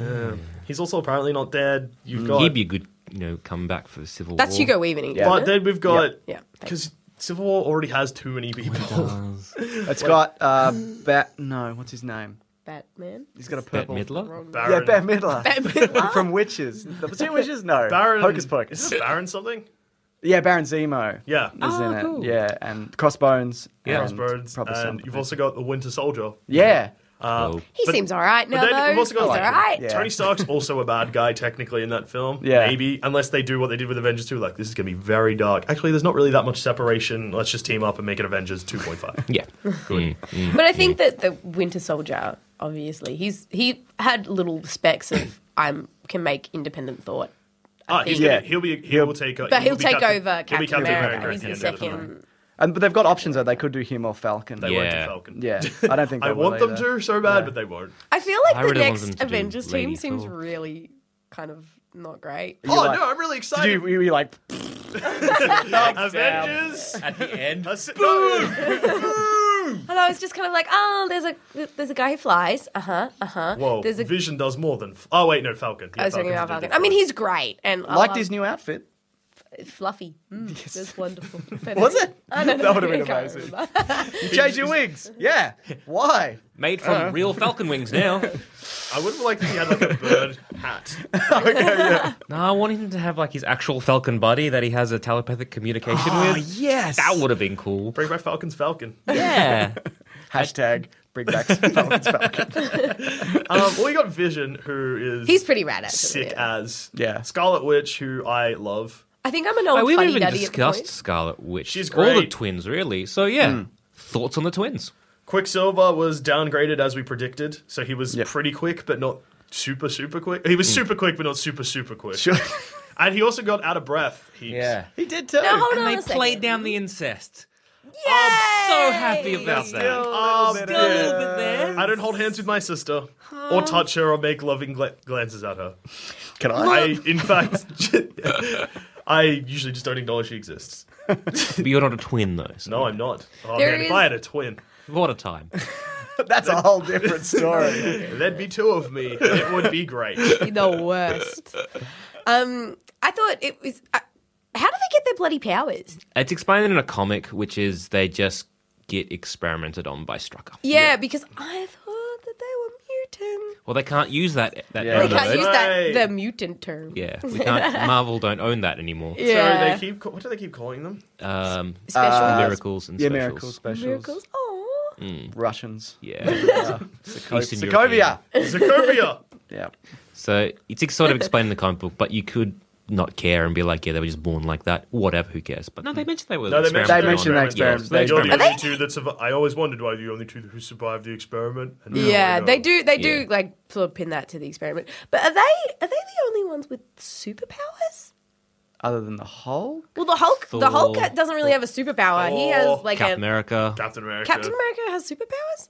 S3: He's also apparently not dead. You've got.
S4: Mm, He'd be a good, you know, comeback for Civil
S7: That's
S4: War.
S7: Hugo Weaving. isn't
S3: but
S7: it?
S3: then we've got.
S7: Yeah, thanks.
S3: Because Civil War already has too many people.
S5: It's got uh, Bat. No, what's his name?
S7: Batman. [LAUGHS]
S5: He's got a
S4: Bette
S5: purple.
S4: Midler.
S5: Yeah,
S3: [LAUGHS] Baron.
S5: Bat Midler.
S7: Batman.
S5: From Witches.
S3: [LAUGHS]
S5: The two Witches? No.
S3: Baron.
S5: Hocus
S3: Is
S5: Pocus.
S3: it Baron something?
S5: Yeah, Baron Zemo.
S3: Yeah.
S7: Oh.
S5: Is
S7: Ah,
S5: in it. Yeah, and Crossbones.
S4: Yeah.
S5: and
S3: Birds.
S5: probably some-
S3: And you've also got the Winter Soldier.
S5: Yeah. Uh,
S4: Oh,
S7: he
S3: But-
S7: seems all right
S3: But
S7: now,
S3: then we've
S7: though.
S3: also
S7: He's
S3: got
S7: all
S3: like,
S7: right.
S5: Yeah.
S3: Tony Stark's also a bad guy technically in that film.
S5: Yeah.
S3: Maybe. Unless they do what they did with Avengers 2, like this is gonna be very dark. Actually, there's not really that much separation. Let's just team up and make it
S4: [LAUGHS]
S3: Avengers 2.5.
S4: yeah. Good. Mm.
S7: But I think that the Winter Soldier, obviously, he's he had little specks of I'm can make independent thought,
S3: ah, he's
S5: Yeah.
S3: gonna, he'll be he will take over.
S7: but he'll
S3: be
S7: take
S3: Captain-
S7: over
S3: he'll be
S7: Captain, America.
S3: at
S7: He's
S3: the end
S7: the
S3: of the film.
S7: second.
S5: And, but they've got options, though. They could do him or Falcon.
S3: They won't do
S4: Yeah.
S3: Falcon.
S5: Yeah. I don't think
S3: [LAUGHS]
S5: they
S3: I
S5: will
S3: want them
S5: either.
S3: to so bad, but they won't.
S7: I feel
S4: I
S7: like the
S4: really want them
S7: next
S4: to do
S7: Avengers
S4: Lady
S7: team seems
S4: Thor.
S7: really kind of not great.
S3: oh
S5: like-
S3: no, I'm really
S5: Did you,
S3: excited.
S5: were you like,
S3: [LAUGHS] Avengers
S4: At the end.
S3: That's it. No.
S7: And I was just kind of like, oh, there's a there's a guy who flies. Uh huh. Uh huh.
S3: Whoa,
S7: There's a.
S3: Vision does more than. F- oh wait, no, Falcon. Yeah,
S7: I was talking
S3: Falcon's
S7: about
S3: a
S7: Falcon. I
S3: different
S7: mean,
S3: one.
S7: he's great and I
S5: liked
S7: love-
S5: his new
S7: [LAUGHS]
S5: outfit?
S7: fluffy. Mm,
S3: [LAUGHS]
S7: That's wonderful.
S5: Was it?
S7: I don't
S5: [LAUGHS]
S7: know.
S5: That would've been
S7: I [LAUGHS] can't
S5: amazing.
S7: remember.
S5: You changed your wigs. Yeah. Why?
S4: Made from real Falcon wings [LAUGHS] now.
S3: I would have liked if he had like a bird hat.
S4: no, I want him to have like his actual Falcon body that he has a telepathic communication
S7: Ah,
S5: Oh,
S4: with.
S5: yes.
S4: That would have been
S7: [LAUGHS]
S4: cool.
S3: Bring back Falcon's Falcon.
S4: Yeah.
S5: Hashtag bring back Falcon's Falcon.
S3: Um, well, you got Vision, who is
S7: He's pretty rad actually.
S3: sick
S7: yeah.
S3: as
S5: Yeah.
S3: Scarlet Witch, who I love.
S7: I think I'm an
S4: Oh,
S7: old
S4: we haven't
S7: funny
S4: even
S7: daddy at the
S4: discussed
S7: point.
S4: Scarlet Witch.
S3: She's
S4: All the
S3: great.
S4: twins, really. So yeah. Thoughts on the twins?
S3: Quicksilver was downgraded as we predicted, so he was
S5: Yep. Hmm.
S3: pretty quick, but not super super quick. He was super quick, but not super super quick. [LAUGHS] And he also got out of breath. Heaps.
S5: He did too.
S7: Now hold
S4: And
S7: on
S4: they
S7: a second.
S4: played down the incest.
S7: I'm
S4: So happy about that.
S3: Um,
S4: Still a little bit there.
S3: I don't hold hands with my sister, or touch her, or make loving gla- glances at her.
S5: Can I?
S3: I, in fact, [LAUGHS] I usually just don't acknowledge she exists.
S4: [LAUGHS] But you're not a twin though. So
S3: No, I'm not. Oh
S7: There
S3: man,
S7: is-
S3: if I had a twin,
S4: what a time.
S5: That's a whole different story.
S3: there'd be two of me. and It would be great.
S7: the worst. Um, I thought it was. Uh, how do they get their bloody powers?
S4: It's explained in a comic, which is they just get experimented on by Strucker.
S7: Yeah, because I thought that they were mutant.
S4: Well, they can't use that. that
S5: Yeah.
S7: They
S4: element of
S7: can't
S4: it.
S7: use that
S3: Right.
S7: the mutant term.
S4: Yeah, we can't. Marvel don't own that anymore.
S3: So
S7: Yeah.
S3: they keep. ca- What do they keep calling them?
S4: Um,
S7: Special
S4: miracles and
S5: yeah,
S4: specials.
S5: miracle specials.
S7: miracles. Oh,
S4: Mm.
S5: Russians.
S4: Yeah,
S5: Sokovia.
S4: Eastern
S5: Sokovia.
S3: [LAUGHS] Zacovia.
S5: Yeah.
S4: so it's ex- sort of explained in the comic book, but you could not care and be like, yeah, they were just born like that. Whatever, who cares? But no, they mentioned they were.
S3: No, they
S4: experimented
S3: mentioned
S4: on.
S5: They mentioned they
S4: Yeah,
S5: experimented.
S3: You're the
S4: experimented.
S3: only two that survi- I always wondered why the only two who survived the experiment. And now I
S7: yeah.
S3: know.
S7: They do. They do
S4: Yeah.
S7: like sort of pin that to the experiment. But are they? Are they the only ones with superpowers?
S5: other than the Hulk.
S7: Well, the Hulk, the Hulk
S4: Thor.
S7: doesn't really have a superpower.
S3: Thor.
S7: he has like
S4: Captain
S7: a
S4: America.
S3: Captain America.
S7: Captain America has superpowers.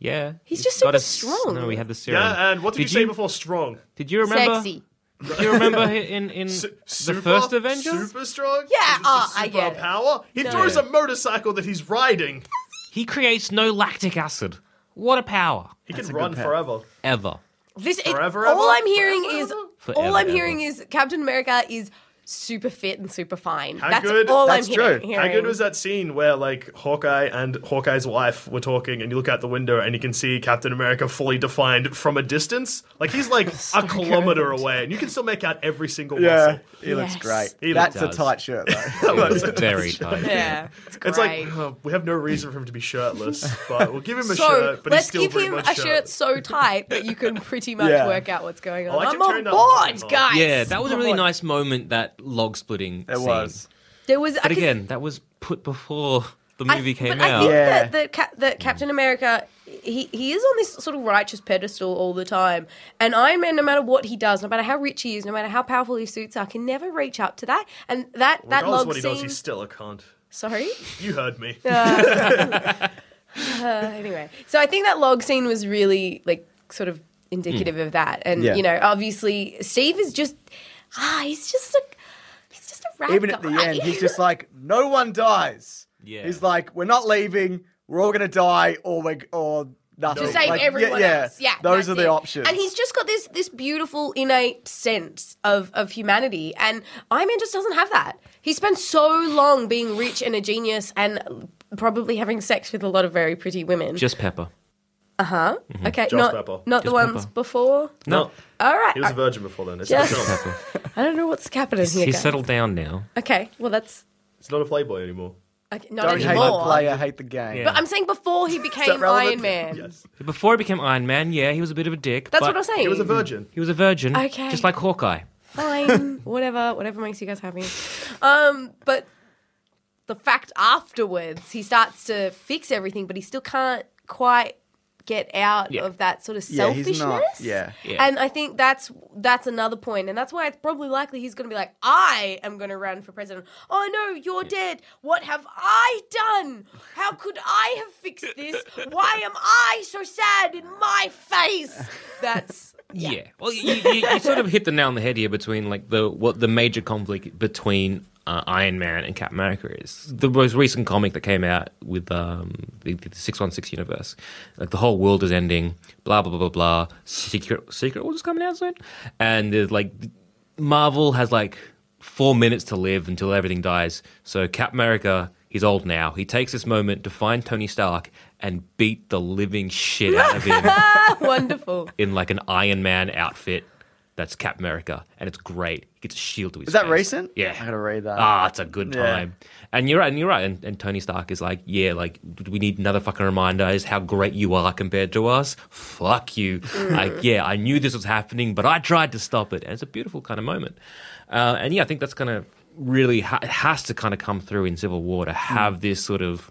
S4: Yeah,
S7: He's just
S4: got
S7: super
S4: a s-
S7: strong.
S4: No, he had the serum.
S3: Yeah, and what did, you, say before strong?
S4: Did you remember?
S7: Sexy.
S4: Do you remember in in
S3: [LAUGHS] Su-
S4: the
S3: super-
S4: first Avenger?
S3: Super strong?
S7: Yeah,
S3: Is this a
S7: oh, I get it.
S3: superpower? He throws a motorcycle that he's riding.
S4: He creates no lactic acid. What a power!
S3: He can run forever. [LAUGHS]
S4: Ever.
S7: This it,
S3: Forever,
S7: all
S3: ever?
S7: I'm hearing is
S4: Forever,
S7: all I'm
S4: ever.
S7: hearing is Captain America is super fit and super fine.
S3: How
S7: that's
S3: good-
S7: all
S5: That's
S7: I'm
S5: true.
S7: hear- hearing.
S3: How good was that scene where like Hawkeye and Hawkeye's wife were talking, and you look out the window and you can see Captain America fully defined from a distance? Like he's
S7: [LAUGHS]
S3: like
S7: Oh
S3: a kilometer away, and you can still make out every single muscle.
S5: he looks
S7: Yes.
S5: great.
S3: He
S5: That's
S4: does.
S5: a tight shirt though.
S4: [LAUGHS] It was very tight.
S7: [LAUGHS] Yeah, it's,
S3: [LAUGHS] It's
S7: great.
S3: like oh, we have no reason for him to be shirtless, but we'll give him a
S7: so
S3: shirt. But
S7: let's
S3: he's still
S7: give
S3: pretty
S7: him
S3: much
S7: a shirt so tight that you
S4: [LAUGHS]
S7: can pretty much
S5: Yeah.
S7: work out what's going on.
S3: I can
S7: I'm on
S3: turn that
S7: board,
S3: light on.
S7: guys.
S4: Yeah, that was a really
S5: Come on.
S4: nice moment. That log splitting.
S5: It was.
S7: there was.
S4: But again, that was put before the movie
S7: I,
S4: came
S7: but I
S4: out.
S7: think
S5: Yeah.
S7: that, that, Cap, that Captain America, he, he is on this sort of righteous pedestal all the time. And Iron Man, no matter what he does, no matter how rich he is, no matter how powerful his suits are, can never reach up to that. And that that
S3: Regardless
S7: log
S3: of what he
S7: scene.
S3: does, he's still a cunt.
S7: [LAUGHS]
S3: [LAUGHS]
S7: sorry.
S3: You heard
S7: [LAUGHS]
S3: me.
S7: Uh, anyway, so I think that log scene was really like sort of
S3: Hmm.
S7: indicative of that. And
S5: Yeah.
S7: you know, obviously, Steve is just ah, he's just a he's just a rat
S5: Even at the
S7: guy.
S5: end, he's just like, no one dies.
S4: Yeah.
S5: He's like, we're not leaving. We're all gonna die, or we or nothing.
S7: to save
S5: Oh, Like,
S7: everyone
S5: yeah, yeah.
S7: else. Yeah,
S5: those
S7: that's
S5: are the
S7: it.
S5: options.
S7: And he's just got this this beautiful innate sense of of humanity, and Iron Man just doesn't have that. He spends so long being rich and a genius, and probably having sex with a lot of very pretty women.
S4: Just Pepper.
S7: okay,
S3: Josh
S7: not
S3: Pepper.
S7: not
S4: Just
S7: the ones
S4: Pepper.
S7: before.
S3: No,
S7: All right,
S3: he was a virgin before then. It's,
S7: Yes.
S3: it's not,
S7: I don't know what's happening here.
S4: He's
S7: guys.
S4: settled down now.
S7: Okay, well that's
S3: it's not a Playboy anymore.
S7: okay, not
S5: Don't hate the
S7: anymore.
S5: player, hate the game.
S4: Yeah.
S7: But I'm saying before he became
S5: relevant?
S7: Iron Man.
S3: Yes,
S4: Before he became Iron Man, yeah, he was a bit of a dick.
S7: That's
S4: but
S7: what I'm saying.
S3: he was a virgin.
S4: He was a virgin,
S7: Okay.
S4: just like Hawkeye.
S5: [LAUGHS]
S7: fine, whatever, whatever makes you guys happy. Um, but the fact afterwards, he starts to fix everything, but he still can't quite get out
S4: Yeah.
S7: of that sort of
S5: Yeah,
S7: selfishness.
S5: he's not- yeah.
S4: Yeah.
S7: And I think that's that's another point, and that's why it's probably likely he's going to be like, "I am going to run for president." Oh no, you're dead. What have I done? How could I have fixed this? Why am I so sad in my face? That's [LAUGHS]
S4: Yeah. Well, you, you, you sort of hit the nail on the head here between like the what the major conflict between uh, Iron Man and Captain America is. The most recent comic that came out with um, the, the 616 universe, like the whole world is ending, blah blah blah blah blah. Secret Secret War is coming out soon, and there's like Marvel has like four minutes to live until everything dies. So Cap America, he's old now. He takes this moment to find Tony Stark and beat the living shit out of him
S7: ah, wonderful.
S4: in like an Iron Man outfit that's Cap America, and it's great. He gets a shield to his.
S5: Is that
S4: face.
S5: recent?
S4: Yeah,
S5: I gotta read that.
S4: Ah, it's a good
S5: Yeah.
S4: time. And you're right, and you're right. And, and Tony Stark is like, yeah, like we need another fucking reminder is how great you are compared to us. Fuck you. Like, yeah, I knew this was happening, but I tried to stop it, and it's a beautiful kind of moment. Uh, and yeah, I think that's kind of really ha- it has to kind of come through in Civil War to have this sort of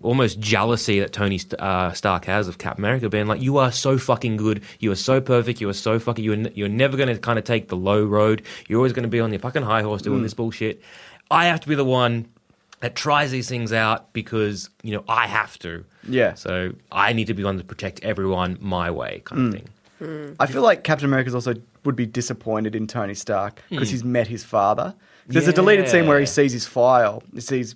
S4: almost jealousy that Tony St- uh, Stark has of Cap America, being like, "You are so fucking good. You are so perfect. You are so fucking. You're n- you're never going to kind of take the low road. You're always going to be on your fucking high horse doing this bullshit. I have to be the one." That tries these things out because you know I have to.
S5: Yeah.
S4: So I need to be one to protect everyone my way, kind
S5: Mm.
S4: of thing.
S5: I feel like Captain America's also would be disappointed in Tony Stark because he's met his father. There's a deleted scene where he
S4: Yeah.
S5: sees his file. He sees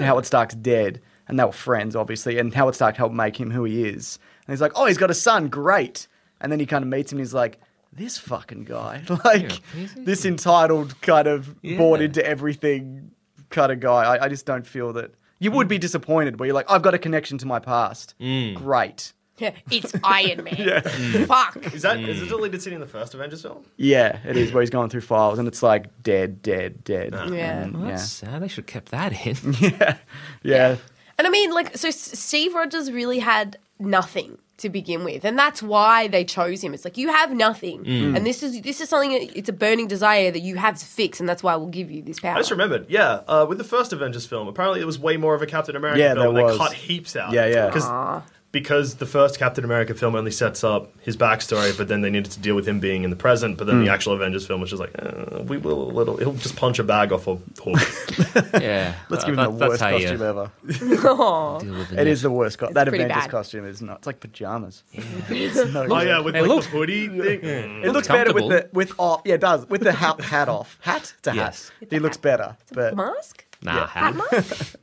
S5: Howard Stark's dead, and they were friends, obviously. And Howard Stark helped make him who he is. And he's like, "Oh, he's got a son, great!" And then he kind of meets him. and He's like, "This fucking guy, [LAUGHS] like this entitled kind of bought into everything kind of guy." I, I just don't feel that you would be disappointed where you're like, "I've got a connection to my past, great."
S7: [LAUGHS] it's Iron Man. Fuck.
S3: Is that is it deleted scene in the first Avengers film?
S5: Yeah, it is where he's going through files and it's like dead, dead, dead.
S7: Yeah.
S5: And,
S4: Well,
S5: yeah.
S4: that's sad. They should have kept that in.
S5: [LAUGHS] yeah.
S7: And I mean, like, so S- Steve Rogers really had nothing to begin with, and that's why they chose him. It's like you have nothing, and this is this is something. that- It's a burning desire that you have to fix, and that's why we'll give you this power.
S3: I just remembered, yeah. Uh, with the first Avengers film, apparently it was way more of a Captain America
S5: Yeah,
S3: film.
S5: there
S3: and
S5: was.
S3: They cut heaps out.
S5: Yeah, yeah.
S3: Because because the first Captain America film only sets up his backstory, but then they needed to deal with him being in the present. But then the actual Avengers film was just like, uh, we will a little. He'll just punch a bag off a
S4: [LAUGHS]
S3: hook.
S4: Yeah.
S5: Let's
S4: Uh,
S5: give him
S4: that-
S5: the
S4: that's
S5: worst
S4: how you
S5: costume ever.
S7: Oh,
S4: deal with
S5: It is the worst. Co- that
S7: pretty
S5: Avengers
S7: bad.
S5: costume is not. It's like
S7: [LAUGHS]
S5: pajamas. [LAUGHS] It's no
S3: [LAUGHS] oh
S5: good.
S3: yeah, with
S4: Hey,
S3: like
S4: look.
S3: the hoodie thing. Hmm.
S5: It looks better with the with off. Yeah, it does with the hat, hat off. Hat? It's a
S4: Yes.
S5: hat. He looks better,
S7: [LAUGHS]
S5: but
S7: mask?
S4: Nah,
S7: Hat
S4: Hannah.
S7: mask?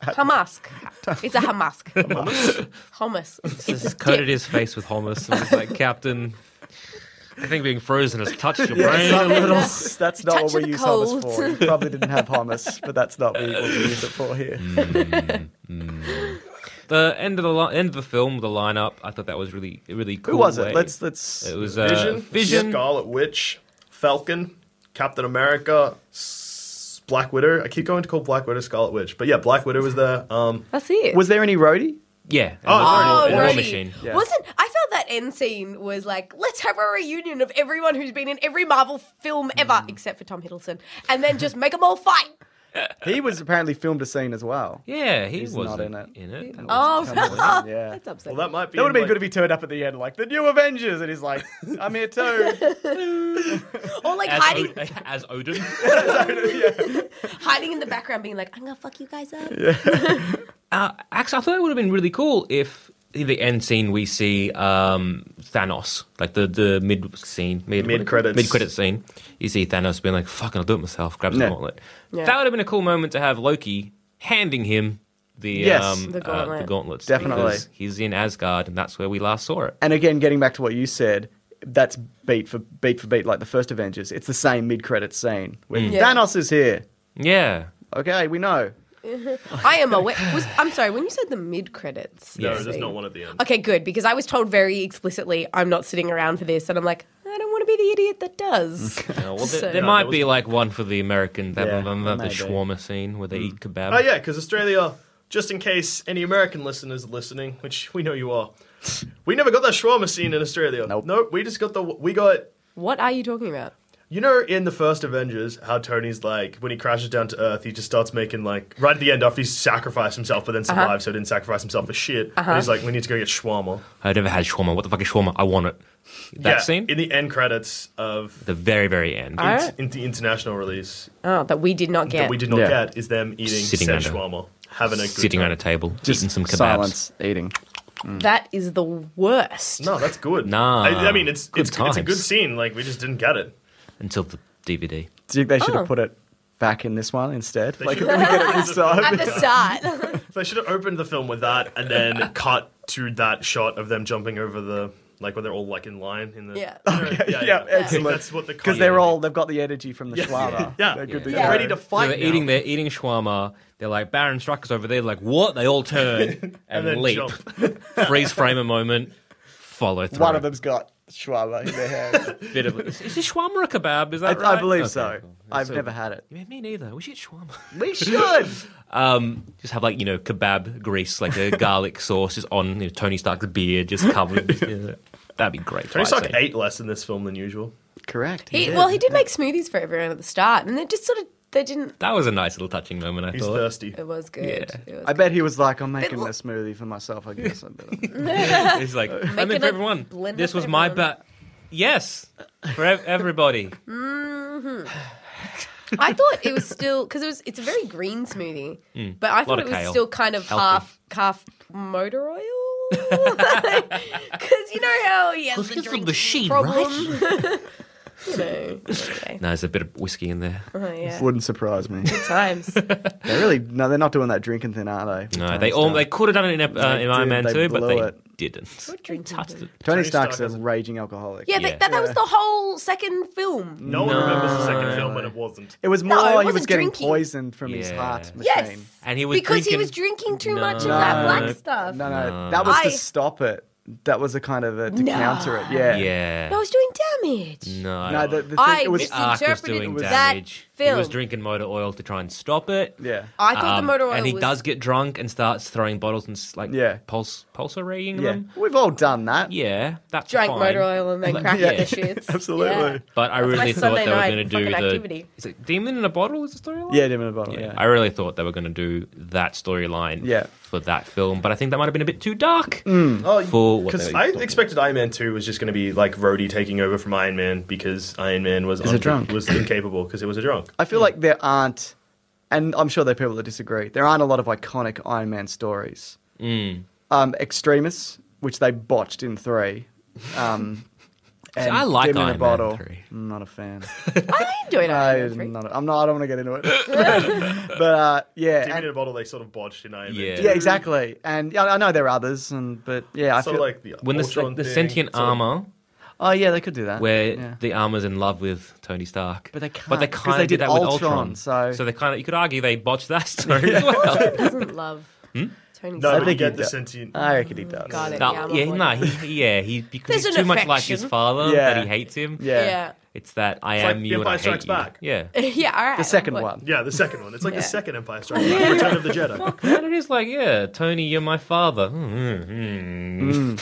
S7: Hamask. It's a hamask. Hummus. It's a
S4: just coated
S7: dip.
S4: his face with hummus and was like, Captain, I think being frozen has touched
S5: [LAUGHS]
S4: your brain a
S5: Yeah,
S4: little.
S5: that's, that's not what
S7: Touch of
S5: we
S7: the
S5: use hummus
S7: cold.
S5: for. We probably didn't have
S7: [LAUGHS]
S5: hummus, but that's not what we, what we use it for here.
S4: Mm, The end of the li- end of the film, the lineup, I thought that was really really cool.
S5: Who was it?
S4: way-
S5: Let's let's.
S4: It was uh,
S3: Vision,
S4: Vision,
S3: Scarlet Witch, Falcon, Captain America, S- Black Widow. I keep going to call Black Widow Scarlet Witch, but yeah, Black Widow was there. Um,
S7: That's it.
S5: Was there any roadie?
S4: Yeah.
S3: Oh,
S4: and War- and War
S7: Brody.
S4: Machine.
S5: Yeah.
S7: Wasn't I felt that end scene was like, let's have a reunion of everyone who's been in every Marvel film ever, except for Tom Hiddleston, and then just make them all fight.
S5: He was apparently filmed a scene as
S7: [LAUGHS]
S5: well.
S4: Yeah, he
S5: He's
S4: was
S5: not in it.
S4: In it.
S7: Oh,
S5: Yeah.
S7: that's upsetting.
S3: well, that might be.
S5: That would have
S3: in,
S5: been
S3: like,
S5: good if he turned up at the end like the new Avengers, and he's like, "I'm here too."
S7: [LAUGHS] [LAUGHS] or like
S4: As,
S7: hiding,
S4: Od- [LAUGHS] as Odin.
S7: hiding in the background, being like, I'm gonna fuck you guys up.
S4: Uh, actually, I thought it would have been really cool if in the end scene we see um, Thanos, like the, the mid scene, mid
S3: Mid-credits.
S4: mid credit scene. You see Thanos being like, "Fucking, I'll do it myself." Grabs
S5: Yeah.
S4: the gauntlet.
S7: Yeah.
S4: That would have been a cool moment to have Loki handing him the
S5: Yes.
S4: um, Uh,
S7: The
S4: the
S7: gauntlet.
S4: gauntlets.
S5: Definitely.
S4: because he's in Asgard, and that's where we last saw it.
S5: And again, getting back to what you said, that's beat for beat for beat, like the first Avengers. It's the same mid-credit scene. When
S7: Yeah.
S5: Thanos is here.
S4: Yeah,
S5: Okay, we know.
S7: I am aware. Was, I'm sorry, when you said the mid credits,
S3: No, there's not one at the end.
S7: Okay, good, because I was told very explicitly, I'm not sitting around for this, and I'm like, I don't want to be the idiot
S3: [LAUGHS]
S7: that does.
S4: No, Oh, well, there,
S7: So-
S4: there
S7: No,
S4: might
S3: there
S4: be like one for the American, that,
S5: Yeah,
S4: um, that the
S5: maybe.
S4: shawarma scene where they eat kebab.
S3: Oh yeah, because Australia, just in case any American listeners are listening, which we know you are, we never got that shawarma scene in Australia.
S5: Nope.
S3: Nope. We just got the we got.
S7: what are you talking about?
S3: You know, in the first Avengers, how Tony's like when he crashes down to Earth, he just starts making like right at the end after he sacrificed himself, but then
S4: Uh-huh.
S3: survived, so he didn't sacrifice himself for shit. And he's like, "We need to go get shawarma."
S4: I've never had shawarma. What the fuck is shawarma? I want it. That
S3: yeah,
S4: scene,
S3: in the end credits of
S4: the very very end.
S7: I-
S3: int- in the international release
S7: Oh, that we did not get.
S3: that we did not
S5: Yeah.
S3: get is them eating
S4: Sitting around
S3: said
S4: a-
S3: shawarma, having a good
S4: sitting
S3: time.
S4: around a table, eating some kebabs.
S5: silence, eating.
S7: That is the worst.
S3: No, that's good.
S4: Nah,
S3: I, I mean it's
S4: good
S3: it's, it's a good
S4: times.
S3: scene. Like we just didn't get it.
S4: until the DVD.
S5: Do you think they should
S7: Oh.
S5: have put it back in this one instead? like,
S3: should-
S5: we get it this
S7: [LAUGHS]
S5: time.
S7: At the
S3: [LAUGHS]
S7: start.
S3: So they should have opened the film with that
S4: [LAUGHS]
S3: and then cut to that shot of them jumping over the like when they're all like in line in the
S7: Yeah.
S3: [LAUGHS] yeah, yeah,
S5: yeah,
S3: I think
S5: excellent.
S3: That's what the
S5: Because they're all they've got the energy from the
S3: Yeah.
S5: shawarma.
S3: Yeah.
S5: they're good
S7: Yeah.
S5: go.
S3: ready to
S4: So
S3: fight.
S4: they're
S3: now.
S4: eating. They're eating shawarma. They're like Baron Strucker's over there. Like what? They all turn and,
S3: and then
S4: leap.
S3: jump.
S4: [LAUGHS] Freeze frame a moment. Follow through.
S5: One of them's got shawarma in
S7: [LAUGHS]
S5: their hand.
S4: Bit of, is this shawarma a kebab? Is
S5: I,
S4: that right?
S5: I believe
S4: Okay,
S5: so.
S4: cool.
S5: I've
S4: So-
S5: never had it.
S4: Yeah, me neither. We should eat shawarma.
S5: We
S7: [LAUGHS]
S5: should.
S4: Um, just have like you know kebab grease, like a [LAUGHS] garlic sauce, just on you know, Tony Stark's beard, just covered. yeah. That'd be great.
S3: Tony
S4: fight
S3: Stark
S4: scene.
S3: ate less in this film than usual.
S5: Correct.
S7: He, well, he did make smoothies for everyone at the start, and they just sort of they didn't.
S4: That was a nice little touching moment. I
S3: He's
S4: thought.
S3: thirsty.
S7: It was good. It was
S5: I bet he was like, I'm making
S7: look-
S5: a smoothie for myself. I guess. I better.
S4: It's
S5: [LAUGHS]
S4: like, I
S7: Making
S4: mean, for
S7: a
S4: everyone,
S7: blender
S4: this
S7: for
S4: was my
S7: everyone.
S4: bet. Yes, for ev-
S7: [LAUGHS]
S4: everybody.
S7: good. I thought it was still because it was. It's a very green smoothie, but I thought
S4: Mm. of
S7: it was
S4: kale.
S7: still kind of
S4: Healthy.
S7: half half motor oil. [LAUGHS] Because you know how he has the drinking problem. [LAUGHS] you know, anyway.
S4: No, there's a bit of whiskey in there.
S7: oh, [LAUGHS] yeah.
S5: Wouldn't surprise me.
S7: Good
S4: [LAUGHS]
S7: times.
S5: They're really no. They're not doing that drinking thing, are they?
S4: No,
S5: Tony
S4: they all
S5: Stark.
S4: they could have done it in, uh,
S5: They
S4: in Iron
S5: did,
S4: Man
S5: they
S4: too, but
S5: blew
S4: they
S5: it.
S4: didn't.
S7: drinking
S4: Touched it.
S5: Tony
S3: Tony Stark
S5: Stark's a
S3: has a-
S5: raging alcoholic.
S7: Yeah,
S4: Yeah.
S7: But that, that was the whole second film.
S3: No one remembers the second film when it wasn't.
S5: It was more
S7: it
S5: he was
S7: wasn't
S5: getting
S7: drinking.
S5: poisoned from his
S4: Yeah.
S5: heart machine.
S7: Yes,
S4: And he was
S7: because he
S4: drinking-
S7: was drinking too
S4: No.
S7: much of that
S4: No.
S7: black stuff.
S5: No, no, that was
S7: I-
S5: to stop it. That was a kind of a to
S7: No.
S5: counter it. Yeah.
S4: Yeah.
S7: I was doing damage.
S4: No.
S5: No, the, the thing,
S7: I
S5: it was
S4: Ark was doing
S7: misinterpreted that
S4: damage. He was
S7: film.
S4: drinking motor oil to try and stop it.
S5: Yeah.
S7: I thought
S4: Um,
S7: the motor oil
S4: and he
S7: was
S4: does get drunk and starts throwing bottles and s- like
S5: Yeah.
S4: pulse pulsating
S5: Yeah.
S4: them.
S5: We've all done that.
S4: Yeah, that's
S7: drank
S4: fine.
S7: motor oil and
S4: [LAUGHS]
S7: then
S4: Like,
S7: cracked
S4: yeah.
S7: the shits.
S5: Absolutely.
S4: But I
S7: That's my
S4: really thought
S7: Sunday
S4: they were
S7: night
S4: going to do
S7: fucking
S4: the.
S7: activity.
S4: Is it demon in a bottle? Is the storyline?
S5: Yeah, Demon in a Bottle. Yeah.
S4: I really thought they were going to do that storyline
S5: Yeah. Mm.
S4: for that film, but I think that might have been a bit too dark.
S3: Oh,
S4: For what
S3: because
S4: they-
S3: I expected Iron Man Two was just going to be like Rhodey taking over from Iron Man because Iron Man was
S5: Is a drunk.
S3: was incapable because it was a drunk.
S5: I
S4: Hmm.
S5: feel like there aren't, and I'm sure there are people that disagree. There aren't a lot of iconic Iron Man stories.
S4: Hmm.
S5: Um, Extremis, which they botched in three.
S4: [LAUGHS]
S5: Um, and
S4: I like
S5: Demon in
S4: Iron
S5: a
S4: Man
S5: bottle.
S4: 3.
S5: I'm not
S4: [LAUGHS]
S5: a fan.
S7: I
S3: [LAUGHS]
S7: enjoyed
S5: I,
S7: it.
S5: am not, I'm not. I don't want to get into it. but uh, yeah,
S3: Demon
S5: and-
S3: in a bottle they sort of botched in Iron
S4: Yeah.
S3: Man. 2.
S5: yeah, exactly. And yeah, I know there are others, and but yeah, I
S3: Sort
S5: feel
S3: of like the
S4: When the,
S3: Ultron
S4: like, the
S3: thing,
S4: sentient
S3: sort of-
S4: armor,
S5: oh yeah, they could do that.
S4: where
S5: Yeah.
S4: the armor's in love with Tony Stark,
S5: But they
S4: But they
S5: can't, 'cause
S4: kind
S5: they
S4: of did
S5: did
S4: that with
S5: Ultron,
S4: Ultron.
S5: so-
S4: they kind of you could argue they botched that [LAUGHS] story as well.
S7: Who [LAUGHS] doesn't love
S3: No,
S7: Tony Stark?
S3: but
S5: think
S3: you
S5: he
S3: get the
S5: does.
S3: sentient.
S5: I reckon he does.
S7: Mm, Got it.
S4: Hmm? No,
S7: yeah, I'm
S4: yeah,
S7: on board.
S4: no, he, yeah, he because
S7: There's
S4: he's
S7: an
S4: too much like his
S7: affection.
S4: father
S5: Yeah.
S4: that he hates him.
S5: Yeah.
S7: Yeah.
S4: It's that I
S3: like
S4: am you and
S3: Empire
S4: I hate
S3: Strikes
S4: you.
S3: Back.
S4: Yeah.
S7: yeah, [LAUGHS] all right.
S5: The second
S7: But-
S5: one.
S3: Yeah, the second one. It's like
S7: Yeah.
S3: the second Empire Strikes [LAUGHS] Back, Return of the Jedi.
S4: and it is like, yeah, Tony, you're my father. Hmm,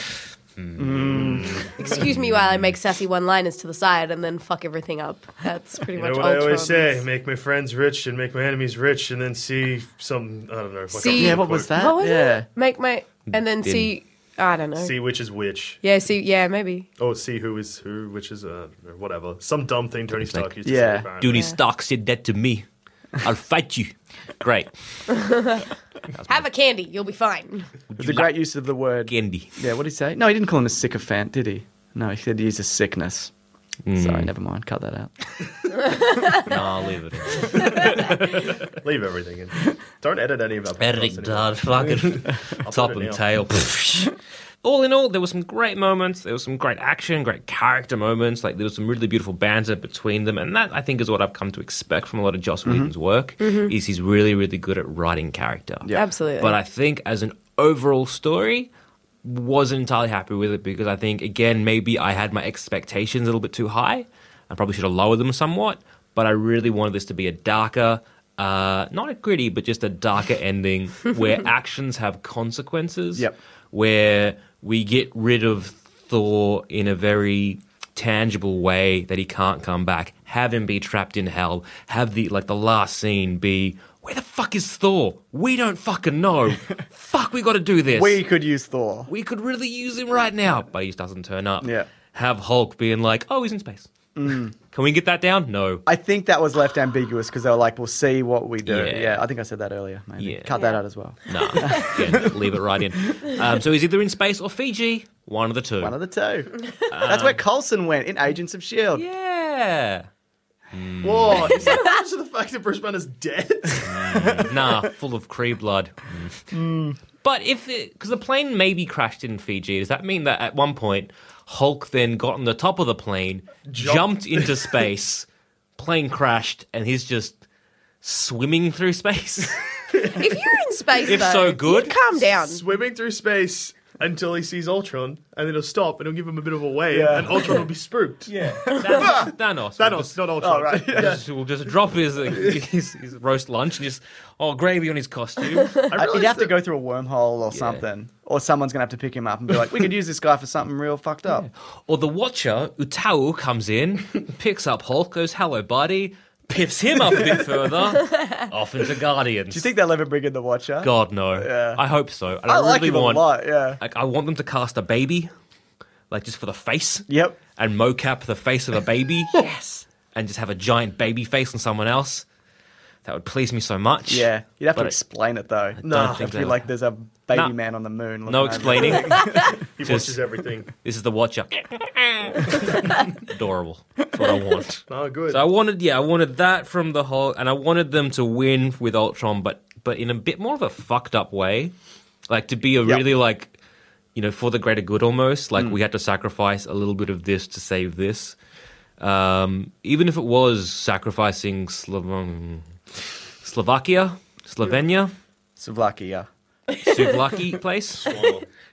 S4: Mm-hmm.
S7: Excuse me while I make sassy one-liners to the side and then fuck everything up. That's pretty
S3: You know
S7: much
S3: what
S7: Ultron.
S3: I always say: make my friends rich and make my enemies rich, and then see some. I don't know. fuck
S7: See-
S3: up.
S5: Yeah, what was that?
S7: What was
S5: yeah.
S7: it? Make my and then see. I don't know.
S3: See which is which.
S7: Yeah, see, yeah, maybe.
S3: Oh, see who is who, which is uh, or whatever. Some dumb thing Tony Stark
S4: like-
S3: used to
S5: Yeah.
S3: say. apparently.
S4: Tony Stark said that to me. I'll fight you. Great.
S7: Have a candy, you'll be fine.
S5: It was a great use of the word
S4: Gendy.
S5: Yeah, what did he say? No, he didn't call him a sycophant, did he? No, he said he used a sickness.
S4: Hmm.
S5: Sorry, never mind. Cut that out.
S4: No, I'll leave it. in.
S3: Leave everything in. Don't edit any of our podcasts
S4: Eric
S3: anymore. [LAUGHS]
S4: Dodd, fucking [LAUGHS] top
S3: it
S4: and
S3: now.
S4: tail. all in all, there were some great moments. There was some great action, great character moments. Like there was some really beautiful banter between them, and that I think is what I've come to expect from a lot of Joss Whedon's work. Is he's really, really good at writing character.
S7: Absolutely.
S4: But I think as an overall story, wasn't entirely happy with it because I think again maybe I had my expectations a little bit too high. I probably should have lowered them somewhat. But I really wanted this to be a darker, uh, not a gritty, but just a darker [LAUGHS] ending where actions have consequences.
S5: Yep.
S4: Where we get rid of Thor in a very tangible way that he can't come back. Have him be trapped in hell. Have the like the last scene be where the fuck is Thor? We don't fucking
S5: [LAUGHS]
S4: know. fuck, we got to do this.
S5: We could use Thor.
S4: we could really use him right now, but he just doesn't turn up.
S5: Yeah. Mm.
S4: Have Hulk being like, oh, he's in space. [LAUGHS] Can we get that down? No.
S5: I think that was left ambiguous because they were like, we'll see what we do.
S4: Yeah.
S5: Yeah, I think I said that earlier. Maybe.
S4: Yeah.
S5: Cut that out as well. [LAUGHS]
S4: Nah. Again, leave it right in. Um, so he's either in space or Fiji. One of the two.
S5: One of the two. That's where Coulson went in Agents of S.H.I.E.L.D.
S4: Um, yeah.
S3: Whoa,
S4: [LAUGHS]
S3: is that reference to the fact that Bruce Banner's dead?
S4: nah, full of Cree blood. But if because the plane maybe crashed in Fiji, does that mean that at one point Hulk then got on the top of the plane, jumped into [LAUGHS] space, plane crashed, and he's just swimming through space?
S7: if you're in space,
S4: If
S7: though,
S4: so, good.
S7: you calm down.
S3: Swimming through space until he sees Ultron, and then he'll stop and he'll give him a bit of a wave,
S5: Yeah.
S3: and Ultron will be spooked. Yeah. Oh,
S4: Thanos, [LAUGHS] Thanos, will
S3: Thanos,
S4: just-
S3: not Ultron. [LAUGHS]
S5: right.
S4: will just- will just drop his, uh, his his roast lunch and just oh gravy on his [LAUGHS] costume.
S3: I
S5: You'd
S3: realized
S5: have to
S3: that-
S5: go through a wormhole or something, or someone's going to have to pick him up and be like, we could use this guy for something real fucked up.
S4: Or the Watcher, Utau, comes in, picks up Hulk, goes, hello, buddy, piffs him up a bit [LAUGHS] further, off into Guardians.
S5: Do you think they'll ever bring in the Watcher?
S4: God, no. I hope so. And I,
S5: I like
S4: really
S5: him
S4: want,
S5: a lot, yeah.
S4: Like, I want them to cast a baby, like just for the face.
S5: Yep.
S4: And mocap the face of a baby.
S5: [LAUGHS]
S4: yes. And just have a giant baby face on someone else. That would please me so much.
S5: Yeah. You'd have
S4: But I-
S5: to explain it, though.
S4: No.
S5: It'd have to be like there's a baby
S4: No.
S5: man on the moon. looking
S4: No
S5: over. [LAUGHS]
S4: explaining.
S3: He
S4: Just-
S3: watches everything.
S4: [LAUGHS] this is the Watcher. Adorable. That's what I want.
S3: Oh, good.
S4: So I wanted, yeah, I wanted that from the whole, and I wanted them to win with Ultron, but but in a bit more of a fucked up way, like to be a really like, you know, for the greater good almost. Like we had to sacrifice a little bit of this to save this, um, even if it was sacrificing Slo- um, Slovakia, Slovenia,
S5: Savlaki, yeah.
S4: Suvlaki place,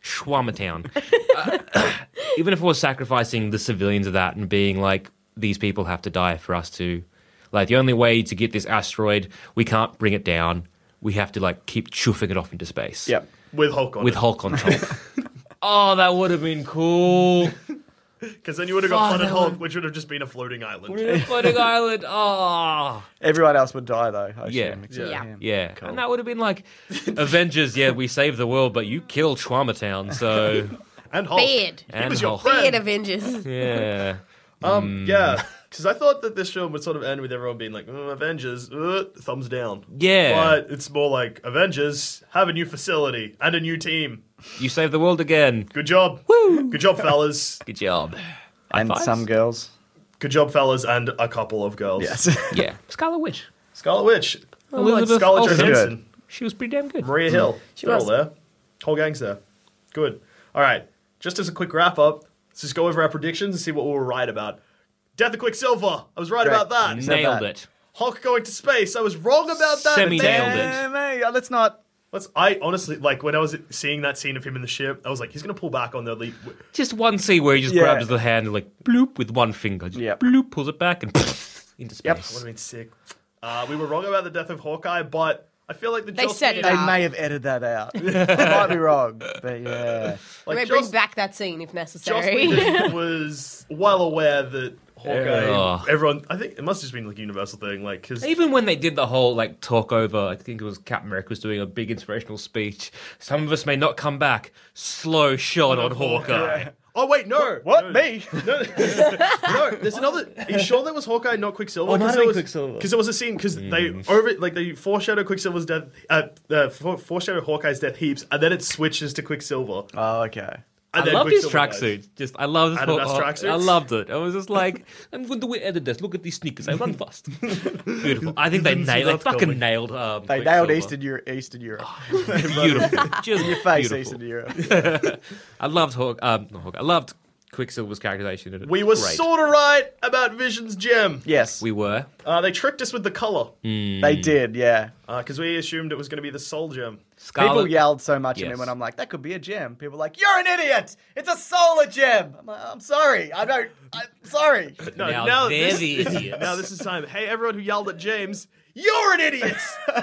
S4: Schwamatown. Uh, [COUGHS] even if it was sacrificing the civilians of that and being like, these people have to die for us to. Like the only way to get this asteroid, we can't bring it down. We have to like keep chuffing it off into space.
S5: Yep.
S3: with Hulk on
S4: With Hulk on top. oh, that would have been cool.
S3: Because then you would have got
S4: Fuck,
S3: Fun and
S4: that
S3: Hulk, which would have just been a floating island.
S4: Floating island. Oh.
S5: Everyone else would die though. I
S4: Yeah.
S5: assume, except for
S7: Yeah.
S5: him.
S4: Yeah. And that would have been like Avengers, yeah, we saved the world, but you killed Trauma Town, so
S3: And Hulk.
S7: Beard.
S3: He
S4: And
S3: was your
S4: Hulk. Mm.
S3: friend.
S7: Beard Avengers.
S4: yeah.
S3: Um, yeah, because I thought that this film would sort of end with everyone being like, "Mm, Avengers, uh, thumbs down.
S4: Yeah.
S3: But it's more like, Avengers, have a new facility and a new team.
S4: You saved the world again.
S3: Good job. Woo! Good job, fellas.
S4: Good job.
S5: And
S4: fives?
S5: some girls.
S3: Good job, fellas, and a couple of girls.
S5: Yes.
S4: Yeah. Scarlet Witch.
S3: Scarlet Witch,
S4: Elizabeth
S3: Scarlett
S4: Olsen.
S3: Johansson,
S4: She was pretty damn good.
S3: Maria Hill.
S7: She
S3: They're
S7: was.
S3: all there. Whole gang's there. Good. All right. Just as a quick wrap up, let's just go over our predictions and see what we were right about. Death of Quicksilver. I was right
S5: Great.
S3: about that.
S4: Nailed
S5: that.
S4: it.
S3: Hulk going to space. I was wrong about that.
S4: Semi
S3: damn.
S4: nailed it.
S5: Damn, hey, let's not.
S3: Let's. I honestly like when I was seeing that scene of him in the ship. I was like, he's gonna pull back on the leap.
S4: Just one scene where he just
S5: Yeah.
S4: grabs the hand and like bloop with one finger. Just
S5: Yep.
S4: bloop, pulls it back and into
S3: Would
S4: space.
S3: have been sick. Uh, we were wrong about the death of Hawkeye, but I feel like the
S7: They
S3: Joss
S7: said it
S3: Whedon-
S5: They
S7: Ah.
S5: may have edited that
S4: [LAUGHS]
S5: out. I might be wrong, but yeah.
S7: We may
S3: Like
S7: bring
S3: Joss,
S7: back that scene if
S3: Joss
S7: necessary. [LAUGHS]
S3: Whedon was well aware that Hawkeye.
S4: Yeah.
S3: Everyone, I think it must have just been like a universal thing, like because
S4: Even when they did the whole like talk over, I think it was Captain America was doing a big inspirational speech. Some of us may not come back. Slow shot on Hawkeye.
S3: Oh wait, no.
S5: What me?
S3: No, no, there's another. Are you sure that was Hawkeye, not Quicksilver?
S4: Oh, it might have
S3: there
S4: been
S3: was,
S4: Quicksilver. Mm.
S3: Because there was a scene because they over like they foreshadow Quicksilver's death, uh, uh, fore- foreshadow Hawkeye's death heaps, and then it switches to Quicksilver. And
S5: Oh, okay.
S4: I
S3: then
S4: loved his
S3: Quicksilver dies.
S4: tracksuit. Just I love this
S3: Adidas
S4: whole-
S3: tracksuits?
S4: I loved it. I was just like, I'm going to wear Adidas. Look at these sneakers. I run
S3: [LAUGHS]
S4: fast. Beautiful. I think they
S3: Didn't see
S4: nailed. They
S3: that
S4: fucking
S3: coming.
S4: nailed. Um,
S5: They nailed
S4: Quicksilver.
S5: Eastern Europe. Eastern Europe.
S4: Beautiful. Just
S5: Face
S4: beautiful.
S5: Eastern Europe.
S4: I loved Hawk. Um, not Hawk. I loved Quicksilver's characterization. in it.
S3: We were
S4: Great.
S3: sort of right about Vision's gem.
S5: Yes,
S4: We were.
S3: Uh, they tricked us with the color
S4: Mm.
S5: they did. Yeah.
S3: because we assumed it was going to be the Soul Gem.
S4: Scarlet.
S5: People yelled so much at me
S4: Yes.
S5: when I'm like, "That could be a gem." People are like, "You're an idiot! It's a solar gem." I'm like, "I'm sorry. I don't. I'm sorry."
S3: No,
S4: Now they're
S3: this, [LAUGHS]
S4: the idiots.
S3: now this is time. Hey, everyone who yelled at James, you're an idiot.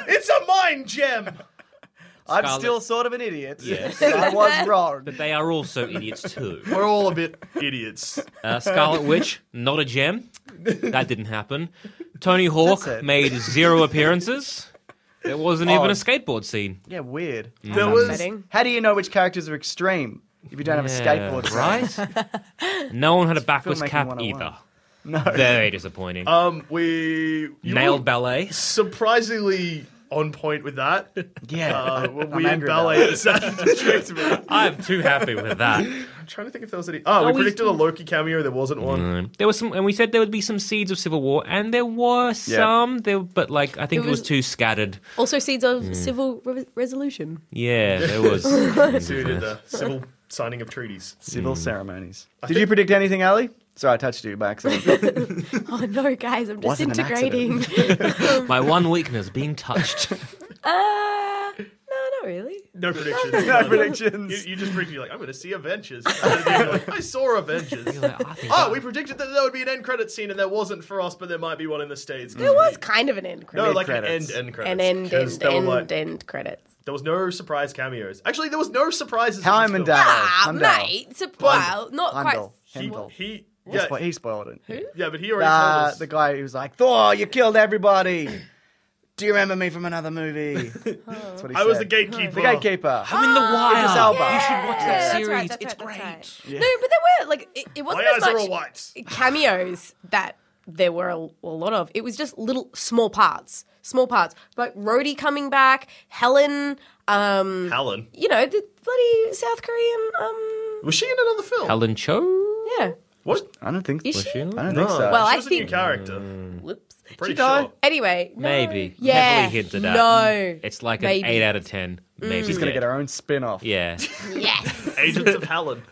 S3: it's a mind gem.
S5: I'm
S4: Scarlet-
S5: still sort of an idiot. [LAUGHS]
S4: Yes.
S5: I was wrong.
S4: They are also idiots too.
S3: We're all a bit idiots.
S4: Uh, Scarlet Witch, not a gem. That didn't happen. Tony
S5: That's
S4: Hawk
S5: it.
S4: made zero appearances. There wasn't even
S5: Oh.
S4: a skateboard scene.
S5: Yeah, weird.
S3: There was
S7: Upsetting.
S5: How do you know which characters are extreme if you
S4: Yeah,
S5: don't have a skateboard?
S4: right? no one had a backwards
S5: filmmaking
S4: cap
S5: 101.
S4: either. No. Very disappointing.
S3: um we you
S4: Nailed
S3: were
S4: ballet.
S3: surprisingly on point with that.
S5: [LAUGHS] Yeah.
S3: Uh,
S5: I'm
S3: we in
S5: angry about
S3: ballet.
S5: it.
S3: it sounded distracting me. I'm
S4: I'm too happy with that.
S3: trying to think if there was any. Oh, we
S4: we-
S3: predicted a Loki cameo. There wasn't one.
S4: Mm. There was some, and we said there would be some seeds of civil war, and there were some. There, but like I think it
S7: It
S4: was,
S7: was-
S4: too scattered.
S7: also, seeds of
S3: Mm.
S7: civil re-
S3: [LAUGHS]
S7: resolution.
S4: Yeah,
S5: [LAUGHS]
S4: there was.
S3: See, we did the civil signing of treaties.
S5: Civil ceremonies. Mm. Did you predict anything, Ali? Sorry, I touched you by accident.
S7: Oh no, guys, I'm
S5: Wasn't an
S7: disintegrating.
S4: My one weakness being
S5: [LAUGHS]
S4: touched.
S7: [LAUGHS] uh, no, not really.
S3: No predictions.
S5: no
S3: You,
S5: predictions.
S3: you just predicted you're like I'm going to see Avengers. And then you're like, I saw Avengers.
S4: You're like, I think
S3: Oh, we predicted that there would be an end credit scene, and there wasn't for us, but there might be one in the states.
S7: There was kind of an end credit.
S3: no, like
S5: Mid-credits.
S3: an end end credit.
S7: an end, end,
S3: there, were,
S7: end,
S3: like,
S7: end credits.
S3: there was no surprise cameos. Actually, there was no surprises. in
S5: Time
S3: this
S5: and
S3: film.
S5: Dale.
S7: Ah,
S5: Heimdall.
S7: mate, it's a well, not
S5: Heimdall.
S3: He,
S5: Heimdall. He,
S3: he,
S5: yeah.
S3: yeah,
S5: he spoiled it. Who?
S3: yeah, but he already told
S5: Uh,
S3: us.
S5: the guy who was like, Thor, you killed everybody. [CLEARS THROAT] Do you remember me from another movie? That's what he
S3: I was the
S5: said.
S3: gatekeeper.
S5: The gatekeeper.
S4: I'm in the wire.
S5: Idris Elba.
S4: You should watch that
S7: Yeah, that's
S4: series.
S7: right, that's
S4: it's
S7: right,
S4: great.
S7: that's right. No, but there were like it, it wasn't
S3: My eyes are
S7: as
S3: all
S7: much
S3: white.
S7: cameos that there were a, a lot of. It was just little small parts, small parts. But Rhodey coming back, Helen, um,
S3: Helen.
S7: you know the bloody South Korean, um,
S3: Was she in another film?
S4: Helen Cho.
S7: yeah.
S3: What?
S5: I don't think.
S7: Is she?
S4: in
S5: I
S4: it?
S5: don't think so.
S7: Well,
S3: she
S7: I
S3: was a new
S7: think-
S3: character.
S7: Whoops.
S3: Pretty
S5: die?
S3: sure.
S7: Anyway, no.
S4: Maybe.
S7: Yeah.
S4: Heavily hinted at.
S7: No.
S4: It's like
S7: Maybe. Mm.
S4: an eight out of ten. Maybe
S5: She's going to get her own spin off.
S4: Yeah.
S7: Yes.
S3: Agents of Helen.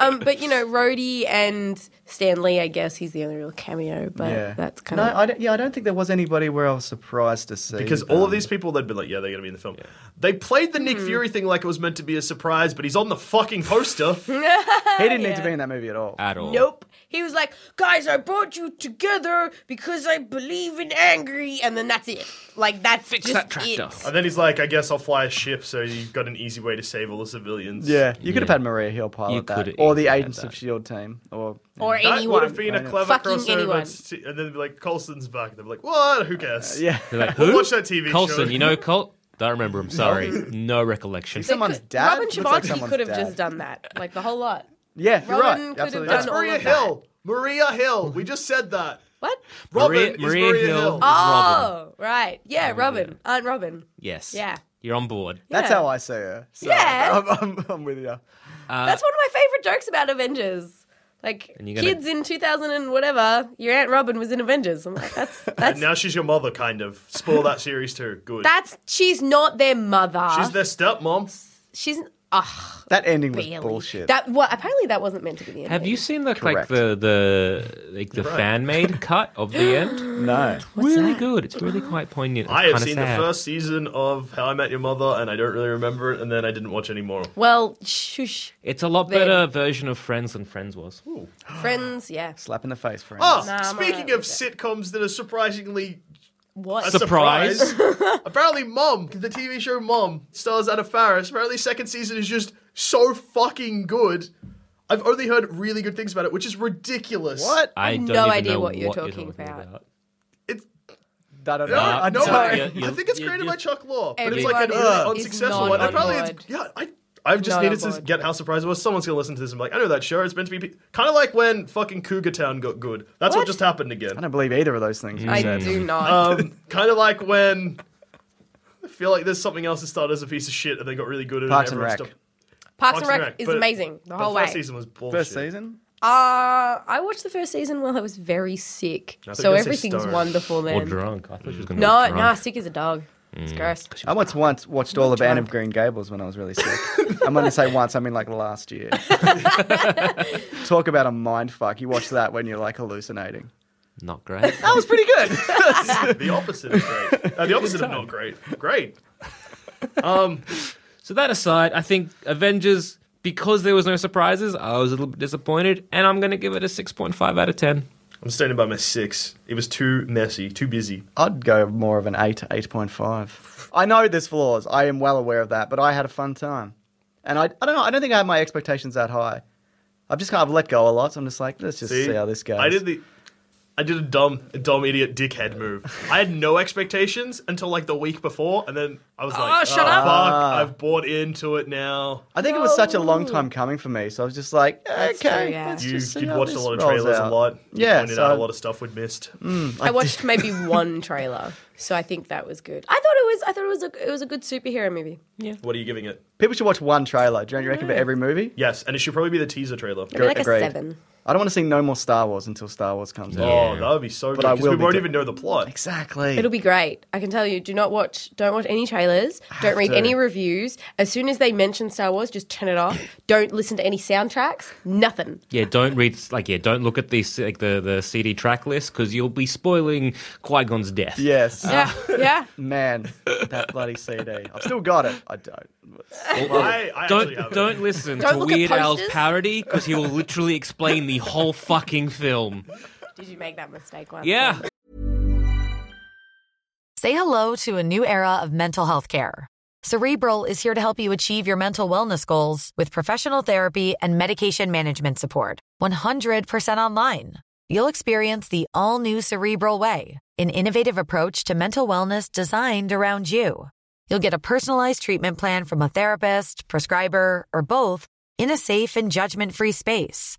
S7: um, but you know, Rhodey and Stanley. I guess he's the only real cameo. But that's kind
S5: no,
S7: of
S5: I don't, yeah, I don't think there was anybody where I was surprised to see.
S3: Because all of these people, they'd been like, yeah, they're going to be in the film. They played the
S7: Hmm.
S3: Nick Fury thing like it was
S7: [LAUGHS]
S3: meant to be a surprise, but he's on the fucking poster.
S7: Oh,
S5: he didn't need to be in that movie at all.
S4: At all.
S7: nope. He was like, guys, I brought you together because I believe in angry, and then that's it. Like that's Fix just
S4: that tractor.
S7: it.
S3: And then he's like, I guess I'll fly a ship, so you've got an easy way to save all the civilians.
S5: Yeah, you could have had Maria Hill pilot
S4: You
S5: that,
S4: could've
S5: or the
S4: easily had
S5: Agents of
S4: that.
S5: Shield E team, or
S7: Or
S3: That
S7: anyone.
S3: would have been a clever
S7: Fucking
S3: crossover.
S7: anyone.
S3: t- and then be like, Colson's back. And they're like, what? Who cares?
S5: yeah, [LAUGHS]
S4: They're like,
S3: We'll
S4: who?
S3: watch that TV show.
S4: Colson, you know Col? Don't remember him. Sorry, no recollection.
S7: They
S5: someone's
S7: could-
S5: dad?
S7: Robin
S5: Looks
S7: Shabaki
S5: like someone's
S7: could have
S5: dad.
S7: just done that, like the whole lot.
S5: yeah. You're
S7: Robin
S5: right.
S7: could've
S5: Absolutely.
S7: done
S3: That's
S7: all
S3: Maria
S7: of
S3: Hill. Maria Hill. We just said that.
S7: What?
S3: Robin
S4: Maria-
S3: is
S4: Maria Hill.
S3: Hill.
S4: Oh.
S7: Oh, right. Yeah, Robin. Aunt Robin.
S4: Yes.
S7: Yeah.
S4: You're on board.
S5: That's
S7: Yeah.
S5: how I see her. So
S7: Yeah.
S5: [LAUGHS] I'm, I'm, I'm with you.
S7: That's one of my favorite jokes about Avengers. Like
S4: And you're gonna-
S7: kids in 2000 and whatever, your Aunt Robin was in Avengers. I'm like, that's that's
S3: Now she's your mother, kind of. Spoil that series too. Good.
S7: that's she's not their mother.
S3: She's their stepmom.
S7: She's ah
S5: That ending was
S7: really
S5: bullshit.
S7: That well, apparently that wasn't meant to be the end.
S4: Have you seen the
S5: Correct.
S4: like the the like the fan
S5: [LAUGHS]
S4: made cut of the end?
S5: no.
S4: really good. It's really quite poignant. It's
S3: I have
S4: kinda
S3: seen
S4: sad.
S3: the first season of How I Met Your Mother, and I don't really remember it. And then I didn't watch any more.
S7: Well, shush.
S4: It's a lot
S7: Then-
S4: better version of Friends than Friends was.
S7: Friends, yeah.
S5: Slap in the face, friend.
S3: Oh,
S7: Nah, I'm
S3: speaking
S7: alright
S3: of
S7: with
S3: sitcoms that are surprisingly
S7: What?
S3: a
S4: Surprise.
S3: [LAUGHS] surprise, apparently, Mom, the TV show Mom, stars Anna Faris. Apparently, second season is just so fucking good. I've only heard really good things about it, which is ridiculous.
S5: What?
S4: I,
S7: have
S4: don't
S7: no
S4: even
S7: idea
S4: know
S7: what you're talking about.
S3: It's
S5: I don't know.
S3: No,
S4: Uh,
S5: I
S3: no,
S5: don't know.
S4: yeah,
S3: I,
S4: yeah,
S3: I think it's
S4: yeah,
S3: created
S4: yeah.
S3: by Chuck Law, but it's like an
S7: Everyone
S3: really
S7: is
S3: unsuccessful
S7: not
S3: one. I
S7: on
S3: probably,
S7: board.
S3: it's, yeah, I, I've just
S7: Not
S3: needed
S7: on
S3: to
S7: board.
S3: get how surprised it was. Someone's gonna listen to this and be like, I know that show. It's meant to be kind of like when fucking Cougar Town got good. That's what,
S7: What?
S3: just happened
S5: I
S3: again.
S5: don't believe either of those things.
S3: Mm.
S5: you
S7: I
S5: said.
S7: do not.
S3: Um, kind of like when I feel like there's something else that started as a piece of shit and they got really good at it.
S5: Parks and
S3: everyone
S5: Rec.
S3: stopped-
S7: Parks and
S3: Parks and
S7: Rec
S3: Rec,
S7: is
S3: but-
S7: amazing the
S3: but
S7: whole
S3: the
S7: way.
S3: first season was bullshit.
S5: First season.
S7: Uh, I watched the first season while I was very sick,
S3: I guess
S7: so
S3: they
S7: everything's
S3: starved.
S7: wonderful
S4: Or
S7: then.
S4: drunk. I thought she was going to
S7: No,
S4: be
S7: no,
S4: drunk.
S7: sick as a dog. It's gross.
S5: I once once watched all of Anne of Green Gables when I was really sick. I'm going to say once. I mean like
S3: [LAUGHS]
S5: last year. Talk about a mind fuck. You watch that when you're like hallucinating.
S4: Not great.
S7: [LAUGHS] Um,
S5: That was pretty good.
S3: [LAUGHS] The opposite of great. Uh, the opposite of not great. Great.
S4: Um, So that aside, I think Avengers, because there was no surprises, I was a little bit disappointed, and I'm going to give it a 6.5 out of 10.
S3: I'm standing by my six. It was too messy, too busy.
S5: I'd go more of an eight, eight point five. I know there's flaws. I am well aware of that, but I had a fun time, and I, I don't know. I don't think I had my expectations that high. I've just kind of let go a lot. So I'm just like, let's just see, how this goes.
S3: I did the. I did a dumb, a dumb idiot dickhead move. I had no expectations until like the week before, and then I was like, "Ah,
S6: Oh, shut up.
S3: fuck,
S5: Ah.
S3: I've bought into it now.
S5: I think it was such a long time coming for me, so I was just like, okay,
S7: That's true, yeah.
S5: let's
S3: You,
S5: just see
S3: you'd
S5: how
S3: watched a
S5: this
S3: lot of
S5: rolls
S3: trailers
S5: out.
S3: a lot. You
S5: Yeah,
S3: pointed
S5: so- Mm.
S3: out a lot of stuff we'd missed.
S7: I
S5: [LAUGHS]
S7: watched maybe one trailer, so I think that was good. I thought it was. I thought it was. A, it was a good superhero movie.
S3: What are you giving it?
S5: People should watch one trailer. Do you reckon for every movie?
S3: Yes, and it should probably be the teaser trailer.
S7: Maybe like
S5: Agreed.
S7: a seven.
S5: I don't want to see no more Star Wars until Star Wars comes out.
S3: Oh, that would be so good
S5: I
S3: because
S5: will
S3: we
S5: be
S3: won't
S5: do-
S3: even know the plot.
S5: Exactly.
S7: It'll be great. I can tell you. Do not watch. Don't watch any trailers. Don't read
S5: to.
S7: any reviews. As soon as they mention Star Wars, just turn
S5: [LAUGHS]
S7: it off. don't listen to any soundtracks. Nothing.
S4: Yeah, don't read like yeah, don't look at the like the, the CD track list because you'll be spoiling Qui Gon's death.
S5: yes.
S7: Yeah, yeah.
S5: Man, that bloody CD. I've still got it. I don't.
S3: I, [LAUGHS] I actually have
S4: Don't
S3: it.
S4: don't listen
S7: Don't
S4: to
S7: look at
S4: Weird Al's
S7: posters.
S4: parody because he will literally explain the whole fucking film.
S7: Did you make that mistake once?
S4: Yeah,
S2: Say hello to a new era of mental health care. Cerebral is here to help you achieve your mental wellness goals with professional therapy and medication management support. 100% online. You'll experience the all new Cerebral Way, an innovative approach to mental wellness designed around you. You'll get a personalized treatment plan from a therapist, prescriber, or both in a safe and judgment free space.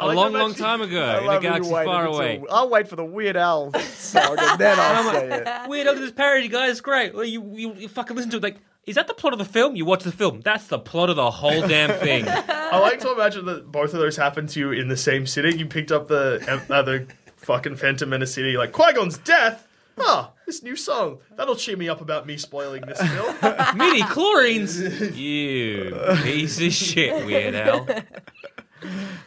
S4: a long, long time ago in a galaxy far away.
S5: I'll wait for the Weird Al song and then I'll say
S3: [LAUGHS]
S5: it.
S4: Weird Al did this parody, guys. Great. Well, you, you you fucking listen to it. Like Is that the plot of the film? You watch the film. That's the plot of the whole damn
S7: [LAUGHS]
S4: thing.
S3: I like to imagine that both of those happened to you in the same sitting. You picked up the uh, the fucking Phantom Menace city, like Qui Gon's death. Ah, this new song that'll cheer me up about me spoiling this film. [LAUGHS]
S4: Mini chlorines. you piece of shit, Weird
S7: [LAUGHS]
S4: Al.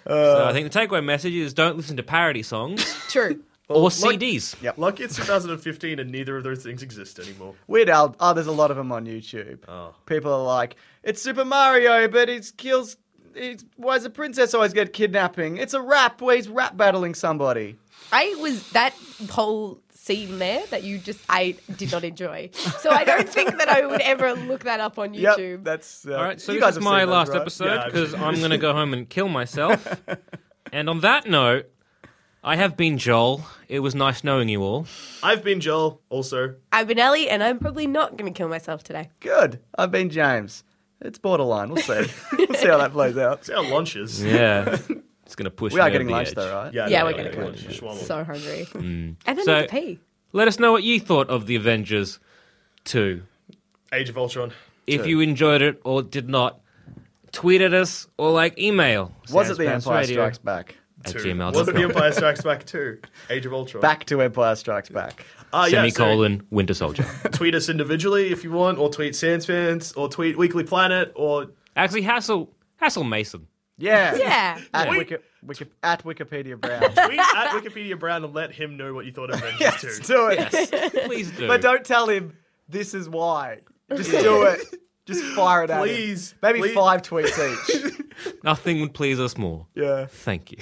S7: Uh,
S4: so I think the takeaway message is don't listen to parody songs
S7: True.
S4: or
S3: like-
S4: CDs.
S3: Lucky it's 2015 and neither of those things exist anymore.
S5: Weird Al. Oh, there's a lot of them on YouTube.
S4: Oh.
S5: People are like, it's Super Mario, but he kills. He's, why does a princess always get kidnapping? It's a rap where he's rap battling somebody.
S7: I was that whole scene there that you just I did not enjoy. So I don't think that I would ever look that up on
S5: Yep,
S7: YouTube.
S5: that's uh,
S4: All right, so
S5: you
S4: this
S5: guys
S4: is
S5: have
S4: my
S5: seen those,
S4: last
S5: right?
S4: episode
S3: Yeah, I've
S4: because I'm going to go home and kill myself. [LAUGHS] and on that note, I have been Joel. It was nice knowing you all.
S3: I've been Joel. Also,
S7: I've been Ellie, and I'm probably not going to kill myself today.
S5: Good. I've been James. It's borderline. We'll see. we'll see how that plays out.
S3: see how lunches.
S5: [LAUGHS]
S4: Yeah, it's going to push.
S5: We
S4: me
S5: are
S4: over
S5: getting
S4: the
S5: lunch
S4: edge.
S5: though, right?
S3: Yeah,
S7: Yeah,
S3: no,
S7: we're
S3: no,
S7: getting
S3: no,
S7: lunch.
S3: Schwammel.
S7: So hungry, and I
S4: So-
S7: need to pee.
S4: Let us know what you thought of the Avengers 2.
S3: Age of Ultron.
S4: If you enjoyed it or did not, tweet at us or like email.
S5: Was it the
S4: Samspans
S5: Empire
S4: Radio
S5: Strikes Back?
S4: At
S3: Two.
S4: gmail.com.
S3: Was it The Empire Strikes Back 2? Age of Ultron.
S5: Back to Empire Strikes Back.
S3: Ah, yeah, sorry.
S4: Semicolon Winter Soldier.
S3: tweet us individually if you want, or tweet Sandspans, or tweet Weekly Planet, or
S4: Actually, Hassel Hassel Mason.
S5: Yeah.
S7: Yeah,
S5: At, Wiki, Wiki, at Wikipedia
S3: [LAUGHS]
S5: Brown.
S3: tweet at Wikipedia Brown and let him know what you thought of Avengers
S5: yes,
S3: 2.
S5: do it.
S4: Please do.
S5: [LAUGHS] But don't tell him this is why. Just do it. Just fire it at him.
S3: Please,
S5: Maybe
S3: please.
S5: five tweets each.
S4: Nothing would please us more.
S5: yeah.
S4: Thank you.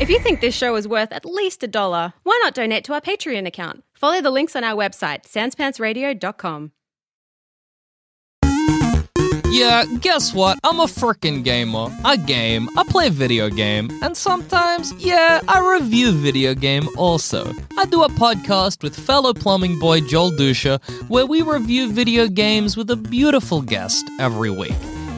S8: If you think this show is worth at least a dollar, why not donate to our Patreon account? Follow the links on our website, sanspantsradio.com.
S9: Yeah, guess what? I'm a frickin' gamer. I game, I play video game, and sometimes, yeah, I review video game also. I do a podcast with fellow plumbing boy Joel Dusha where we review video games with a beautiful guest every week.